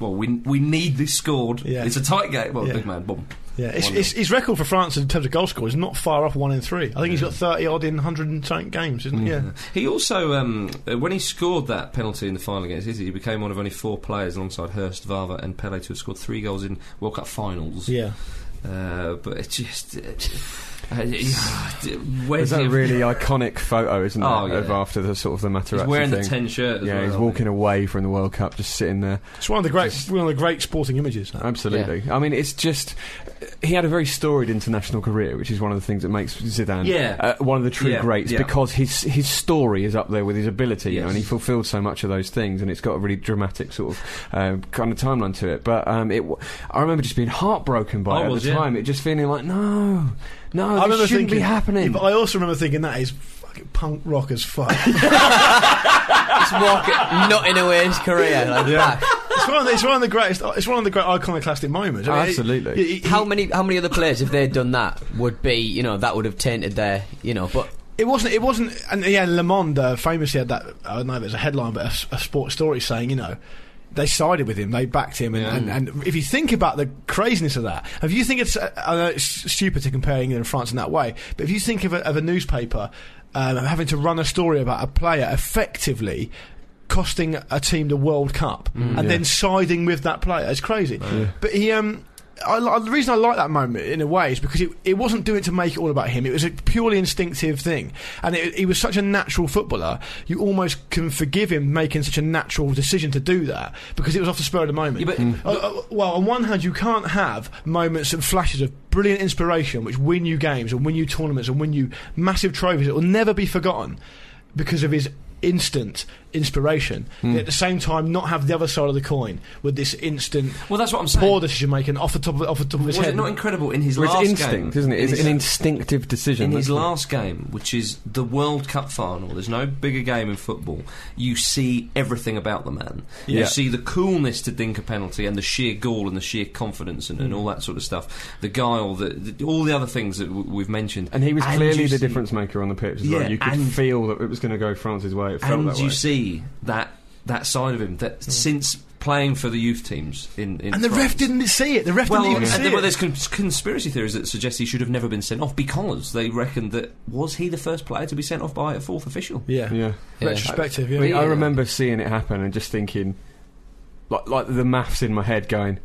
[SPEAKER 2] Well, we we need this scored.
[SPEAKER 4] Hmm. Yeah.
[SPEAKER 2] It's a tight game. Well,
[SPEAKER 4] Yeah.
[SPEAKER 2] big man, boom.
[SPEAKER 4] yeah, it's,
[SPEAKER 2] One
[SPEAKER 4] it's, his record for France in terms of goal score is not far off one in three. I think he's got 30 odd in 100 and something games, isn't he?
[SPEAKER 3] Mm.
[SPEAKER 4] Yeah.
[SPEAKER 2] He also, um, uh, when he scored that penalty in the final against Italy, he became one of only four players alongside Hurst, Vava, and Pele to have scored three goals in World Cup finals.
[SPEAKER 4] Yeah.
[SPEAKER 2] Uh, but it's just. Uh, uh, yeah, where's
[SPEAKER 3] There's that
[SPEAKER 2] he-
[SPEAKER 3] really iconic photo, isn't there,
[SPEAKER 2] Oh, yeah.
[SPEAKER 3] of after the sort of the Materazzi
[SPEAKER 2] He's wearing
[SPEAKER 3] thing.
[SPEAKER 2] the 10 shirt as
[SPEAKER 3] yeah,
[SPEAKER 2] well,
[SPEAKER 3] he's
[SPEAKER 2] I
[SPEAKER 3] walking away from the World Cup, just sitting there.
[SPEAKER 4] It's one of the great one of the great sporting images.
[SPEAKER 3] Oh,
[SPEAKER 4] that.
[SPEAKER 3] Absolutely. I mean, it's just he had a very storied international career, which is one of the things that makes Zidane
[SPEAKER 2] Yeah.
[SPEAKER 3] uh, one of the true
[SPEAKER 2] Yeah,
[SPEAKER 3] greats
[SPEAKER 2] yeah.
[SPEAKER 3] because his his story is up there with his ability, you know,
[SPEAKER 2] Yes.
[SPEAKER 3] and he fulfilled so much of those things, and it's got a really dramatic sort of um, kind of timeline to it. But um, it, w- I remember just being heartbroken by
[SPEAKER 2] I
[SPEAKER 3] it at
[SPEAKER 2] was,
[SPEAKER 3] the
[SPEAKER 2] yeah.
[SPEAKER 3] time. It just feeling like no, no,
[SPEAKER 4] I
[SPEAKER 3] this
[SPEAKER 4] remember
[SPEAKER 3] shouldn't
[SPEAKER 4] thinking,
[SPEAKER 3] be happening.
[SPEAKER 4] Yeah, but I also remember thinking that is fucking punk rock as fuck.
[SPEAKER 1] Just walk not in away his career. Like that.
[SPEAKER 4] it's, one of the, it's one of the greatest. It's one of the great iconoclastic moments. I mean, it-
[SPEAKER 3] Absolutely.
[SPEAKER 4] it- it-
[SPEAKER 1] How many how many other players, if they'd done that, would be you know that would have tainted their you know? But
[SPEAKER 4] It wasn't. It wasn't. And yeah, Le Monde uh, famously had that. I don't know if it was a headline, but a s- a, sports story saying, you know, they sided with him, they backed him, and, and, and if you think about the craziness of that, if you think it's, uh, I know it's stupid to compare England and France in that way, but if you think of a, of a newspaper um, having to run a story about a player effectively. Costing a team the World Cup and then siding with that player is crazy. But he, um, I, li- the reason I like that moment in a way is because it, it wasn't doing it to make it all about him. It was a purely instinctive thing, and it, he was such a natural footballer. You almost can forgive him making such a natural decision to do that because it was off the spur of the
[SPEAKER 2] Yeah,
[SPEAKER 4] moment.
[SPEAKER 2] but-
[SPEAKER 4] Uh, uh, well, on one hand, you can't have moments and flashes of brilliant inspiration which win you games and win you tournaments and win you massive trophies. It will never be forgotten because of his instant inspiration.
[SPEAKER 2] Mm.
[SPEAKER 4] Yet At the same time, not have the other side of the coin with this instant
[SPEAKER 2] Well, that's what I'm saying.
[SPEAKER 4] poor decision making off the top of off the top of his
[SPEAKER 2] Was
[SPEAKER 4] head.
[SPEAKER 2] it not incredible in his
[SPEAKER 3] Well, it's
[SPEAKER 2] last
[SPEAKER 3] instinct,
[SPEAKER 2] game?
[SPEAKER 3] isn't it?
[SPEAKER 2] In
[SPEAKER 3] It's
[SPEAKER 2] his-
[SPEAKER 3] an instinctive decision.
[SPEAKER 2] in his
[SPEAKER 3] That's-
[SPEAKER 2] last game, which is the World Cup final, there's no bigger game in football. You see everything about the man. You
[SPEAKER 3] Yeah.
[SPEAKER 2] see the coolness to dink a penalty and the sheer gall and the sheer confidence and, and all that sort of stuff. The guile, the, the, all the other things that w- we've mentioned.
[SPEAKER 3] And he was
[SPEAKER 2] you
[SPEAKER 3] clearly the
[SPEAKER 2] see-
[SPEAKER 3] difference maker on the pitch as
[SPEAKER 2] Yeah,
[SPEAKER 3] well. You could
[SPEAKER 2] and-
[SPEAKER 3] feel that it was going to go France's way. It felt
[SPEAKER 2] And
[SPEAKER 3] that
[SPEAKER 2] you
[SPEAKER 3] way.
[SPEAKER 2] see that that side of him that since playing for the youth teams in, in
[SPEAKER 4] and the
[SPEAKER 2] France-
[SPEAKER 4] ref didn't see it. The ref
[SPEAKER 2] Well,
[SPEAKER 4] didn't even
[SPEAKER 2] and
[SPEAKER 4] see
[SPEAKER 2] there- well,
[SPEAKER 4] it.
[SPEAKER 2] there's cons- conspiracy theories that suggest he should have never been sent off because they reckon that was he the first player to be sent off by a fourth official?
[SPEAKER 4] yeah.
[SPEAKER 3] yeah.
[SPEAKER 4] retrospective.
[SPEAKER 3] I,
[SPEAKER 4] Yeah,
[SPEAKER 3] mean, I remember seeing it happen and just thinking, like, like the maths in my head going,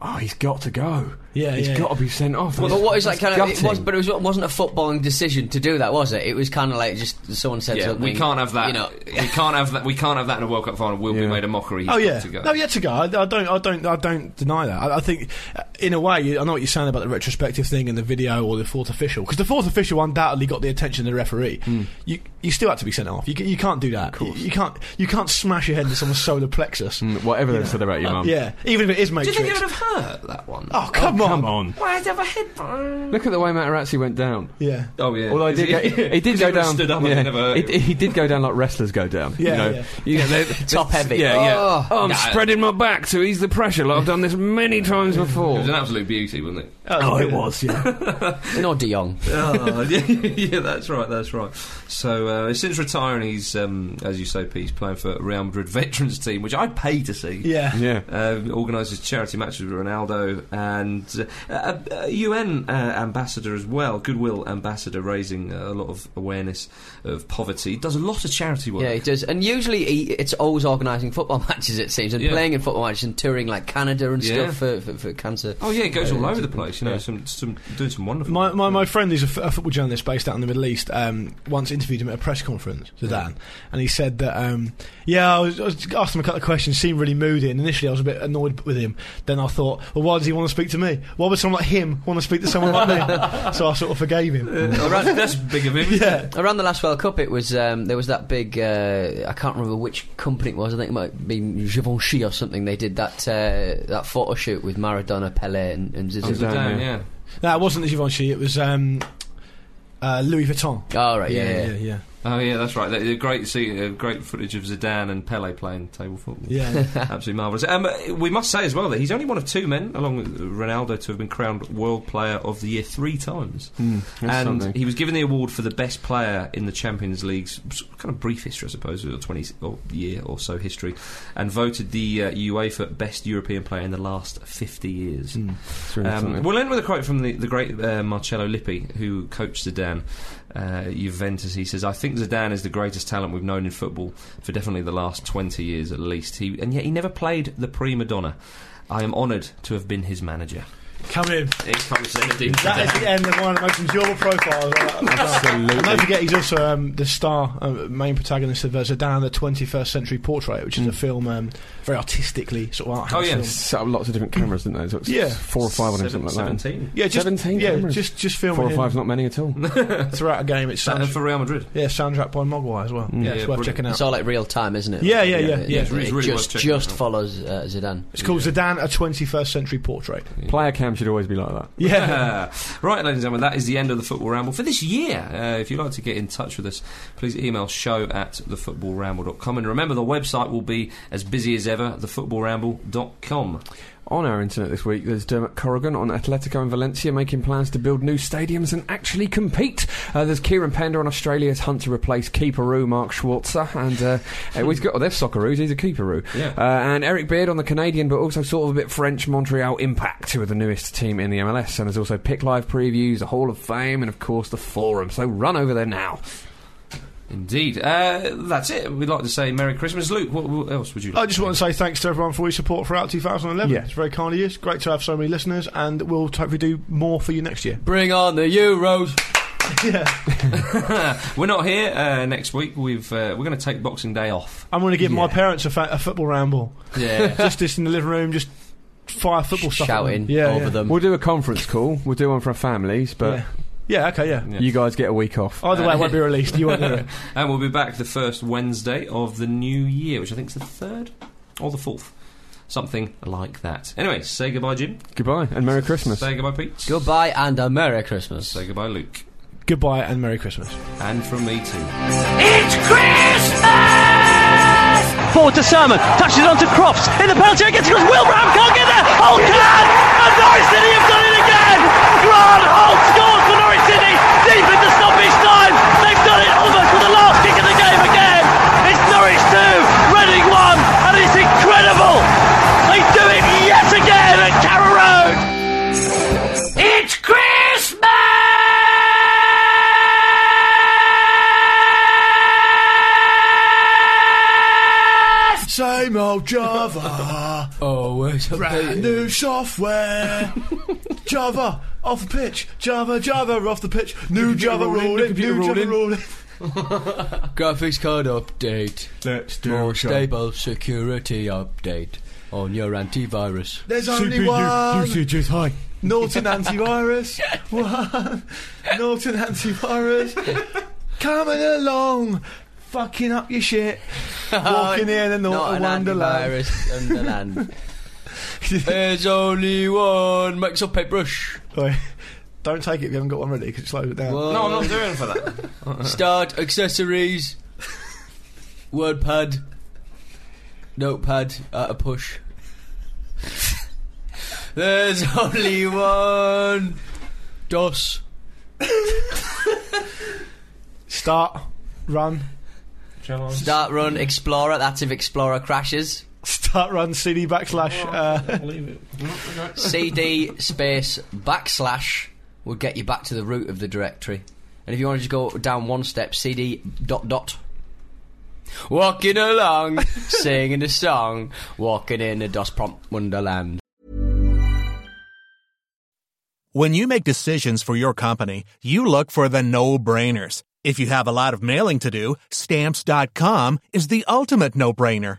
[SPEAKER 3] "Oh, he's got to go.
[SPEAKER 4] Yeah,
[SPEAKER 3] He's
[SPEAKER 4] yeah.
[SPEAKER 3] got to be sent off.
[SPEAKER 1] Well, but
[SPEAKER 3] That's-
[SPEAKER 1] what is that
[SPEAKER 3] that's
[SPEAKER 1] kind of? It
[SPEAKER 3] gutting.
[SPEAKER 1] was, but it was, wasn't a footballing decision to do that, was it? It was kind of like just someone said,
[SPEAKER 2] Yeah,
[SPEAKER 1] to
[SPEAKER 2] we
[SPEAKER 1] me,
[SPEAKER 2] can't have that.
[SPEAKER 1] You know,
[SPEAKER 2] we can't have that. We can't have that in a World Cup final. We'll be
[SPEAKER 3] Yeah.
[SPEAKER 2] made a mockery. He's
[SPEAKER 4] Oh
[SPEAKER 2] got
[SPEAKER 4] yeah,
[SPEAKER 2] to go.
[SPEAKER 4] no, yet to go. I, I don't, I don't, I don't deny that. I, I think, uh, in a way, you- I know what you're saying about the retrospective thing and the video or the fourth official, because the fourth official undoubtedly got the attention of the referee. You, you still had to be sent off. You, ca- you can't do that. You, you can't, you can't smash your head into someone's solar plexus.
[SPEAKER 3] Mm, Whatever they've said about your mum.
[SPEAKER 4] Yeah, even if it is
[SPEAKER 2] Do you
[SPEAKER 4] Matrix.
[SPEAKER 2] think it would have hurt that one?
[SPEAKER 4] oh come on!
[SPEAKER 3] Come on.
[SPEAKER 2] Why I'd have a head?
[SPEAKER 3] Look at the way Matarazzi went down.
[SPEAKER 4] Yeah,
[SPEAKER 2] Oh yeah.
[SPEAKER 3] Although he did, go,
[SPEAKER 2] Is
[SPEAKER 3] he, he did
[SPEAKER 2] Is
[SPEAKER 3] go
[SPEAKER 2] would've
[SPEAKER 3] down.
[SPEAKER 2] Stood up and
[SPEAKER 3] yeah,
[SPEAKER 2] never hurt
[SPEAKER 3] he,
[SPEAKER 2] him?
[SPEAKER 3] he did go down like wrestlers go down.
[SPEAKER 4] Yeah,
[SPEAKER 3] you know.
[SPEAKER 4] yeah.
[SPEAKER 3] You- they-
[SPEAKER 1] top heavy.
[SPEAKER 3] Yeah, yeah.
[SPEAKER 1] Oh.
[SPEAKER 3] I'm
[SPEAKER 2] Nah.
[SPEAKER 3] spreading my back to ease the pressure. Like I've done this many times
[SPEAKER 2] It
[SPEAKER 3] before.
[SPEAKER 2] was an absolute beauty, wasn't it?
[SPEAKER 4] oh, it was.
[SPEAKER 1] No, De Jong.
[SPEAKER 2] oh, yeah, yeah, that's right, that's right. So uh, since retiring, he's um, as you say, Pete, he's playing for Real Madrid veterans team, which I'd pay to see.
[SPEAKER 4] Yeah,
[SPEAKER 3] yeah.
[SPEAKER 2] Uh, organises charity matches with Ronaldo and uh, a, a UN uh, ambassador as well, goodwill ambassador, raising uh, a lot of awareness of poverty. He does a lot of charity work.
[SPEAKER 1] Yeah, he does. And usually he, it's always organising football matches, it seems, and
[SPEAKER 2] Yeah.
[SPEAKER 1] playing in football matches and touring like Canada and
[SPEAKER 2] Yeah.
[SPEAKER 1] stuff for, for, for cancer.
[SPEAKER 2] Oh yeah, it goes
[SPEAKER 1] Uh,
[SPEAKER 2] all over the place. You know,
[SPEAKER 1] yeah.
[SPEAKER 2] some, some doing some wonderful.
[SPEAKER 4] My, my, my
[SPEAKER 2] work.
[SPEAKER 4] friend who's a, f- a football journalist based out in the Middle East um, once interviewed him at a press conference, Zidane, and he said that, um, yeah, I, was, I was asked him a couple of questions, seemed really moody, and initially I was a bit annoyed with him. Then I thought, well, why does he want to speak to me? Why would someone like him want to speak to someone like me? So I sort of forgave him.
[SPEAKER 2] Oh, that's, that's big of him.
[SPEAKER 4] Yeah.
[SPEAKER 1] Around the last World Cup, it was um, there was that big. Uh, I can't remember which company it was. I think it might have been Givenchy or something. They did that uh, that photo shoot with Maradona, Pele, and, and
[SPEAKER 2] Oh,
[SPEAKER 1] Zidane.
[SPEAKER 3] Zidane.
[SPEAKER 2] Zidane,
[SPEAKER 3] yeah.
[SPEAKER 2] yeah.
[SPEAKER 4] No, it wasn't Givenchy, it was um, uh, Louis Vuitton.
[SPEAKER 1] Oh, right, yeah, yeah.
[SPEAKER 4] yeah, yeah.
[SPEAKER 2] Oh yeah, that's right. They- they're Great see, uh, great footage of Zidane and Pele playing table football.
[SPEAKER 4] yeah, yeah.
[SPEAKER 2] Absolutely marvellous. Um, uh, we must say as well that he's only one of two men, along with Ronaldo, to have been crowned World Player of the Year three times.
[SPEAKER 3] That's
[SPEAKER 2] and
[SPEAKER 3] something.
[SPEAKER 2] he was given the award for the best player in the Champions League's s- kind of brief history, I suppose, or 20 s- or year or so history, and voted the uh, UEFA best European player in the last 50 years.
[SPEAKER 3] Hmm, It's really
[SPEAKER 2] Um,
[SPEAKER 3] something.
[SPEAKER 2] we'll end with a quote from the, the great uh, Marcello Lippi, who coached Zidane, uh, Juventus. He says, "I think Zidane is the greatest talent we've known in football for definitely the last twenty years at least. He and yet he never played the prima donna. I am honoured to have been his manager."
[SPEAKER 4] Come in.
[SPEAKER 2] It's probably
[SPEAKER 4] That is the end of one of the most enjoyable profiles.
[SPEAKER 3] Absolutely.
[SPEAKER 4] And don't forget, he's also um, the star, uh, main protagonist of uh, Zidane, the 21st Century Portrait, which is a
[SPEAKER 3] Mm.
[SPEAKER 4] film um, very artistically sort of art house
[SPEAKER 2] Oh, yeah.
[SPEAKER 4] film.
[SPEAKER 3] set up lots of different cameras, didn't they? So it's
[SPEAKER 4] Yeah.
[SPEAKER 3] four or five on him, something like that.
[SPEAKER 2] Seventeen.
[SPEAKER 4] Yeah, just,
[SPEAKER 3] 17
[SPEAKER 4] yeah,
[SPEAKER 3] cameras.
[SPEAKER 4] just just
[SPEAKER 3] Four
[SPEAKER 4] filming
[SPEAKER 3] or five's
[SPEAKER 4] him
[SPEAKER 3] not many at all.
[SPEAKER 4] throughout a game. It's
[SPEAKER 2] That-
[SPEAKER 4] sound,
[SPEAKER 2] for Real Madrid.
[SPEAKER 4] yeah, soundtrack by Mogwai as well.
[SPEAKER 3] Mm.
[SPEAKER 4] Yeah,
[SPEAKER 2] Yeah,
[SPEAKER 4] it's
[SPEAKER 2] yeah,
[SPEAKER 4] worth
[SPEAKER 2] brilliant.
[SPEAKER 4] checking out.
[SPEAKER 1] It's all like real time, isn't it?
[SPEAKER 4] Yeah, yeah, yeah,
[SPEAKER 1] It,
[SPEAKER 4] yeah.
[SPEAKER 1] it
[SPEAKER 2] It's really worth
[SPEAKER 1] just
[SPEAKER 2] checking
[SPEAKER 1] just
[SPEAKER 2] out.
[SPEAKER 1] follows uh, Zidane.
[SPEAKER 4] It's called Zidane, a 21st Century Portrait.
[SPEAKER 3] Player cam should always be like that.
[SPEAKER 4] Yeah.
[SPEAKER 2] Uh, right, ladies and gentlemen, that is the end of the Football Ramble for this year. Uh, if you'd like to get in touch with us, please email show at thefootballramble.com. And remember, the website will be as busy as ever, thefootballramble.com.
[SPEAKER 3] On our internet this week, there's Dermot Corrigan on Atletico and Valencia making plans to build new stadiums and actually compete. Uh, there's Kieran Pender on Australia's hunt to replace Keeperoo Mark Schwarzer, and uh, uh, we've got oh, they're Socceroos, he's a Keeperoo.
[SPEAKER 2] Yeah.
[SPEAKER 3] Uh, and Eric Beard on the Canadian, but also sort of a bit French Montreal Impact, who are the newest team in the MLS. And there's also Pick Live previews, the Hall of Fame, and of course the Forum. So run over there now.
[SPEAKER 2] Indeed. Uh, that's it. We'd like to say Merry Christmas. Luke, what, what else would you like?
[SPEAKER 4] I just want to say thanks to everyone for your support throughout 2011.
[SPEAKER 3] Yeah.
[SPEAKER 4] It's very kind of you. It's great to have so many listeners, and we'll hopefully do more for you next year.
[SPEAKER 1] Bring on the Euros.
[SPEAKER 4] Yeah.
[SPEAKER 2] We're not here uh, next week. We've, uh, we're going to take Boxing Day off.
[SPEAKER 4] I'm going to give my parents a, fa- a football ramble.
[SPEAKER 2] Yeah.
[SPEAKER 4] just this in the living room, just fire football stuff. at them.
[SPEAKER 1] Shouting
[SPEAKER 4] yeah,
[SPEAKER 1] over
[SPEAKER 4] yeah.
[SPEAKER 1] them.
[SPEAKER 3] We'll do a conference call. We'll do one for our families, but
[SPEAKER 4] Yeah. Yeah, okay, yeah. Oh.
[SPEAKER 2] Yeah.
[SPEAKER 3] you guys get a week off.
[SPEAKER 4] Either way, it won't be released. You won't hear it.
[SPEAKER 2] and Uh, we'll be back the first Wednesday of the new year, which I think is the third or the fourth. Something like that. Anyway, say goodbye, Jim.
[SPEAKER 3] Goodbye and Merry Christmas.
[SPEAKER 2] Say goodbye, Pete.
[SPEAKER 1] Goodbye and a Merry Christmas.
[SPEAKER 2] Say goodbye, Luke.
[SPEAKER 4] Goodbye and Merry Christmas.
[SPEAKER 2] And from me too.
[SPEAKER 9] forward to Salmon, touches onto Crofts, in the penalty area, gets across, Wilbraham can't get there, Holt can, and Norwich City have done it again! Grant Holt scores for Norwich City, deep into stoppage time, they've done it almost for the last kick of the game again! It's Norwich 2, Reading 1, and it's incredible! They do it yet again at Carrow Road! It's
[SPEAKER 4] Same old Java,
[SPEAKER 1] Always
[SPEAKER 4] brand new software. Java off the pitch. Java, Java off the pitch. New Java
[SPEAKER 3] rolled in,
[SPEAKER 4] rolling.
[SPEAKER 3] computer
[SPEAKER 4] New
[SPEAKER 3] rolled
[SPEAKER 4] Java
[SPEAKER 3] in.
[SPEAKER 4] rolling.
[SPEAKER 1] Graphics card update.
[SPEAKER 3] Let's do
[SPEAKER 1] More
[SPEAKER 3] it, Sean.
[SPEAKER 1] stable security update on your antivirus.
[SPEAKER 4] There's only
[SPEAKER 3] CPU
[SPEAKER 4] one.
[SPEAKER 3] usage is high.
[SPEAKER 4] Norton antivirus. One. Norton antivirus. Coming along. Fucking up your shit. Walking in a
[SPEAKER 1] Oh, Not
[SPEAKER 4] Norton
[SPEAKER 1] an
[SPEAKER 4] Wonderland.
[SPEAKER 1] antivirus wonderland. There's only one Microsoft paintbrush.
[SPEAKER 4] Oi, Don't take it if you haven't got one ready because it slows it down.
[SPEAKER 2] No, I'm not doing for that.
[SPEAKER 1] Start accessories. WordPad. Notepad at a push. There's only one DOS.
[SPEAKER 4] Start. Run.
[SPEAKER 1] Start run Explorer. That's if Explorer crashes.
[SPEAKER 4] Start run CD backslash. Uh,
[SPEAKER 1] CD space backslash would get you back to the root of the directory. And if you want to just go down one step, CD dot dot. Walking along, singing a song, walking in a DOS prompt wonderland.
[SPEAKER 10] When you make decisions for your company, you look for the no brainers. If you have a lot of mailing to do, stamps.com is the ultimate no brainer.